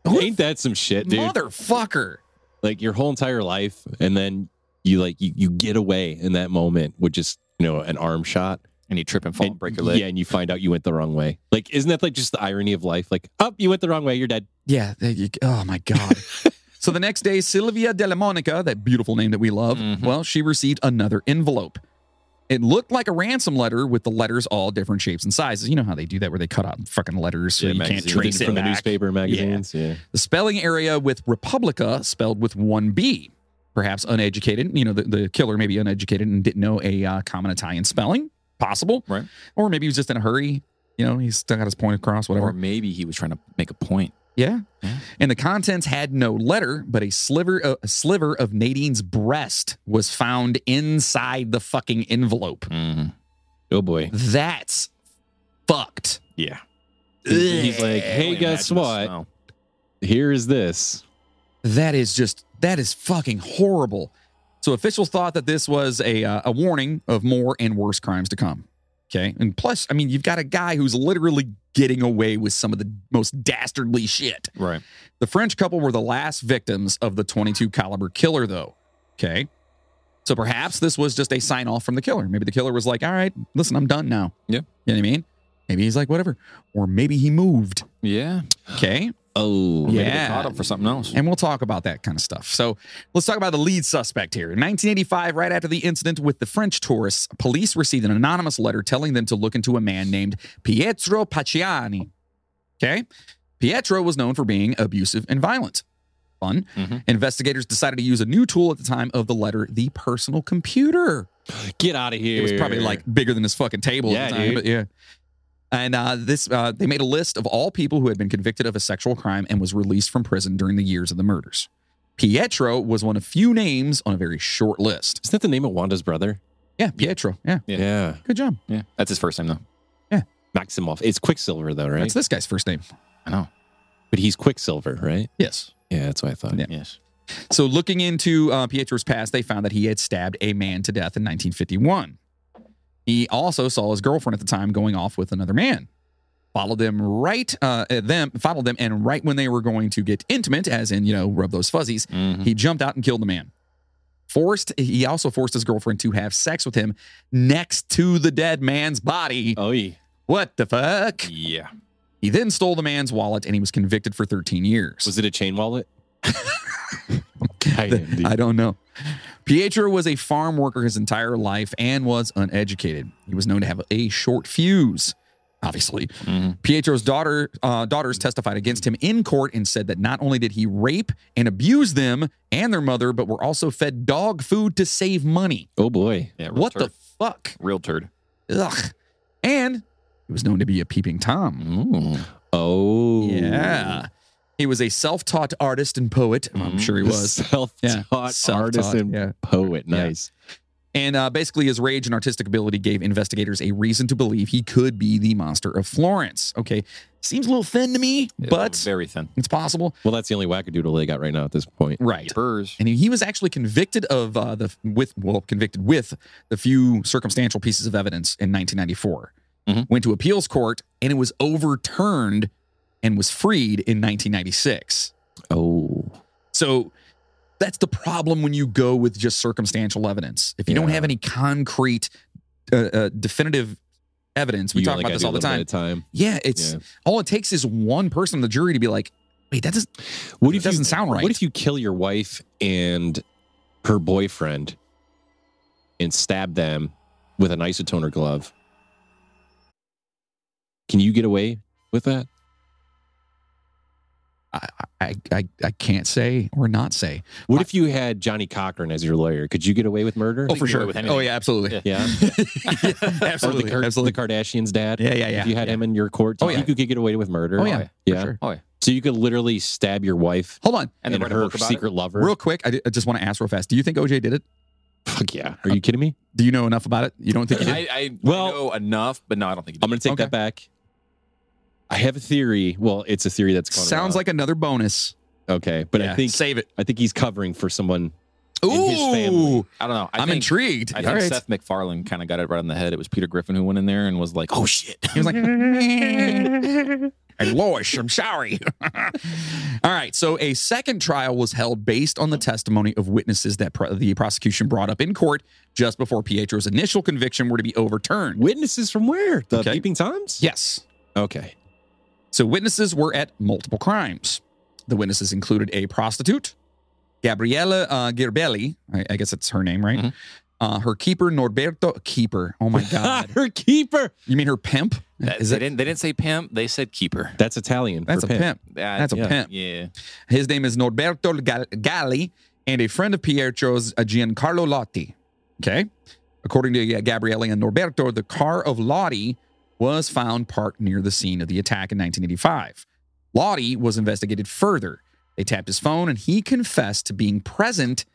[SPEAKER 2] Ain't that some shit, dude?
[SPEAKER 1] Motherfucker!
[SPEAKER 2] Like your whole entire life, and then you like you, you get away in that moment with just you know an arm shot.
[SPEAKER 3] And you trip and fall and,
[SPEAKER 2] and-
[SPEAKER 3] break your leg.
[SPEAKER 2] Yeah, and you find out you went the wrong way. Like, isn't that like just the irony of life? Like, oh, you went the wrong way. You're dead.
[SPEAKER 1] Yeah, there you- oh my God. so the next day, Silvia Della Monica, that beautiful name that we love,
[SPEAKER 3] Mhm.
[SPEAKER 1] well, she received another envelope. It looked like a ransom letter with the letters all different shapes and sizes. You know how they do that, where they cut out fucking letters so
[SPEAKER 3] Yeah,
[SPEAKER 1] you can't
[SPEAKER 3] magazines.
[SPEAKER 1] trace
[SPEAKER 2] Just
[SPEAKER 1] it
[SPEAKER 2] from the
[SPEAKER 1] back.
[SPEAKER 2] newspaper magazines. Yeah.
[SPEAKER 1] The spelling area with Republica spelled with one B. Perhaps uneducated. You know, the, the killer may be uneducated and didn't know a uh, common Italian spelling. Possible.
[SPEAKER 3] Right.
[SPEAKER 1] Or maybe he was just in a hurry. You know, he still got his point across, whatever.
[SPEAKER 3] Or maybe he was trying to make a point.
[SPEAKER 1] yeah.
[SPEAKER 3] Yeah.
[SPEAKER 1] And the contents had no letter, but a sliver, of, a sliver of Nadine's breast was found inside the fucking envelope.
[SPEAKER 3] Mhm.
[SPEAKER 2] Oh boy.
[SPEAKER 1] That's fucked.
[SPEAKER 3] Yeah.
[SPEAKER 2] He's like,
[SPEAKER 3] I can
[SPEAKER 2] hey,
[SPEAKER 3] only
[SPEAKER 2] guess
[SPEAKER 3] imagine the
[SPEAKER 2] what?
[SPEAKER 3] smell.
[SPEAKER 2] Here is this.
[SPEAKER 1] That is just that is fucking horrible. So officials thought that this was a uh, a warning of more and worse crimes to come. Okay, and plus, I mean, you've got a guy who's literally getting away with some of the most dastardly shit.
[SPEAKER 3] Right.
[SPEAKER 1] The French couple were the last victims of the 22 caliber killer, though. Okay, so perhaps this was just a sign off from the killer. Maybe the killer was like, "All right, listen, I'm done now."
[SPEAKER 3] Yeah.
[SPEAKER 1] you know what I mean. Maybe he's like, whatever, or maybe he moved.
[SPEAKER 3] Yeah.
[SPEAKER 1] Okay,
[SPEAKER 2] Oh.
[SPEAKER 3] Maybe
[SPEAKER 1] Yeah.
[SPEAKER 3] they caught him for something else.
[SPEAKER 1] and we'll talk about that kind of stuff. So let's talk about the lead suspect here. In 1985, right after the incident with the French tourists, police received an anonymous letter telling them to look into a man named Pietro Paciani. Okay. Pietro was known for being abusive and violent. Fun.
[SPEAKER 3] Mhm.
[SPEAKER 1] Investigators decided to use a new tool at the time of the letter, the personal computer.
[SPEAKER 2] Get out of here.
[SPEAKER 1] It was probably like bigger than this fucking table
[SPEAKER 2] Yeah,
[SPEAKER 1] at the time,
[SPEAKER 2] dude.
[SPEAKER 1] but yeah. And uh, this, uh, they made a list of all people who had been convicted of a sexual crime and was released from prison during the years of the murders. Pietro was one of few names on a very short list.
[SPEAKER 2] Isn't that the name of Wanda's brother?
[SPEAKER 1] Yeah, Pietro. Yeah,
[SPEAKER 3] Yeah.
[SPEAKER 2] Yeah.
[SPEAKER 1] good job.
[SPEAKER 3] Yeah, that's his first name though.
[SPEAKER 2] Maximoff. It's Quicksilver, though, right?
[SPEAKER 1] That's this guy's first name.
[SPEAKER 3] I know.
[SPEAKER 2] but he's Quicksilver, right?
[SPEAKER 1] Yes.
[SPEAKER 2] Yeah, that's what I thought.
[SPEAKER 1] Yeah.
[SPEAKER 3] Yes.
[SPEAKER 1] So looking into uh, Pietro's past, they found that he had stabbed a man to death in 1951. He also saw his girlfriend at the time going off with another man. Followed them right, uh, uh, them followed them, and right when they were going to get intimate, as in you know rub those fuzzies,
[SPEAKER 3] Mhm.
[SPEAKER 1] he jumped out and killed the man. Forced, he also forced his girlfriend to have sex with him next to the dead man's body.
[SPEAKER 3] Oh yeah.
[SPEAKER 1] What the fuck?
[SPEAKER 3] Yeah.
[SPEAKER 1] He then stole the man's wallet, and he was convicted for 13 years.
[SPEAKER 2] Was it a chain wallet?
[SPEAKER 1] The- I don't know. Pietro was a farm worker his entire life and was uneducated. He was known to have a short fuse. Obviously,
[SPEAKER 3] Mhm.
[SPEAKER 1] Pietro's daughter uh, daughters testified against him in court and said that not only did he rape and abuse them and their mother, but were also fed dog food to save money.
[SPEAKER 2] Oh boy.
[SPEAKER 3] Yeah. real
[SPEAKER 1] What
[SPEAKER 3] turd.
[SPEAKER 1] the fuck?
[SPEAKER 3] real turd?
[SPEAKER 1] Ugh. And he was known to be a peeping tom.
[SPEAKER 3] Ooh.
[SPEAKER 2] Oh.
[SPEAKER 1] Yeah, he was a self-taught artist and poet. I'm
[SPEAKER 3] Mhm.
[SPEAKER 1] sure he was.
[SPEAKER 2] Mm-hmm. Self-taught artist
[SPEAKER 1] Self-taught,
[SPEAKER 2] and
[SPEAKER 1] yeah.
[SPEAKER 2] poet.
[SPEAKER 1] Yeah.
[SPEAKER 2] Nice.
[SPEAKER 1] And uh, basically, his rage and artistic ability gave investigators a reason to believe he could be the monster of Florence. Okay, seems a little thin to me, but
[SPEAKER 3] very thin.
[SPEAKER 1] it's possible.
[SPEAKER 2] Well, that's the only wackadoodle they got right now at this point.
[SPEAKER 1] Right.
[SPEAKER 3] Hers.
[SPEAKER 1] And he was actually convicted of uh, the with well convicted with the few circumstantial pieces of evidence in 1994.
[SPEAKER 3] Mhm.
[SPEAKER 1] Went to appeals court and it was overturned, and was freed in 1996.
[SPEAKER 2] Oh.
[SPEAKER 1] So that's the problem when you go with just circumstantial evidence. If you don't
[SPEAKER 2] Yeah.
[SPEAKER 1] have any concrete, uh, uh, definitive evidence, we
[SPEAKER 2] You
[SPEAKER 1] talk
[SPEAKER 2] only
[SPEAKER 1] about
[SPEAKER 2] gotta
[SPEAKER 1] this
[SPEAKER 2] do a
[SPEAKER 1] all the
[SPEAKER 2] little
[SPEAKER 1] time.
[SPEAKER 2] bit of time.
[SPEAKER 1] Yeah, it's
[SPEAKER 2] Yeah.
[SPEAKER 1] all it takes is one person in the jury to be like, wait, that doesn't,
[SPEAKER 2] What
[SPEAKER 1] it
[SPEAKER 2] if you
[SPEAKER 1] doesn't sound right.
[SPEAKER 2] What if you kill your wife and her boyfriend and stab them with an isotoner glove? Can you get away with that?
[SPEAKER 1] I, I, I, I can't say or not say.
[SPEAKER 2] What if you had Johnny Cochran as your lawyer? Could you get away with murder?
[SPEAKER 1] Oh, for
[SPEAKER 3] get away
[SPEAKER 1] sure.
[SPEAKER 3] with anything.
[SPEAKER 1] Oh, yeah, absolutely.
[SPEAKER 2] yeah.
[SPEAKER 1] absolutely.
[SPEAKER 2] Or the, Kar-
[SPEAKER 1] absolutely.
[SPEAKER 2] the Kardashians' dad.
[SPEAKER 1] Yeah, yeah, yeah.
[SPEAKER 2] If you had him in your court, do
[SPEAKER 1] Oh,
[SPEAKER 2] you
[SPEAKER 1] yeah.
[SPEAKER 2] think you could get away with murder?
[SPEAKER 1] Oh, yeah.
[SPEAKER 2] Yeah.
[SPEAKER 1] For sure.
[SPEAKER 3] Oh yeah.
[SPEAKER 2] So you could literally stab your wife
[SPEAKER 1] Hold on.
[SPEAKER 2] and,
[SPEAKER 3] And then write a
[SPEAKER 2] her
[SPEAKER 3] book about
[SPEAKER 2] secret lover.
[SPEAKER 1] Real quick, I, d- I just want to ask real fast. Do you think OJ did it?
[SPEAKER 2] Fuck yeah. Are you kidding me?
[SPEAKER 1] Do you know enough about it? You don't think he did?
[SPEAKER 3] I, I
[SPEAKER 2] Well-
[SPEAKER 3] well know enough, but no, I don't think. He did.
[SPEAKER 2] I'm going to take
[SPEAKER 1] Okay.
[SPEAKER 2] that back. I have a theory. Well, it's a theory that's going
[SPEAKER 1] Sounds like another bonus.
[SPEAKER 2] like okay, but
[SPEAKER 1] Yeah,
[SPEAKER 2] I think
[SPEAKER 1] save it.
[SPEAKER 2] I think he's covering for someone. in his family.
[SPEAKER 1] Ooh.
[SPEAKER 3] I don't know. I
[SPEAKER 1] I'm
[SPEAKER 3] think,
[SPEAKER 1] intrigued.
[SPEAKER 3] I think
[SPEAKER 1] All right.
[SPEAKER 3] Seth MacFarlane kind of got it right on the head. It was Peter Griffin who went in there and was like, "Oh shit."
[SPEAKER 1] He was like, "Hey, Loish, I'm sorry. All right. So a second trial was held based on the testimony of witnesses that pro- the prosecution brought up in court just before Pietro's initial conviction were to be overturned.
[SPEAKER 2] Witnesses from where? The
[SPEAKER 1] Okay.
[SPEAKER 2] peeping toms?
[SPEAKER 1] Yes.
[SPEAKER 2] Okay.
[SPEAKER 1] So witnesses were at multiple crimes. The witnesses included a prostitute, Gabriella uh, Girbelli. I, I guess that's her name, right?
[SPEAKER 3] Mhm.
[SPEAKER 1] Uh, her keeper, Norberto. Keeper. Oh my God.
[SPEAKER 2] her keeper.
[SPEAKER 1] you mean her pimp?
[SPEAKER 3] That-
[SPEAKER 1] Is
[SPEAKER 3] they
[SPEAKER 1] that-
[SPEAKER 3] didn't. They didn't say pimp. They said keeper.
[SPEAKER 2] That's Italian.
[SPEAKER 1] That's
[SPEAKER 2] for
[SPEAKER 1] a pimp.
[SPEAKER 3] That-
[SPEAKER 1] That's a
[SPEAKER 2] yeah.
[SPEAKER 1] pimp.
[SPEAKER 3] yeah.
[SPEAKER 1] His name is Norberto Gal- Galli, and a friend of Pietro's, uh, Giancarlo Lotti. Okay. According to uh, Gabrielli and Norberto, the car of Lotti was found parked near the scene of the attack in 1985. Lotti was investigated further. They tapped his phone, and he confessed to being present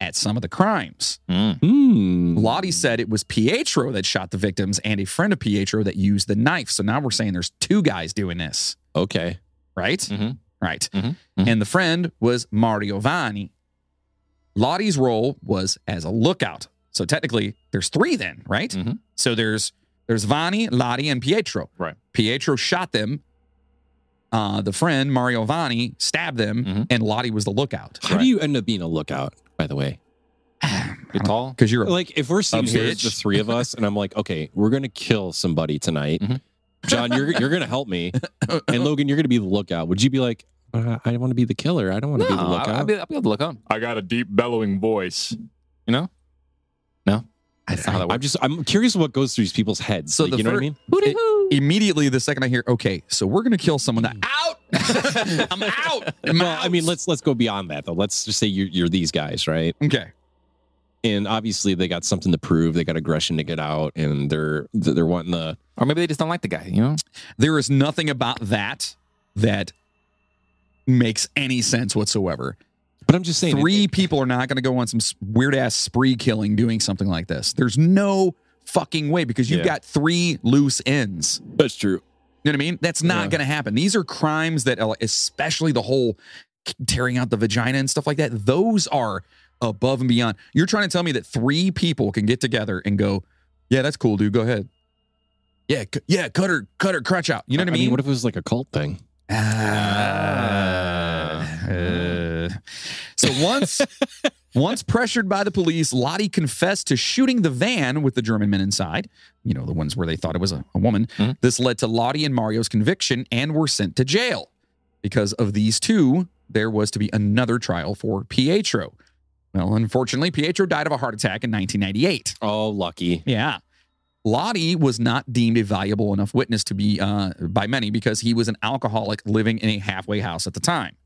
[SPEAKER 1] at some of the crimes.
[SPEAKER 3] Mm.
[SPEAKER 2] Hmm.
[SPEAKER 1] Lotti said it was Pietro that shot the victims and a friend of Pietro that used the knife. So now we're saying there's two guys doing this
[SPEAKER 2] Okay.
[SPEAKER 1] right?
[SPEAKER 2] Mm-hmm.
[SPEAKER 3] Mhm.
[SPEAKER 1] Right.
[SPEAKER 3] Mhm. Mhm.
[SPEAKER 1] And the friend was Mario Vanni. Lottie's role was as a lookout. So technically, there's three then, right?
[SPEAKER 2] Mm-hmm.
[SPEAKER 3] Mhm.
[SPEAKER 1] So there's there's Vanni, Lottie, and Pietro.
[SPEAKER 3] Right.
[SPEAKER 1] Pietro shot them. Uh, the friend Mario Vanni stabbed them,
[SPEAKER 2] Mm-hmm.
[SPEAKER 3] Mhm.
[SPEAKER 1] and Lottie was the lookout.
[SPEAKER 2] How do you end up being a lookout? By the way,
[SPEAKER 3] You're tall.
[SPEAKER 1] Because you're a
[SPEAKER 2] like if we're sitting here,
[SPEAKER 1] bitch.
[SPEAKER 2] the three of us, and I'm like, okay, we're gonna kill somebody tonight.
[SPEAKER 3] Mhm.
[SPEAKER 1] Mm-hmm.
[SPEAKER 2] John, you're you're gonna help me, and Logan, you're gonna be the lookout. Would you be like, uh, I want to be the killer. I don't want to be the lookout.
[SPEAKER 3] I'll, be, I'll be able to look out. I got a deep bellowing voice. You know? No. That's not how that
[SPEAKER 2] I'm
[SPEAKER 3] works.
[SPEAKER 2] just I'm curious what goes through these people's heads.
[SPEAKER 1] So
[SPEAKER 2] Like,
[SPEAKER 1] the
[SPEAKER 2] you know what
[SPEAKER 1] fir-
[SPEAKER 2] I mean?
[SPEAKER 1] immediately the second I hear, okay, so we're gonna kill someone. That, out. I'm out. I'm
[SPEAKER 2] Well, I
[SPEAKER 1] out.
[SPEAKER 2] mean, let's let's go beyond that though. Let's just say you're you're these guys, right?
[SPEAKER 1] okay.
[SPEAKER 2] And obviously they got something to prove. They got aggression to get out, and they're they're wanting the
[SPEAKER 3] Or maybe they just don't like the guy, you know?
[SPEAKER 1] There is nothing about that that makes any sense whatsoever.
[SPEAKER 2] But I'm just saying,
[SPEAKER 1] Three people are not going to go on some weird ass spree killing doing something like this. There's no fucking way because you've
[SPEAKER 3] Yeah.
[SPEAKER 1] got three loose ends.
[SPEAKER 2] That's
[SPEAKER 1] You
[SPEAKER 2] true.
[SPEAKER 1] know what I mean? That's not going to happen. These are crimes that, are, especially the whole tearing out the vagina and stuff like that, those are above and beyond. You're trying to tell me that three people can get together and go, yeah, that's cool, dude. Go ahead. Yeah, cu- yeah, cut her, cut her crutch out. You know what I mean?
[SPEAKER 2] What if it was like a cult thing?
[SPEAKER 1] Ah. Uh, so once once pressured by the police, Lottie confessed to shooting the van with the German men inside. You know, the ones where they thought it was a, a woman.
[SPEAKER 3] Mhm.
[SPEAKER 1] This led to Lottie and Mario's conviction and were sent to jail. Because of these two, there was to be another trial for Pietro. Well, unfortunately, Pietro died of a heart attack in 1998.
[SPEAKER 3] Oh, lucky.
[SPEAKER 1] Yeah. Lottie was not deemed a valuable enough witness to be uh, by many because he was an alcoholic living in a halfway house at the time.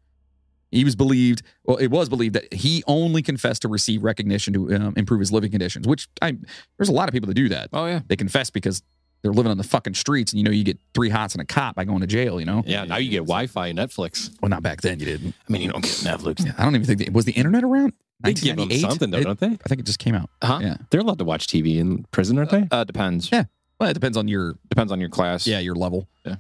[SPEAKER 1] He was believed, well, it was believed that he only confessed to receive recognition to um, improve his living conditions, which I, there's a lot of people that do that.
[SPEAKER 3] Oh, yeah.
[SPEAKER 1] They confess because they're living on the fucking streets and you know, you get three hots and a cop by going to jail, you know?
[SPEAKER 5] Yeah, now you get Wi Fi and Netflix.
[SPEAKER 1] Well, not back then you didn't.
[SPEAKER 3] I mean, you don't get Netflix.
[SPEAKER 1] I don't even think, that, was the internet around?
[SPEAKER 2] They give them
[SPEAKER 1] 1998?
[SPEAKER 2] something, though,
[SPEAKER 1] It-
[SPEAKER 2] don't they?
[SPEAKER 1] I think it just came out.
[SPEAKER 3] Huh?
[SPEAKER 1] Yeah.
[SPEAKER 2] They're allowed to watch TV in prison, aren't they?
[SPEAKER 3] Uh, depends.
[SPEAKER 1] Yeah. Well, it depends on your
[SPEAKER 3] Depends on your class.
[SPEAKER 1] Yeah, your level.
[SPEAKER 3] Yeah.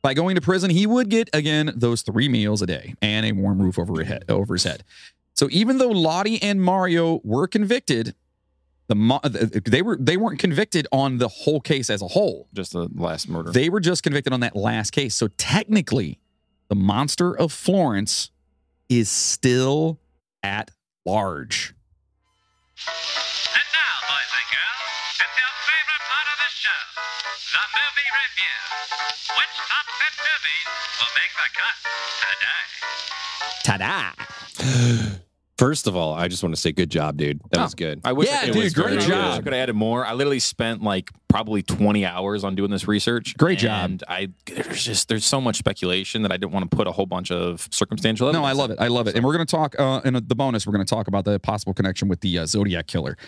[SPEAKER 1] By going to prison, he would get again those three meals a day and a warm roof over his head. Over his head. So even though Lottie and Mario were convicted, the mo- th- they were they weren't convicted on the whole case as a whole.
[SPEAKER 3] Just the last murder.
[SPEAKER 1] They were just convicted on that last case. So technically, the monster of Florence is still at large.
[SPEAKER 7] And now, boys and girls, it's your favorite part of the show, the movie review. Which top 10 movies will make the cut today?
[SPEAKER 1] Ta-da!
[SPEAKER 2] First of all, I just want to say good job, dude. That was good.
[SPEAKER 3] I wish
[SPEAKER 1] Yeah,
[SPEAKER 3] it
[SPEAKER 1] dude,
[SPEAKER 3] was
[SPEAKER 1] great
[SPEAKER 3] very good. I
[SPEAKER 1] job.
[SPEAKER 3] could have added more. I literally spent like probably 20 hours on doing this research.
[SPEAKER 1] Great
[SPEAKER 3] And I there's just there's so much speculation that I didn't want to put a whole bunch of circumstantial
[SPEAKER 1] No,
[SPEAKER 3] evidence.
[SPEAKER 1] I love it. I love it. And we're going to talk uh, in the bonus. We're going to talk about the possible connection with the uh, Zodiac killer,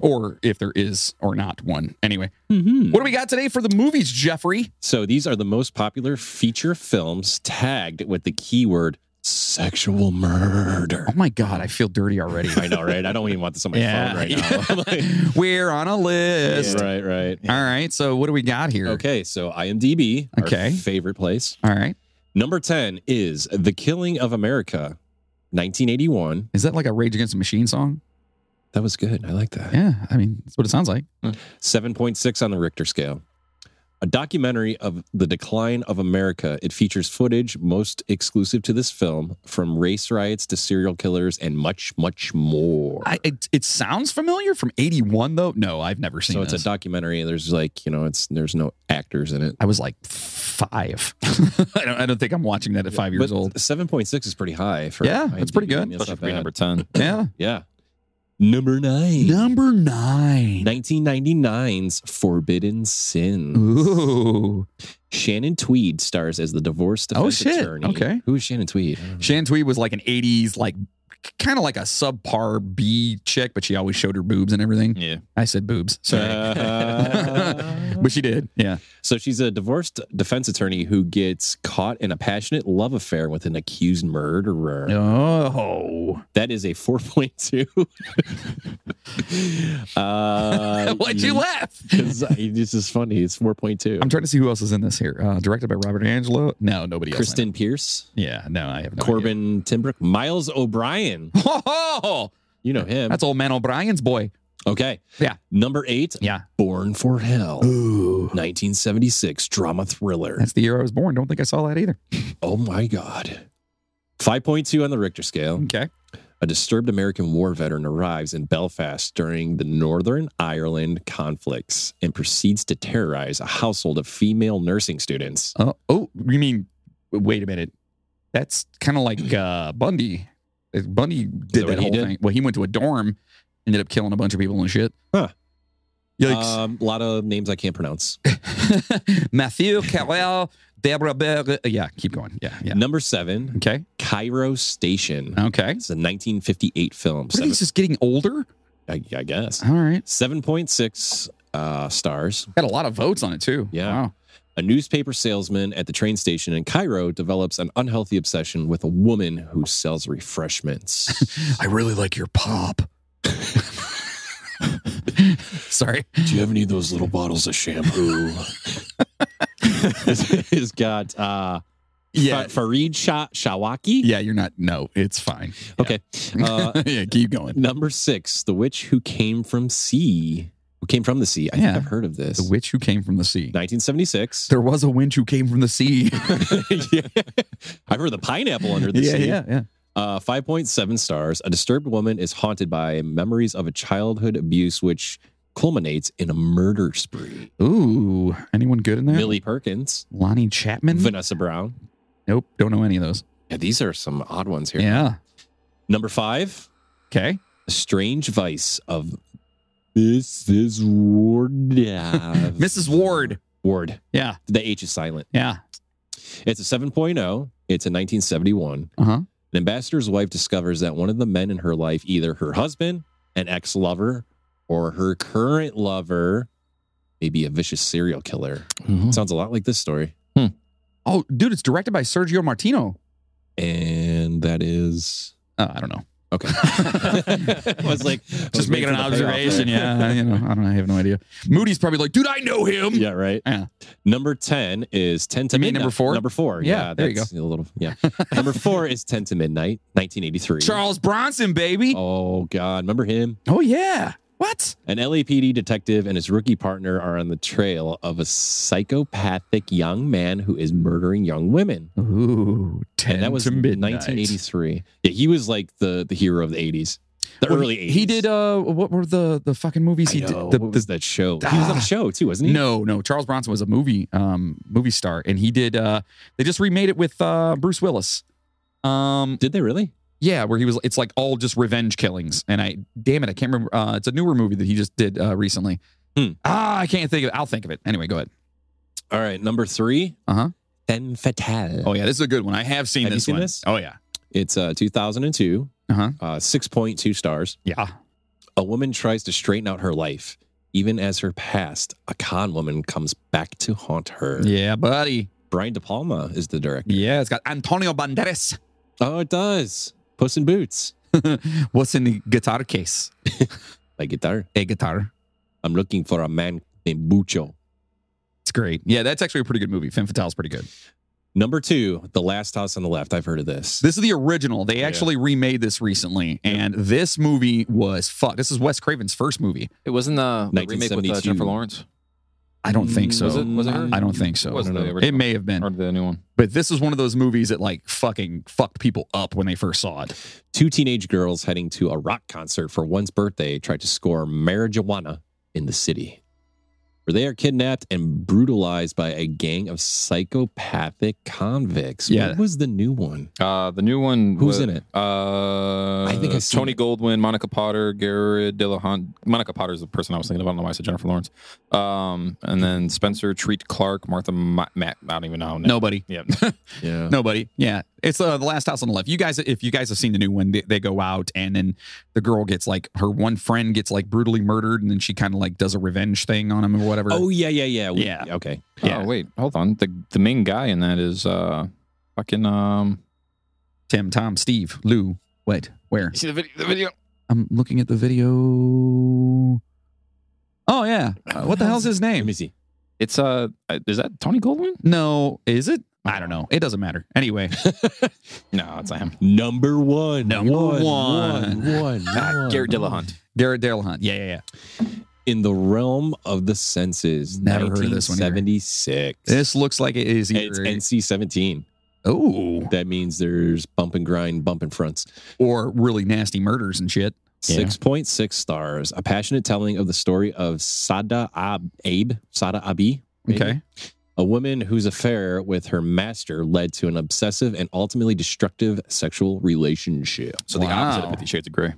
[SPEAKER 1] or if there is or not one. Anyway,
[SPEAKER 2] Mm-hmm.
[SPEAKER 1] what do we got today for the movies, Jeffrey?
[SPEAKER 2] So these are the most popular feature films tagged with the keyword sexual murder.
[SPEAKER 1] Oh my God, I feel dirty already.
[SPEAKER 2] I know, right? I don't even want this on my
[SPEAKER 1] Yeah.
[SPEAKER 2] phone right now. Like,
[SPEAKER 1] we're on a list.
[SPEAKER 2] right, right.
[SPEAKER 1] All right. So what do we got here?
[SPEAKER 2] Okay, so IMDb, our
[SPEAKER 1] Okay.
[SPEAKER 2] favorite place.
[SPEAKER 1] All right.
[SPEAKER 2] Number 10 is The Killing of America, 1981.
[SPEAKER 1] Is that like a Rage Against the Machine song?
[SPEAKER 2] That was good. I like that.
[SPEAKER 1] Yeah. I mean, that's what it sounds like.
[SPEAKER 2] 7.6 on the Richter scale. A documentary of the decline of America. It features footage most exclusive to this film from race riots to serial killers and much, much more.
[SPEAKER 1] I, it, it sounds familiar from 81, though. No, I've never seen
[SPEAKER 2] so it's
[SPEAKER 1] this.
[SPEAKER 2] a documentary. There's like, you know, it's there's no actors in it.
[SPEAKER 1] I was like five. I, don't, I don't think I'm watching that at five years
[SPEAKER 2] But
[SPEAKER 1] old.
[SPEAKER 2] 7.6 is pretty high for
[SPEAKER 1] Yeah, that's pretty good.
[SPEAKER 2] mean, it's
[SPEAKER 3] Especially
[SPEAKER 2] not
[SPEAKER 3] for being
[SPEAKER 2] bad.
[SPEAKER 3] number 10.
[SPEAKER 1] Yeah.
[SPEAKER 2] Yeah. Number nine.
[SPEAKER 1] Number nine.
[SPEAKER 2] 1999's Forbidden Sin.
[SPEAKER 1] Ooh.
[SPEAKER 2] Shannon Tweed stars as the divorce
[SPEAKER 1] Oh,
[SPEAKER 2] defense
[SPEAKER 1] shit.
[SPEAKER 2] attorney.
[SPEAKER 1] Okay.
[SPEAKER 2] Who is Shannon Tweed? I don't know.
[SPEAKER 1] Shantui was like an 80s, like kind of like a subpar B chick, but she always showed her boobs and everything.
[SPEAKER 3] Yeah.
[SPEAKER 1] I said boobs. Sorry. but she did. Yeah.
[SPEAKER 2] So she's a divorced defense attorney who gets caught in a passionate love affair with an accused murderer.
[SPEAKER 1] Oh.
[SPEAKER 2] That is a 4.2. uh,
[SPEAKER 1] Why'd you laugh?
[SPEAKER 2] 'cause I- This is funny. It's 4.2.
[SPEAKER 1] I'm trying to see who else is in this here. Uh, directed by Robert Angelo. No, nobody else. I know.
[SPEAKER 2] Kristen Pierce,
[SPEAKER 1] Yeah. No, I have no idea.
[SPEAKER 2] Corbin Timbrook, Miles O'Brien.
[SPEAKER 1] Oh,
[SPEAKER 2] You know him.
[SPEAKER 1] that's old man O'Brien's boy.
[SPEAKER 2] okay.
[SPEAKER 1] Yeah.
[SPEAKER 2] Number eight.
[SPEAKER 1] Yeah.
[SPEAKER 2] Born for Hell. 1976 drama thriller.
[SPEAKER 1] That's the year I was born. Don't think I saw that either.
[SPEAKER 2] Oh my God. 5.2 on the Richter scale.
[SPEAKER 1] Okay.
[SPEAKER 2] A disturbed American war veteran arrives in Belfast during the Northern Ireland conflicts and proceeds to terrorize a household of female nursing students.
[SPEAKER 1] Oh, oh, you mean? Wait a minute. That's kind of like uh, Bundy. Uh, Bundy did that,
[SPEAKER 2] that what he
[SPEAKER 1] whole
[SPEAKER 2] did?
[SPEAKER 1] thing. Well, he went to a dorm, ended up killing a bunch of people and shit.
[SPEAKER 2] Huh.
[SPEAKER 1] Yikes.
[SPEAKER 2] Um, a lot of names I can't pronounce.
[SPEAKER 1] Matthew Carell, Deborah Berger. Yeah, keep going. Yeah, yeah.
[SPEAKER 2] Number seven,
[SPEAKER 1] Okay,
[SPEAKER 2] Cairo Station.
[SPEAKER 1] okay.
[SPEAKER 2] It's a 1958 film.
[SPEAKER 1] What are
[SPEAKER 2] Seven,
[SPEAKER 1] these just getting older?
[SPEAKER 2] I, I guess.
[SPEAKER 1] All right.
[SPEAKER 2] 7.6 uh, stars.
[SPEAKER 1] Got a lot of votes on it too.
[SPEAKER 2] Yeah.
[SPEAKER 1] Wow.
[SPEAKER 2] A newspaper salesman at the train station in Cairo develops an unhealthy obsession with a woman who sells refreshments.
[SPEAKER 1] I really like your pop. Sorry.
[SPEAKER 2] Do you have any of those little bottles of shampoo? it's got uh,
[SPEAKER 1] Yeah.
[SPEAKER 2] Fa- Farid Shah- Shawaki.
[SPEAKER 1] Yeah, you're not. No, it's fine.
[SPEAKER 2] Okay. Uh,
[SPEAKER 1] yeah, keep going.
[SPEAKER 2] number six, The Witch Who Came From Sea. Who came from the sea? I
[SPEAKER 1] Yeah.
[SPEAKER 2] think I've heard of this.
[SPEAKER 1] The witch who came from the sea.
[SPEAKER 2] 1976.
[SPEAKER 1] There was a winch who came from the sea.
[SPEAKER 2] yeah. I've heard the pineapple under the
[SPEAKER 1] yeah,
[SPEAKER 2] sea.
[SPEAKER 1] yeah, yeah.
[SPEAKER 2] Uh, 5.7 stars. A disturbed woman is haunted by memories of a childhood abuse, which culminates in a murder spree.
[SPEAKER 1] Ooh, anyone good in there?
[SPEAKER 2] Millie Perkins,
[SPEAKER 1] Lonnie Chapman?
[SPEAKER 2] Vanessa Brown.
[SPEAKER 1] nope, don't know any of those.
[SPEAKER 2] Yeah, these are some odd ones here.
[SPEAKER 1] Yeah.
[SPEAKER 2] Number five,
[SPEAKER 1] Okay.
[SPEAKER 2] A Strange Vice of Mrs. Ward.
[SPEAKER 1] Mrs. Ward.
[SPEAKER 2] Ward.
[SPEAKER 1] Yeah,
[SPEAKER 2] The H is silent.
[SPEAKER 1] yeah.
[SPEAKER 2] It's a 7.0. It's a 1971.
[SPEAKER 1] Uh huh.
[SPEAKER 2] An ambassador's wife discovers that one of the men in her life, either her husband, an ex lover, or her current lover, may be a vicious serial killer.
[SPEAKER 1] Mm-hmm.
[SPEAKER 2] Sounds a lot like this story.
[SPEAKER 1] Oh, dude, it's directed by Sergio Martino.
[SPEAKER 2] And that is.
[SPEAKER 1] Oh, I don't know.
[SPEAKER 2] Okay. I was like, I was
[SPEAKER 1] Just making an
[SPEAKER 2] waiting for the payoff
[SPEAKER 1] observation.
[SPEAKER 2] there.
[SPEAKER 1] Yeah, you know, I don't. know, I have no idea. Moody's probably like, dude, I know him.
[SPEAKER 2] Yeah, right.
[SPEAKER 1] Yeah.
[SPEAKER 2] Number 10 is 10 to
[SPEAKER 1] You mean
[SPEAKER 2] midnight.
[SPEAKER 1] number four?
[SPEAKER 2] Number four.
[SPEAKER 1] Yeah,
[SPEAKER 2] Yeah.
[SPEAKER 1] there you
[SPEAKER 2] go. A little, yeah. number four is 10 to midnight, 1983.
[SPEAKER 1] Charles Bronson, baby. Oh,
[SPEAKER 2] Oh, God. Remember him?
[SPEAKER 1] yeah. What?
[SPEAKER 2] An LAPD detective and his rookie partner are on the trail of a psychopathic young man who is murdering young women.
[SPEAKER 1] Ooh, ten
[SPEAKER 2] And that was
[SPEAKER 1] to midnight.
[SPEAKER 2] 1983. Yeah, he was like the the hero of the 80s, the
[SPEAKER 1] Well,
[SPEAKER 2] early 80s.
[SPEAKER 1] He did. Uh, what were the the fucking movies
[SPEAKER 2] I
[SPEAKER 1] he
[SPEAKER 2] know.
[SPEAKER 1] did? The,
[SPEAKER 2] what
[SPEAKER 1] the-
[SPEAKER 2] was that show? he was on
[SPEAKER 1] Ah.
[SPEAKER 2] a show too, wasn't he?
[SPEAKER 1] no, no. Charles Bronson was a movie um movie star, and he did. uh They just remade it with uh Bruce Willis. Um,
[SPEAKER 2] Did they really?
[SPEAKER 1] Yeah, where he was. It's like all just revenge killings, and I damn it, I can't remember. Uh, it's a newer movie that he just did uh, recently.
[SPEAKER 2] Hmm.
[SPEAKER 1] Ah, I can't think of. it. I'll think of it anyway. Go ahead.
[SPEAKER 2] All right, number three.
[SPEAKER 1] Uh-huh.
[SPEAKER 2] Femme Fatale.
[SPEAKER 1] Oh yeah, this is a good one. I have seen
[SPEAKER 2] Have you
[SPEAKER 1] this
[SPEAKER 2] seen
[SPEAKER 1] one.
[SPEAKER 2] this?
[SPEAKER 1] Oh yeah,
[SPEAKER 2] It's uh, 2002.
[SPEAKER 1] Uh-huh.
[SPEAKER 2] Uh, 6.2 stars.
[SPEAKER 1] yeah.
[SPEAKER 2] A woman tries to straighten out her life. Even as her past, a con woman comes back to haunt her.
[SPEAKER 1] Yeah, buddy.
[SPEAKER 2] Brian De Palma is the director.
[SPEAKER 1] Yeah, it's got Antonio Banderas.
[SPEAKER 2] Oh, it does. Puss in Boots.
[SPEAKER 1] What's in the guitar case?
[SPEAKER 2] My guitar.
[SPEAKER 1] A guitar.
[SPEAKER 2] I'm looking for a man named Bucho.
[SPEAKER 1] It's great. Yeah, that's actually a pretty good movie. Femme Fatale's pretty good.
[SPEAKER 2] Number two, The Last House on the Left. I've heard of this.
[SPEAKER 1] This is the original. They actually remade this recently, and this movie was fuck. This is Wes Craven's first movie.
[SPEAKER 3] It wasn't the, the remake with uh,
[SPEAKER 2] 1972.
[SPEAKER 3] Jennifer Lawrence.
[SPEAKER 1] I don't think so.
[SPEAKER 3] Mm, Was it? Was it her?
[SPEAKER 1] I don't think so.
[SPEAKER 3] It wasn't the
[SPEAKER 1] It
[SPEAKER 3] original.
[SPEAKER 1] may have been.
[SPEAKER 3] or the new one.
[SPEAKER 1] But this is one of those movies that like fucking fucked people up when they first saw it.
[SPEAKER 2] Two teenage girls heading to a rock concert for one's birthday try to score marijuana in the city, where they are kidnapped and brutalized by a gang of psychopathic convicts.
[SPEAKER 1] Yeah.
[SPEAKER 2] What was the new one?
[SPEAKER 3] Uh, the new one.
[SPEAKER 2] Who's
[SPEAKER 3] wa-
[SPEAKER 2] in it?
[SPEAKER 3] Uh,
[SPEAKER 2] I think I've seen
[SPEAKER 3] Tony
[SPEAKER 2] it.
[SPEAKER 3] Goldwyn, Monica Potter, Garrett Dillahunt. Monica Potter is the person I was thinking of. I don't know why I said Jennifer Lawrence. Um, and then Spencer Treat Clark, Martha Ma- Matt. I don't even know.
[SPEAKER 1] Nobody.
[SPEAKER 3] Yeah.
[SPEAKER 2] Yeah.
[SPEAKER 1] Nobody. Yeah. It's uh, the last house on the left. You guys, if you guys have seen the new one, they, they go out and then the girl gets like her one friend gets like brutally murdered and then she kind of like does a revenge thing on him or whatever.
[SPEAKER 2] Oh, yeah, yeah, yeah. We-
[SPEAKER 1] Yeah.
[SPEAKER 2] Okay.
[SPEAKER 1] yeah.
[SPEAKER 3] Oh wait, hold on. The the main guy in that is uh fucking um.
[SPEAKER 1] Tim, Tom, Steve, Lou. Wait, where?
[SPEAKER 3] See the video. The video.
[SPEAKER 1] I'm looking at the video. Oh, yeah. Uh, what the hell's his
[SPEAKER 2] Let
[SPEAKER 1] name?
[SPEAKER 2] me see.
[SPEAKER 3] It's uh. Is that Tony Goldwyn?
[SPEAKER 1] No, is it? I don't know. It doesn't matter. Anyway,
[SPEAKER 3] No, it's not him.
[SPEAKER 2] Number one.
[SPEAKER 1] Number
[SPEAKER 2] one,
[SPEAKER 1] one.
[SPEAKER 2] one, one,
[SPEAKER 3] Ah, Garrett
[SPEAKER 2] one.
[SPEAKER 3] Dillahunt.
[SPEAKER 1] Garrett Dale Hunt. Yeah, yeah, yeah.
[SPEAKER 2] In the Realm of the Senses,
[SPEAKER 1] Never heard of this one either.
[SPEAKER 2] 1976.
[SPEAKER 1] This looks like it is
[SPEAKER 2] It's
[SPEAKER 1] either.
[SPEAKER 2] NC 17.
[SPEAKER 1] oh.
[SPEAKER 2] That means there's bump and grind, bump and fronts.
[SPEAKER 1] or really nasty murders and shit.
[SPEAKER 2] 6.6 stars. A passionate telling of the story of Sada Ab- Abe, Sada Abi. maybe?
[SPEAKER 1] Okay.
[SPEAKER 2] A woman whose affair with her master led to an obsessive and ultimately destructive sexual relationship.
[SPEAKER 3] So the opposite
[SPEAKER 1] Wow.
[SPEAKER 3] of Fifty Shades of Grey.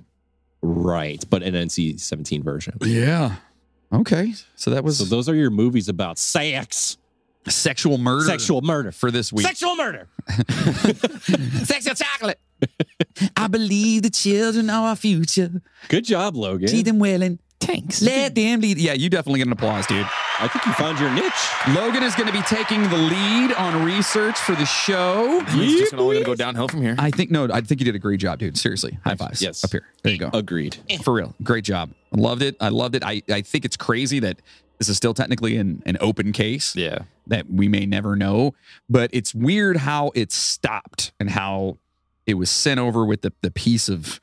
[SPEAKER 2] Right, but an NC 17 version.
[SPEAKER 1] Yeah. Okay. So that was
[SPEAKER 2] So those are your movies about sex,
[SPEAKER 1] sexual murder.
[SPEAKER 2] sexual murder.
[SPEAKER 1] for this week.
[SPEAKER 2] Sexual murder.
[SPEAKER 1] sexual chocolate. I believe the children are our future.
[SPEAKER 2] Good job, Logan.
[SPEAKER 1] them well and
[SPEAKER 6] tanks.
[SPEAKER 1] Let them lead. Yeah, you definitely get an applause, dude.
[SPEAKER 2] I think you found your niche.
[SPEAKER 1] Logan is going to be taking the lead on research for the show.
[SPEAKER 3] It's just only going to go downhill from here.
[SPEAKER 1] I think no, I think you did a great job, dude. Seriously, high fives.
[SPEAKER 2] Yes.
[SPEAKER 1] up here. There you go.
[SPEAKER 2] Agreed.
[SPEAKER 1] For real, great job. I loved it. I loved it. I, I think it's crazy that this is still technically an, an open case
[SPEAKER 3] yeah.
[SPEAKER 1] that we may never know, but it's weird how it stopped and how it was sent over with the, the piece of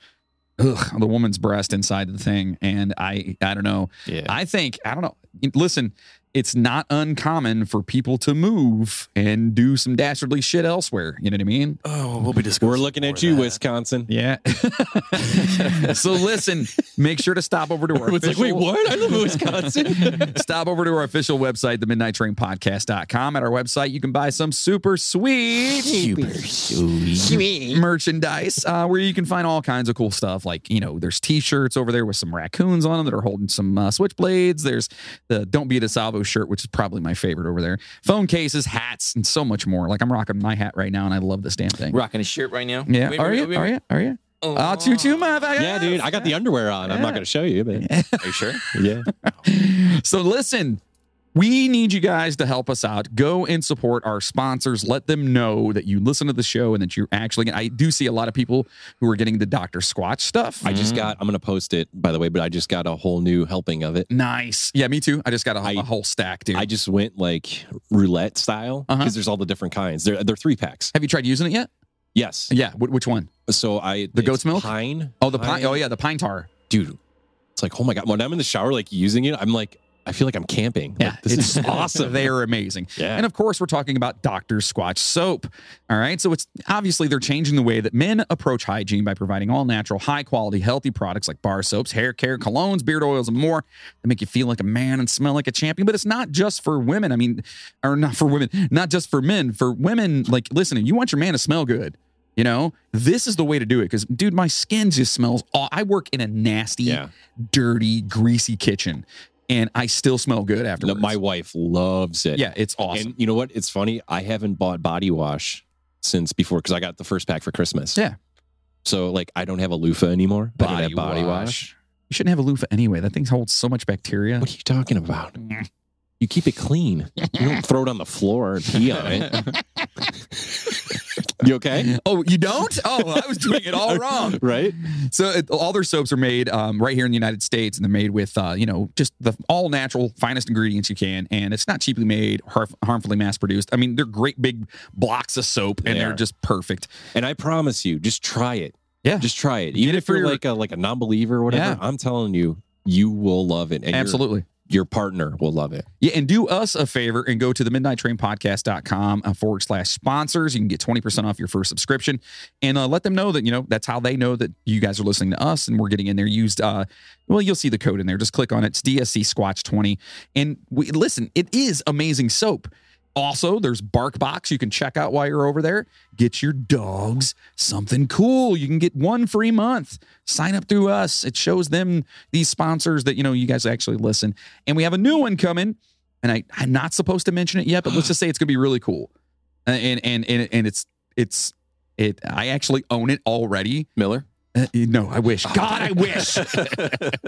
[SPEAKER 1] ugh, the woman's breast inside the thing. And I I don't know.
[SPEAKER 3] Yeah.
[SPEAKER 1] I think I don't know. Listen, it's not uncommon for people to move and do some dastardly shit elsewhere. You know what I mean?
[SPEAKER 3] oh, we'll be discussing.
[SPEAKER 2] We're looking at you, Wisconsin.
[SPEAKER 1] Yeah. so listen, make sure to stop over to our
[SPEAKER 2] It's like,
[SPEAKER 1] official-
[SPEAKER 2] wait, what? I live in Wisconsin.
[SPEAKER 1] Stop over to our official website, the midnight train podcast.com. At our website, you can buy some super sweet merchandise uh, where you can find all kinds of cool stuff. Like, you know, there's t shirts over there with some raccoons on them that are holding some uh, switchblades. There's the Don't Be a DeSalvo shirt, which is probably my favorite over there. Phone cases, hats, and so much more. Like, I'm rocking my hat right now, and I love this damn thing.
[SPEAKER 3] Rocking a shirt right now.
[SPEAKER 1] Yeah.
[SPEAKER 3] Wait,
[SPEAKER 1] Are
[SPEAKER 3] wait,
[SPEAKER 1] you?
[SPEAKER 3] wait,
[SPEAKER 1] Are
[SPEAKER 3] wait. Oh.
[SPEAKER 1] you? Are you? I'll shoot you, motherfucker.
[SPEAKER 2] yeah, dude. I got the underwear on. I'm not going to show you, but
[SPEAKER 3] Are you sure?
[SPEAKER 2] yeah.
[SPEAKER 1] So listen, we need you guys to help us out. Go and support our sponsors. Let them know that you listen to the show and that you're actually. I do see a lot of people who are getting the Doctor Squatch stuff.
[SPEAKER 2] I just got, I'm going to post it, by the way, but I just got a whole new helping of it.
[SPEAKER 1] nice. Yeah, me too. I just got a,
[SPEAKER 2] Mm-hmm. I-
[SPEAKER 1] a whole stack, dude.
[SPEAKER 2] I just went like roulette style because
[SPEAKER 1] Uh-huh.
[SPEAKER 2] there's all the different kinds. They're, they're three packs.
[SPEAKER 1] Have you tried using it yet?
[SPEAKER 2] Yes.
[SPEAKER 1] Yeah. Wh- which one?
[SPEAKER 2] So I,
[SPEAKER 1] The
[SPEAKER 2] it's
[SPEAKER 1] goat's milk?
[SPEAKER 2] Pine.
[SPEAKER 1] Oh, the pine. Oh yeah, the pine tar.
[SPEAKER 2] Dude, it's like, oh my God. When I'm in the shower, like using it, I'm like, I feel like I'm camping.
[SPEAKER 1] Yeah,
[SPEAKER 2] Like, this
[SPEAKER 1] it's
[SPEAKER 2] is awesome.
[SPEAKER 1] They are amazing.
[SPEAKER 2] Yeah.
[SPEAKER 1] And of course, we're talking about Dr. Squatch soap. All right. So it's obviously they're changing the way that men approach hygiene by providing all natural, high quality, healthy products like bar soaps, hair care, colognes, beard oils, and more that make you feel like a man and smell like a champion. But it's not just for women. I mean, or not for women, not just for men. For women, like, listen, you want your man to smell good. You know, this is the way to do it because, dude, my skin just smells. Aw- I work in a nasty,
[SPEAKER 2] Yeah.
[SPEAKER 1] dirty, greasy kitchen, and I still smell good
[SPEAKER 2] No,
[SPEAKER 1] afterwards.
[SPEAKER 2] my wife loves it.
[SPEAKER 1] Yeah, it's awesome.
[SPEAKER 2] And you know what? It's funny. I haven't bought body wash since before because I got the first pack for Christmas.
[SPEAKER 1] Yeah.
[SPEAKER 2] So like I don't have a loofah anymore. I don't have body wash.
[SPEAKER 1] You shouldn't have a loofah anyway. That thing holds so much bacteria.
[SPEAKER 2] What are you talking about? You keep it clean. You don't throw it on the floor and pee on it. you okay?
[SPEAKER 1] Oh, you don't? Oh, I was doing it all wrong.
[SPEAKER 2] Right?
[SPEAKER 1] So it, all their soaps are made um, right here in the United States, and they're made with uh, you know just the all natural, finest ingredients you can, and it's not cheaply made, har- harmfully mass produced. I mean, they're great big blocks of soap, and
[SPEAKER 2] They
[SPEAKER 1] they are
[SPEAKER 2] are.
[SPEAKER 1] just perfect.
[SPEAKER 2] And I promise you, just try it.
[SPEAKER 1] Yeah.
[SPEAKER 2] Just try it. Even
[SPEAKER 1] it
[SPEAKER 2] if
[SPEAKER 1] for
[SPEAKER 2] you're
[SPEAKER 1] your-
[SPEAKER 2] like a like a non-believer or whatever,
[SPEAKER 1] Yeah.
[SPEAKER 2] I'm telling you, you will love it. And your-
[SPEAKER 1] Absolutely.
[SPEAKER 2] your partner will love it.
[SPEAKER 1] Yeah, and do us a favor and go to the midnight train podcast.com forward slash sponsors. You can get 20% off your first subscription and uh, let them know that, you know, that's how they know that you guys are listening to us and we're getting in there used. Uh, well, you'll see the code in there. Just click on it. It's DSC Squatch 20. And we, listen, it is amazing soap. Also, there's BarkBox you can check out while you're over there. Get your dogs something cool. You can get one free month. Sign up through us. It shows them these sponsors that you know you guys actually listen. And we have a new one coming, and I I'm not supposed to mention it yet, but let's just say it's gonna be really cool. Uh, And and and and it's it's it. I actually own it already.
[SPEAKER 3] Miller.
[SPEAKER 1] Uh, no, I wish. God, I wish.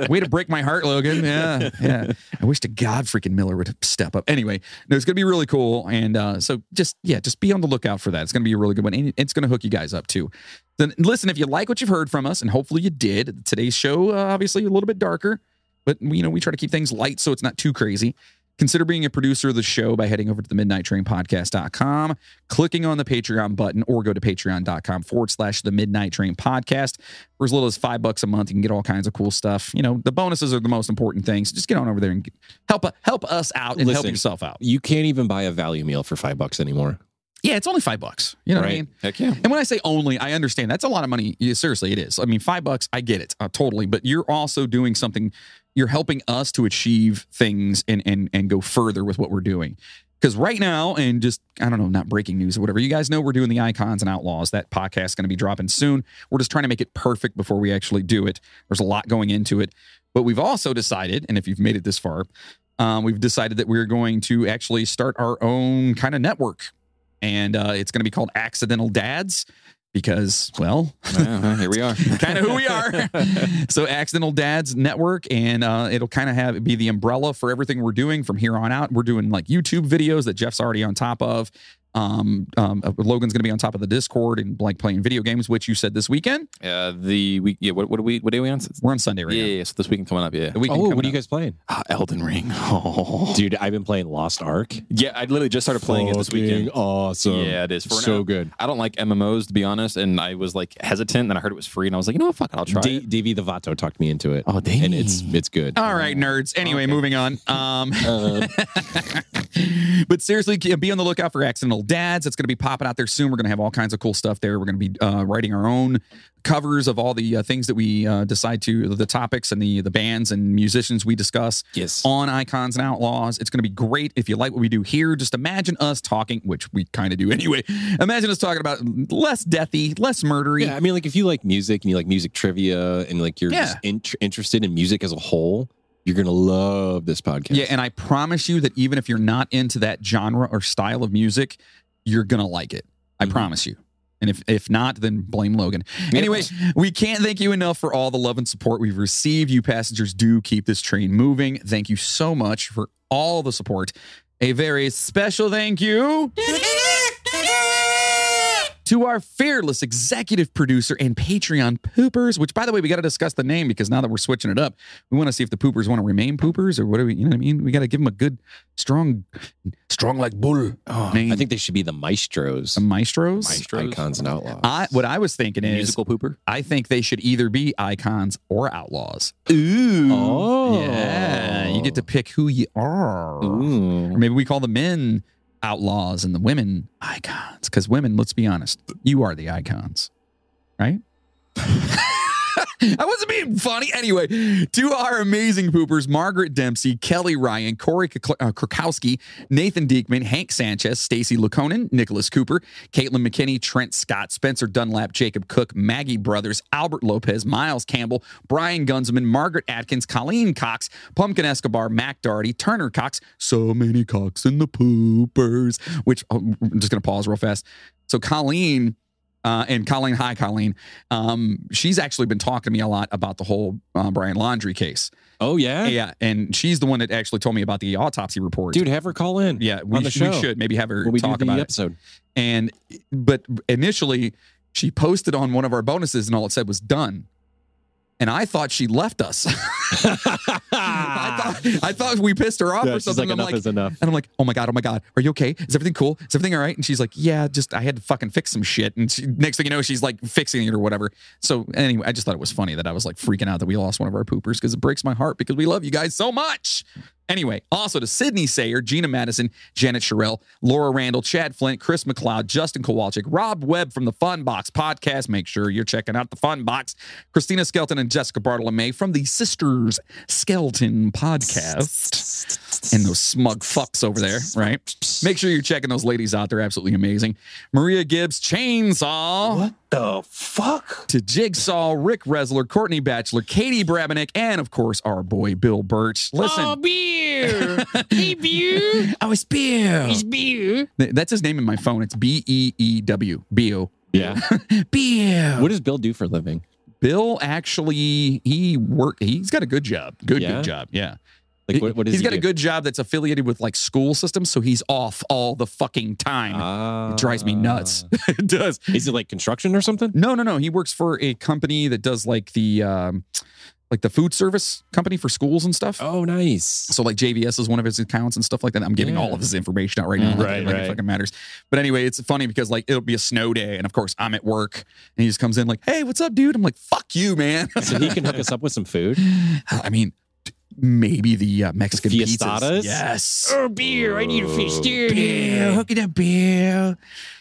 [SPEAKER 1] Way to break my heart, Logan. Yeah, yeah. I wish to God freaking Miller would step up. Anyway, no, it's gonna be really cool, and uh, so just yeah, just be on the lookout for that. It's gonna be a really good one, and it's gonna hook you guys up too. Then listen, if you like what you've heard from us, and hopefully you did. Today's show uh, obviously a little bit darker, but we, you know we try to keep things light so it's not too crazy. Consider being a producer of the show by heading over to the midnight train podcast.com, clicking on the Patreon button, or go to patreon.com forward slash the midnight train podcast. For as little as five bucks a month, you can get all kinds of cool stuff. You know, the bonuses are the most important things. Just get on over there and get, help help us out and help
[SPEAKER 2] Listen.
[SPEAKER 1] yourself out.
[SPEAKER 2] You can't even buy a value meal for five bucks anymore.
[SPEAKER 1] Yeah, it's only five bucks. You know what I
[SPEAKER 2] Right.
[SPEAKER 1] mean?
[SPEAKER 3] Heck yeah.
[SPEAKER 1] And when I say only, I understand that's a lot of money. Yeah, seriously, it is. I mean, five bucks, I get it uh, totally. But you're also doing something. You're helping us to achieve things and and and go further with what we're doing. Because right now, and just I don't know, not breaking news or whatever. You guys know we're doing the Icons and Outlaws. That podcast is going to be dropping soon. We're just trying to make it perfect before we actually do it. There's a lot going into it, but we've also decided, and if you've made it this far, um, we've decided that we're going to actually start our own kind of network, and uh, it's going to be called Accidental Dads because, well,
[SPEAKER 3] Yeah, here we are.
[SPEAKER 1] kind of who we are. so Accidental Dads Network, and uh, it'll kind of have be the umbrella for everything we're doing from here on out. We're doing like YouTube videos that Jeff's already on top of. Um, um, uh, Logan's going to be on top of the Discord and like playing video games, which you said this weekend.
[SPEAKER 3] Uh, the week, yeah. What, what do we? What day are we on?
[SPEAKER 1] We're on Sunday right
[SPEAKER 3] Yeah,
[SPEAKER 1] now.
[SPEAKER 3] yeah, so this weekend coming up. Yeah,
[SPEAKER 1] The weekend
[SPEAKER 2] Oh, what
[SPEAKER 1] coming
[SPEAKER 2] are you
[SPEAKER 1] up.
[SPEAKER 2] guys playing?
[SPEAKER 3] Ah, Elden Ring. Oh,
[SPEAKER 2] Dude, I've been playing Lost Ark.
[SPEAKER 3] yeah. I literally just started playing it this
[SPEAKER 2] Fucking
[SPEAKER 3] weekend.
[SPEAKER 2] Awesome.
[SPEAKER 3] Yeah, it is. For
[SPEAKER 2] so
[SPEAKER 3] now.
[SPEAKER 2] good.
[SPEAKER 3] I don't like MMOs to be honest, and I was like hesitant. Then I heard it was free, and I was like, you know what? Fuck it, I'll try.
[SPEAKER 2] D-
[SPEAKER 3] it.
[SPEAKER 2] Davey the Vato talked me into it.
[SPEAKER 3] Oh, Uh, Davey.
[SPEAKER 2] And it's it's good.
[SPEAKER 1] All right, nerds. Anyway, moving on. Um, but seriously, ke- be on the lookout for Accidental Dads. It's going to be popping out there soon. We're going to have all kinds of cool stuff there. We're going to be uh, writing our own covers of all the uh, things that we uh, decide to, the topics and the the bands and musicians we discuss
[SPEAKER 3] Yes.
[SPEAKER 1] on Icons and Outlaws. It's going to be great. If you like what we do here, just imagine us talking, which we kind of do anyway. Imagine us talking about less deathy, less murdery.
[SPEAKER 2] Yeah, I mean, like if you like music and you like music trivia and like you're
[SPEAKER 1] Yeah.
[SPEAKER 2] just in- interested in music as a whole, you're gonna love this podcast.
[SPEAKER 1] Yeah, and I promise you that even if you're not into that genre or style of music, you're gonna like it. I promise you. And if, if not, then blame Logan. Anyway, we can't thank you enough for all the love and support we've received. You passengers do keep this train moving. Thank you so much for all the support. A very special thank you to our fearless executive producer and Patreon poopers, which by the way, we got to discuss the name because now that we're switching it up, we want to see if the poopers want to remain poopers or what do we, you know what I mean? We got to give them a good, strong, strong like bull name.
[SPEAKER 2] I think they should be the maestros,
[SPEAKER 1] the uh, maestros.
[SPEAKER 3] Maestros.
[SPEAKER 2] icons and outlaws.
[SPEAKER 1] I, what I was thinking is,
[SPEAKER 3] musical pooper.
[SPEAKER 1] I think they should either be icons or outlaws.
[SPEAKER 3] Ooh.
[SPEAKER 2] oh,
[SPEAKER 1] Yeah, you get to pick who you are. Or maybe we call the men outlaws and the women icons. Because women, let's be honest, you are the icons, right? I wasn't being funny. Anyway, to our amazing poopers, Margaret Dempsey, Kelly Ryan, Corey Kuk- uh, Krakowski, Nathan Diekman, Hank Sanchez, Stacy Lukonen, Nicholas Cooper, Caitlin McKinney, Trent Scott, Spencer Dunlap, Jacob Cook, Maggie Brothers, Albert Lopez, Miles Campbell, Brian Gunsman, Margaret Atkins, Colleen Cox, Pumpkin Escobar, Mac Darty, Turner Cox, so many cocks in the poopers, which oh, I'm just going to pause real fast. So Colleen uh, and Colleen, hi Colleen. Um, she's actually been talking to me a lot about the whole uh, Brian Laundry case.
[SPEAKER 2] oh yeah?
[SPEAKER 1] Yeah, and she's the one that actually told me about the autopsy report.
[SPEAKER 2] dude, have her call in.
[SPEAKER 1] yeah, we,
[SPEAKER 2] on the
[SPEAKER 1] sh- we
[SPEAKER 2] show.
[SPEAKER 1] should maybe have her
[SPEAKER 2] when we
[SPEAKER 1] talk
[SPEAKER 2] do the
[SPEAKER 1] about it.
[SPEAKER 2] episode.
[SPEAKER 1] And but initially, she posted on one of our bonuses, and all it said was done. And I thought she left us. I, thought, I thought we pissed her off
[SPEAKER 2] Ah. Yeah,
[SPEAKER 1] or
[SPEAKER 2] she's
[SPEAKER 1] something.
[SPEAKER 2] like,
[SPEAKER 1] I'm
[SPEAKER 2] enough
[SPEAKER 1] like,
[SPEAKER 2] is enough.
[SPEAKER 1] and I'm like, oh my God, oh my God, are you okay? Is everything cool? Is everything all right? And she's like, yeah, just I had to fucking fix some shit. And she, next thing you know, she's like fixing it or whatever. So anyway, I just thought it was funny that I was like freaking out that we lost one of our poopers because it breaks my heart because we love you guys so much. Anyway, also to Sydney Sayer, Gina Madison, Janet Sherrill, Laura Randall, Chad Flint, Chris McLeod, Justin Kowalczyk, Rob Webb from the Fun Box podcast. Make sure you're checking out the Fun Box. Christina Skelton and Jessica Bartolome from the Sisters Skelton podcast and those smug fucks over there, right? Make sure you're checking those ladies out. They're absolutely amazing. Maria Gibbs, Chainsaw. What the fuck? To Jigsaw, Rick Resler, Courtney Batchelor, Katie Brabenick, and of course, our boy Bill Birch. Listen.
[SPEAKER 6] Oh, beer. hey, beer.
[SPEAKER 1] I was Bill.
[SPEAKER 6] It's beer.
[SPEAKER 1] That's his name in my phone. It's B E E W. Bill.
[SPEAKER 2] Yeah.
[SPEAKER 1] Bill.
[SPEAKER 2] what does Bill do for a living?
[SPEAKER 1] Bill actually, he work. He's got a good job. Good,
[SPEAKER 2] Yeah?
[SPEAKER 1] good job. Yeah.
[SPEAKER 2] Like what, what does
[SPEAKER 1] he's
[SPEAKER 2] he
[SPEAKER 1] got
[SPEAKER 2] do?
[SPEAKER 1] a good job that's affiliated with like school systems, so he's off all the fucking time.
[SPEAKER 2] Ah.
[SPEAKER 1] It drives me nuts. it does.
[SPEAKER 2] Is it like construction or something?
[SPEAKER 1] No, no, no. He works for a company that does like the um, like the food service company for schools and stuff.
[SPEAKER 2] Oh, nice.
[SPEAKER 1] So like JVS is one of his accounts and stuff like that. I'm giving
[SPEAKER 2] Yeah.
[SPEAKER 1] all of his information out right now. Like,
[SPEAKER 2] Right,
[SPEAKER 1] it like it
[SPEAKER 2] right.
[SPEAKER 1] fucking matters. But anyway, it's funny because like it'll be a snow day, and of course I'm at work, and he just comes in like, "Hey, what's up, dude?" I'm like, "Fuck you, man."
[SPEAKER 2] So he can hook us up with some food.
[SPEAKER 1] I mean, d- maybe the uh, Mexican pizzas.
[SPEAKER 2] Fiestadas?
[SPEAKER 1] Yes.
[SPEAKER 6] Oh, beer. I need a fish.
[SPEAKER 1] Bill,
[SPEAKER 6] Beer.
[SPEAKER 1] hook it up, Bill.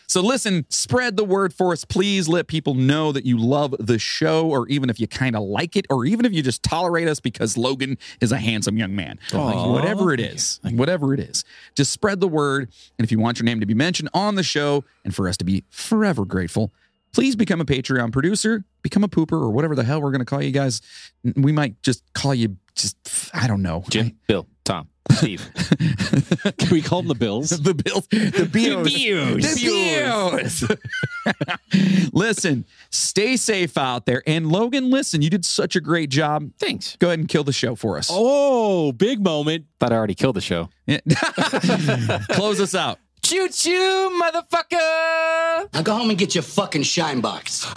[SPEAKER 1] So listen, spread the word for us. Please let people know that you love the show, or even if you kind of like it, or even if you just tolerate us because Logan is a handsome young man. Whatever it is, whatever it is, just spread the word. And if you want your name to be mentioned on the show and for us to be forever grateful, please become a Patreon producer, become a pooper, or whatever the hell we're going to call you guys. We might just call you just, I don't know.
[SPEAKER 3] Jim, Bill, Tom, Steve.
[SPEAKER 2] Can we call them the Bills?
[SPEAKER 1] The Bills. The Bills. The Bills. listen, stay safe out there. And Logan, listen, you did such a great job.
[SPEAKER 3] Thanks.
[SPEAKER 1] Go ahead and kill the show for us.
[SPEAKER 2] Oh, big moment.
[SPEAKER 3] Thought I already killed the show.
[SPEAKER 1] Close us out.
[SPEAKER 3] Choo choo, motherfucker.
[SPEAKER 4] Now go home and get your fucking shine box.